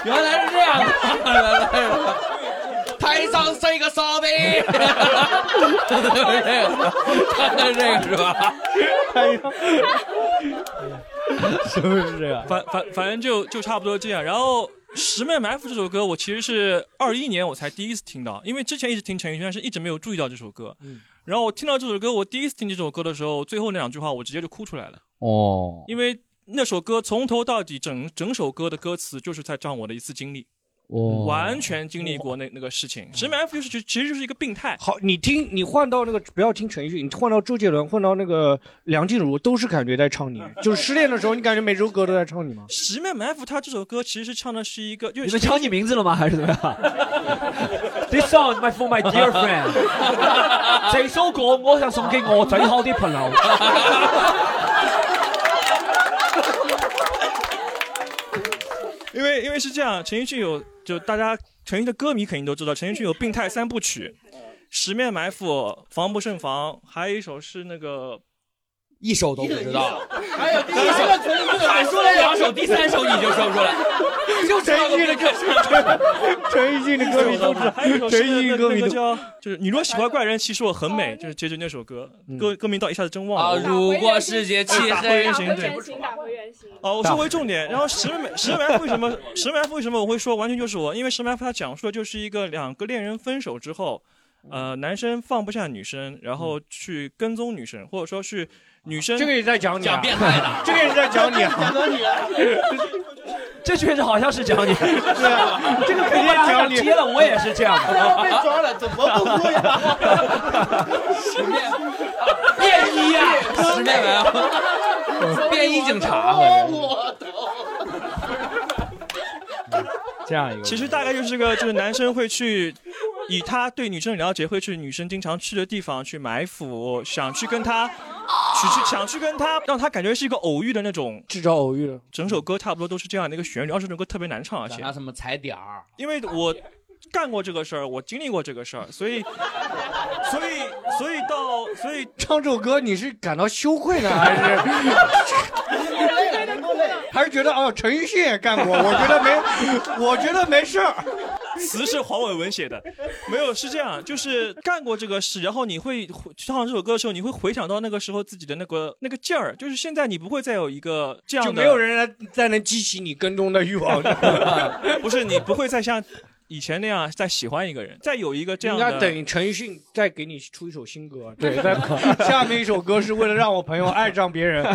[SPEAKER 8] 原来是这样 的。台上睡个 傻逼， 他是这个是吧？
[SPEAKER 2] 是不是这样？
[SPEAKER 21] 反反反正就就差不多这样。然后《十面埋伏》这首歌，我其实是二一年我才第一次听到，因为之前一直听陈奕迅，但是一直没有注意到这首歌。然后我听到这首歌，我第一次听这首歌的时候，最后那两句话我直接就哭出来了。
[SPEAKER 8] 哦，
[SPEAKER 21] 因为那首歌从头到底整整首歌的歌词就是在唱我的一次经历，
[SPEAKER 8] 哦
[SPEAKER 21] 完全经历过那那个事情。直男 F 就是其实其实就是一个病态，
[SPEAKER 2] 好，你听，你换到那个不要听陈奕迅，你换到周杰伦，换到那个梁静茹，都是感觉在唱你，就是失恋的时候，你感觉每首歌都在唱你吗？
[SPEAKER 21] 十面埋伏，他这首歌其实唱的是一个，就
[SPEAKER 3] 你
[SPEAKER 21] 是
[SPEAKER 3] 们抢你名字 了吗？还是怎么样？This song is my for my dear friend。这 首歌我想送给我最好的朋友。
[SPEAKER 21] 因为因为是这样，陈奕迅有就大家陈奕迅的歌迷肯定都知道，陈奕迅有病态三部曲，十面埋伏、防不胜防，还有一首是那个。
[SPEAKER 8] 一首都不知道，
[SPEAKER 21] 还有第
[SPEAKER 8] 一首喊出来两首第三首你就说不出来
[SPEAKER 21] 就陈奕迅的歌，
[SPEAKER 2] 陈奕迅的歌迷都知道
[SPEAKER 21] 还有一首是
[SPEAKER 2] 陈奕迅歌迷
[SPEAKER 21] 那
[SPEAKER 2] 都
[SPEAKER 21] 个叫就是你若喜欢怪人，其实我很美，就是接着那首歌，歌歌名到一下子真忘了。
[SPEAKER 8] 啊如果世
[SPEAKER 2] 嗯
[SPEAKER 8] 界漆黑
[SPEAKER 21] 打回原形对。
[SPEAKER 5] 形，打回原形。
[SPEAKER 21] 哦，我说回重点。然后石门石门 F 为什么石门 F 为什么我会说完全就是我？因为石门 F 它讲述的就是一个两个恋人分手之后，呃，男生放不下女生，然后去跟踪女生，或者说是女生
[SPEAKER 2] 嗯这个也在讲你啊讲变
[SPEAKER 21] 态
[SPEAKER 2] 的这个也是在讲你啊 讲到你
[SPEAKER 3] 这确实好像是 讲你，
[SPEAKER 2] 是啊
[SPEAKER 3] 这个肯定讲接了，我也是这样 的。
[SPEAKER 5] 被抓了，怎么不哭 呀？
[SPEAKER 8] 便衣呀，十面
[SPEAKER 6] 啊
[SPEAKER 8] 埋伏，
[SPEAKER 3] 啊
[SPEAKER 8] 便衣警察，反正
[SPEAKER 21] 这样一个。其实大概就是个，就是男生会去以他对女生的了解，会去女生经常去的地方去埋伏，想去跟她去去想去跟他，让他感觉是一个偶遇的那种，
[SPEAKER 2] 制造偶遇的。
[SPEAKER 21] 整首歌差不多都是这样的一个旋律，而且这首歌特别难唱，而且
[SPEAKER 8] 让他什么踩点儿，
[SPEAKER 21] 因为我干过这个事儿，我经历过这个事儿，所以，所以，所以到，所以
[SPEAKER 2] 唱这首歌你是感到羞愧呢，还是还是觉得哦，陈奕迅也干过？我觉得没，我觉得没事儿。
[SPEAKER 21] 词是黄伟文写的，没有是这样，就是干过这个事，然后你会回唱这首歌的时候，你会回想到那个时候自己的那个那个劲儿，就是现在你不会再有一个这样的，
[SPEAKER 2] 就没有人来再能激起你跟踪的欲望。
[SPEAKER 21] 不是你不会再像以前那样再喜欢一个人，再有一个这样
[SPEAKER 2] 应
[SPEAKER 21] 的。
[SPEAKER 2] 该等陈奕迅再给你出一首新歌， 对，再 下面一首歌是为了让我朋友爱上别人
[SPEAKER 21] 不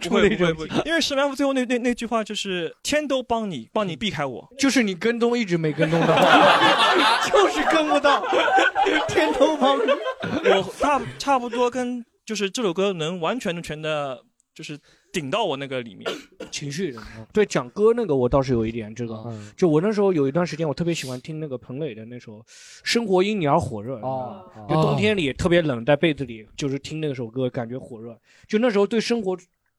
[SPEAKER 2] 出
[SPEAKER 21] 会
[SPEAKER 2] 的一
[SPEAKER 21] 不会，
[SPEAKER 2] 首
[SPEAKER 21] 不会，因为石曼夫最后那那那句话就是天都帮你帮你避开我，
[SPEAKER 2] 嗯就是你跟踪一直没跟踪 到，就是跟不到，天都帮你。
[SPEAKER 21] 我差差不多跟就是这首歌能完全全的，就是顶到我那个里面。
[SPEAKER 2] 情绪人啊物。对，讲歌那个我倒是有一点这个，
[SPEAKER 8] 嗯
[SPEAKER 2] 就我那时候有一段时间，我特别喜欢听那个彭磊的那首《生活因你而火热》，哦，就冬天里也特别冷，在被子里就是听那首歌，感觉火热。就那时候对生活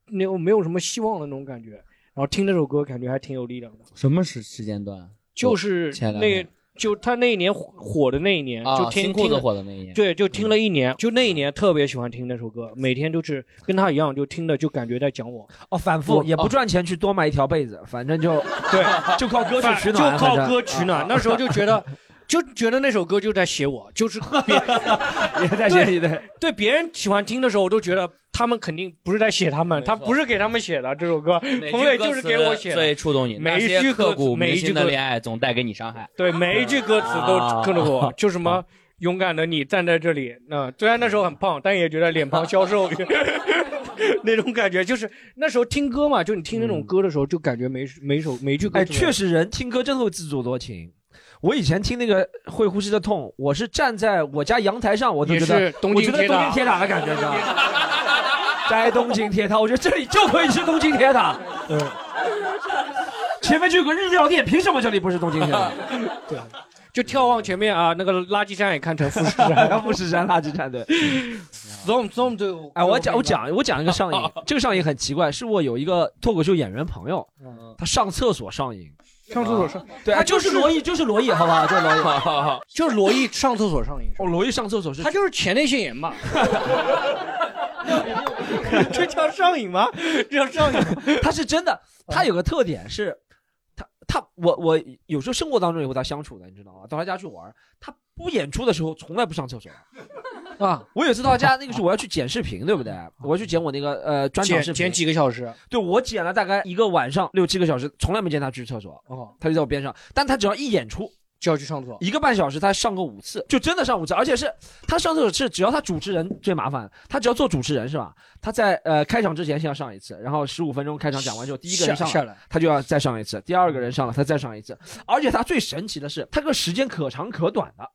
[SPEAKER 2] 那种没有什么希望的那种感觉，然后听那首歌，感觉还挺有力量的。
[SPEAKER 8] 什么时时间段？
[SPEAKER 2] 就是
[SPEAKER 8] 前两
[SPEAKER 2] 那
[SPEAKER 8] 天。
[SPEAKER 2] 就他那一年火火的那一年，
[SPEAKER 8] 啊
[SPEAKER 2] 就听
[SPEAKER 8] 新裤子
[SPEAKER 2] 听了
[SPEAKER 8] 火的那一年嗯
[SPEAKER 2] 对，就听了一年，就那一年特别喜欢听那首歌，每天就是跟他一样，就听着就感觉在讲我。
[SPEAKER 3] 哦，反复也不赚钱去多买一条被子，反正就
[SPEAKER 2] 对，
[SPEAKER 3] 就靠歌曲取暖，
[SPEAKER 2] 就靠
[SPEAKER 3] 反正
[SPEAKER 2] 歌取 暖。那时候就觉得，就觉得那首歌就在写我， 就是别
[SPEAKER 3] 也在写你的。
[SPEAKER 2] 对别人喜欢听的时候，我都觉得他们肯定不是在写他们，他不是给他们写的这首歌，彭磊就是给我写的。
[SPEAKER 8] 最触动你，
[SPEAKER 2] 每一
[SPEAKER 8] 那些
[SPEAKER 2] 句
[SPEAKER 8] 刻
[SPEAKER 2] 歌
[SPEAKER 8] 骨
[SPEAKER 2] 词，每
[SPEAKER 8] 铭
[SPEAKER 2] 一句
[SPEAKER 8] 心的
[SPEAKER 2] 歌
[SPEAKER 8] 恋爱总带给你伤害。
[SPEAKER 2] 对，每一句歌词都跟着我
[SPEAKER 8] 啊，
[SPEAKER 2] 就什么勇敢的你站在这里。那、虽然那时候很胖，但也觉得脸庞消瘦， 那种感觉就是那时候听歌嘛，就你听那种歌的时候，就感觉每每首每一句歌。
[SPEAKER 3] 嗯哎，确实人听歌真的会自作多情。我以前听那个会呼吸的痛，我是站在我家阳台上，我都觉
[SPEAKER 2] 也
[SPEAKER 3] 得
[SPEAKER 2] 是，东京
[SPEAKER 3] 我觉得
[SPEAKER 2] 铁塔
[SPEAKER 3] 东京铁塔的感觉，你知道吗？ 摘东京铁塔，我觉得这里就可以是东京铁塔。嗯，前面就有个日料店，凭什么这里不是东京铁塔？
[SPEAKER 2] 对，就眺望前面啊，那个垃圾站也看成富士山，
[SPEAKER 3] 富士山垃圾 站对。
[SPEAKER 2] Zoom Zoom 对我，
[SPEAKER 3] 哎，我讲我讲我讲一个 上瘾，这个上瘾很奇怪，是我有一个脱口秀演员朋友，
[SPEAKER 2] 嗯
[SPEAKER 3] 他上厕所 上瘾，
[SPEAKER 2] 上厕所上，
[SPEAKER 3] 对，啊
[SPEAKER 2] 他
[SPEAKER 3] 就
[SPEAKER 2] 就是
[SPEAKER 3] 是罗毅，就是罗毅，好不好？就是罗 毅，好
[SPEAKER 8] 好好，
[SPEAKER 2] 就是罗毅上厕所上瘾。
[SPEAKER 3] 哦，罗毅上厕所是，
[SPEAKER 2] 他就是前列腺炎 嘛。这叫上瘾吗？这叫上
[SPEAKER 3] 瘾？ 他是真的，他有个特点是，他他我我有时候生活当中也和他相处的，你知道吗？到他家去玩，他不演出的时候从来不上厕所。
[SPEAKER 2] 啊！
[SPEAKER 3] 我有一次到他家，那个时候我要去剪视频，对不对？我要去剪我那个呃专场
[SPEAKER 2] 剪
[SPEAKER 3] 视频，
[SPEAKER 2] 剪几个小时？
[SPEAKER 3] 对，我剪了大概一个晚上六七个小时，从来没见他去厕所。
[SPEAKER 2] 哦，
[SPEAKER 3] 他就在我边上，但他只要一演出
[SPEAKER 2] 就要去上厕所，
[SPEAKER 3] 一个半小时他上个五次，就真的上五次，而且是他上厕所是只要他主持人最麻烦，他只要做主持人是吧？他在呃开场之前先要上一次，然后十五分钟开场讲完之后，第一个人
[SPEAKER 2] 下
[SPEAKER 3] 上
[SPEAKER 2] 下
[SPEAKER 3] 了
[SPEAKER 2] 来
[SPEAKER 3] 他就要再上一次，第二个人上了他再上一次，而且他最神奇的是，他这个时间可长可短的。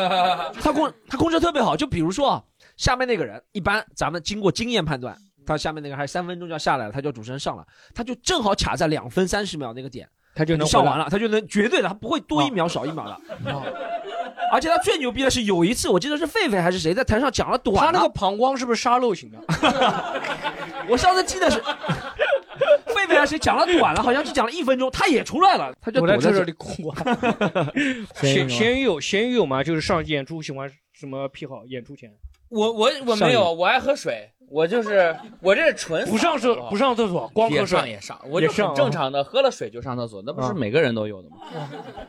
[SPEAKER 3] 他控他控制得特别好，就比如说啊，下面那个人，一般咱们经过经验判断，他下面那个还三分钟就要下来了，他就主持人上了，他就正好卡在两分三十秒那个点，
[SPEAKER 2] 他就能
[SPEAKER 3] 上
[SPEAKER 2] 回来啊
[SPEAKER 3] 完了，他就能绝对的，他不会多一秒少一秒的。而且他最牛逼的是，有一次我记得是狒狒还是谁在台上讲了短，他那个
[SPEAKER 2] 膀胱是不是沙漏型的？
[SPEAKER 3] 我上次记得是狒狒还是谁讲了短了，好像是讲了一分钟，他也出来了，他就
[SPEAKER 2] 我在
[SPEAKER 3] 躲在
[SPEAKER 2] 这里哭 啊。
[SPEAKER 8] 咸
[SPEAKER 2] 咸
[SPEAKER 8] 鱼吗
[SPEAKER 2] 咸鱼有咸鱼有吗？就是上演出喜欢什么癖好？演出前
[SPEAKER 4] 我我我没
[SPEAKER 2] 上
[SPEAKER 4] 有，我爱喝水，我就是我这是纯
[SPEAKER 2] 不上
[SPEAKER 3] 哦
[SPEAKER 2] 厕不上厕所，光喝
[SPEAKER 4] 也
[SPEAKER 2] 水
[SPEAKER 4] 上也上，我就
[SPEAKER 2] 也上
[SPEAKER 4] 很
[SPEAKER 2] 啊
[SPEAKER 4] 正常的喝了水就上厕所，那不是
[SPEAKER 8] 啊
[SPEAKER 4] 每个人都有的吗？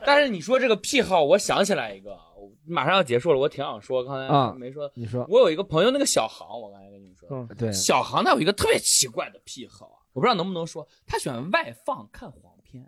[SPEAKER 4] 但是你说这个癖好，我想起来一个，我马上要结束了，我挺想说，刚
[SPEAKER 3] 啊
[SPEAKER 4] 才没说。
[SPEAKER 3] 你说，
[SPEAKER 4] 我有一个朋友，那个小航，我刚才跟你说，
[SPEAKER 3] 嗯，对，
[SPEAKER 4] 小航他有一个特别奇怪的癖好，啊我不知道能不能说，他喜欢外放看黄片，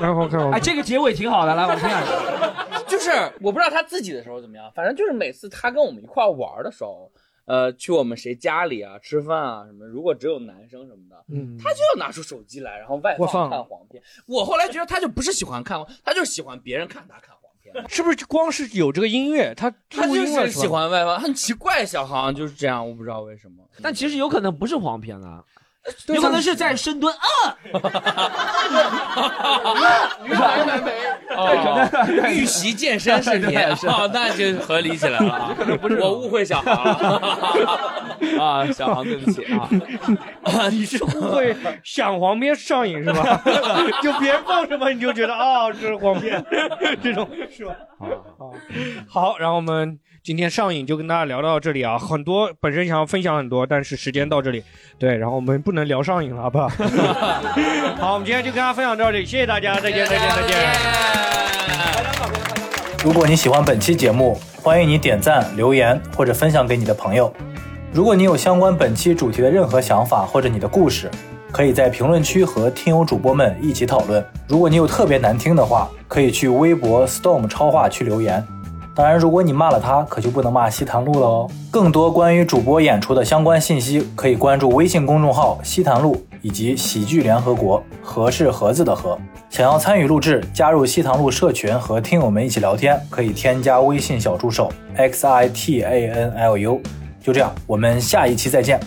[SPEAKER 3] 然后看我，哎，这个结尾挺好的，来，我们听下去。
[SPEAKER 4] 就是我不知道他自己的时候怎么样，反正就是每次他跟我们一块儿玩的时候，呃，去我们谁家里啊吃饭啊什么，如果只有男生什么的，
[SPEAKER 2] 嗯，
[SPEAKER 4] 他就要拿出手机来，然后外
[SPEAKER 2] 外放
[SPEAKER 4] 看黄片。我后来觉得他就不是喜欢看，他就喜欢别人看他看黄片，
[SPEAKER 2] 是不是光是有这个音乐，他
[SPEAKER 4] 他
[SPEAKER 2] 录
[SPEAKER 4] 就
[SPEAKER 2] 音乐
[SPEAKER 4] 是
[SPEAKER 2] 吧
[SPEAKER 4] 喜欢外放，很奇怪，小航就是这样，我不知道为什么。
[SPEAKER 3] 但其实有可能不是黄片啊，有可能是在深蹲 啊，
[SPEAKER 4] 哦，预习健身是你
[SPEAKER 8] 对
[SPEAKER 4] 哦，那就合理起来了啊。我误会小航了 啊，小航对不起啊。
[SPEAKER 2] 你是误会想黄片上瘾是 吧？就别人放什么你就觉得啊、这是黄片， 这种是吧？ 好，然后我们今天上瘾就跟大家聊到这里啊，很多本身想要分享很多，但是时间到这里，对，然后我们不能聊上瘾了，好不 好？好，我们今天就跟大家分享到这里，谢谢大家，再见，再见，再见。
[SPEAKER 1] 如果你喜欢本期节目，欢迎你点赞、留言或者分享给你的朋友。如果你有相关本期主题的任何想法或者你的故事，可以在评论区和听友主播们一起讨论。如果你有特别难听的话，可以去微博 Storm 超话区留言。当然，如果你骂了他，可就不能骂西坛路了哦。更多关于主播演出的相关信息，可以关注微信公众号“西坛路”以及“喜剧联合国”，和是盒子的和。想要参与录制，加入西塘路社群和听友们一起聊天，可以添加微信小助手 x i t a n l u。就这样，我们下一期再见。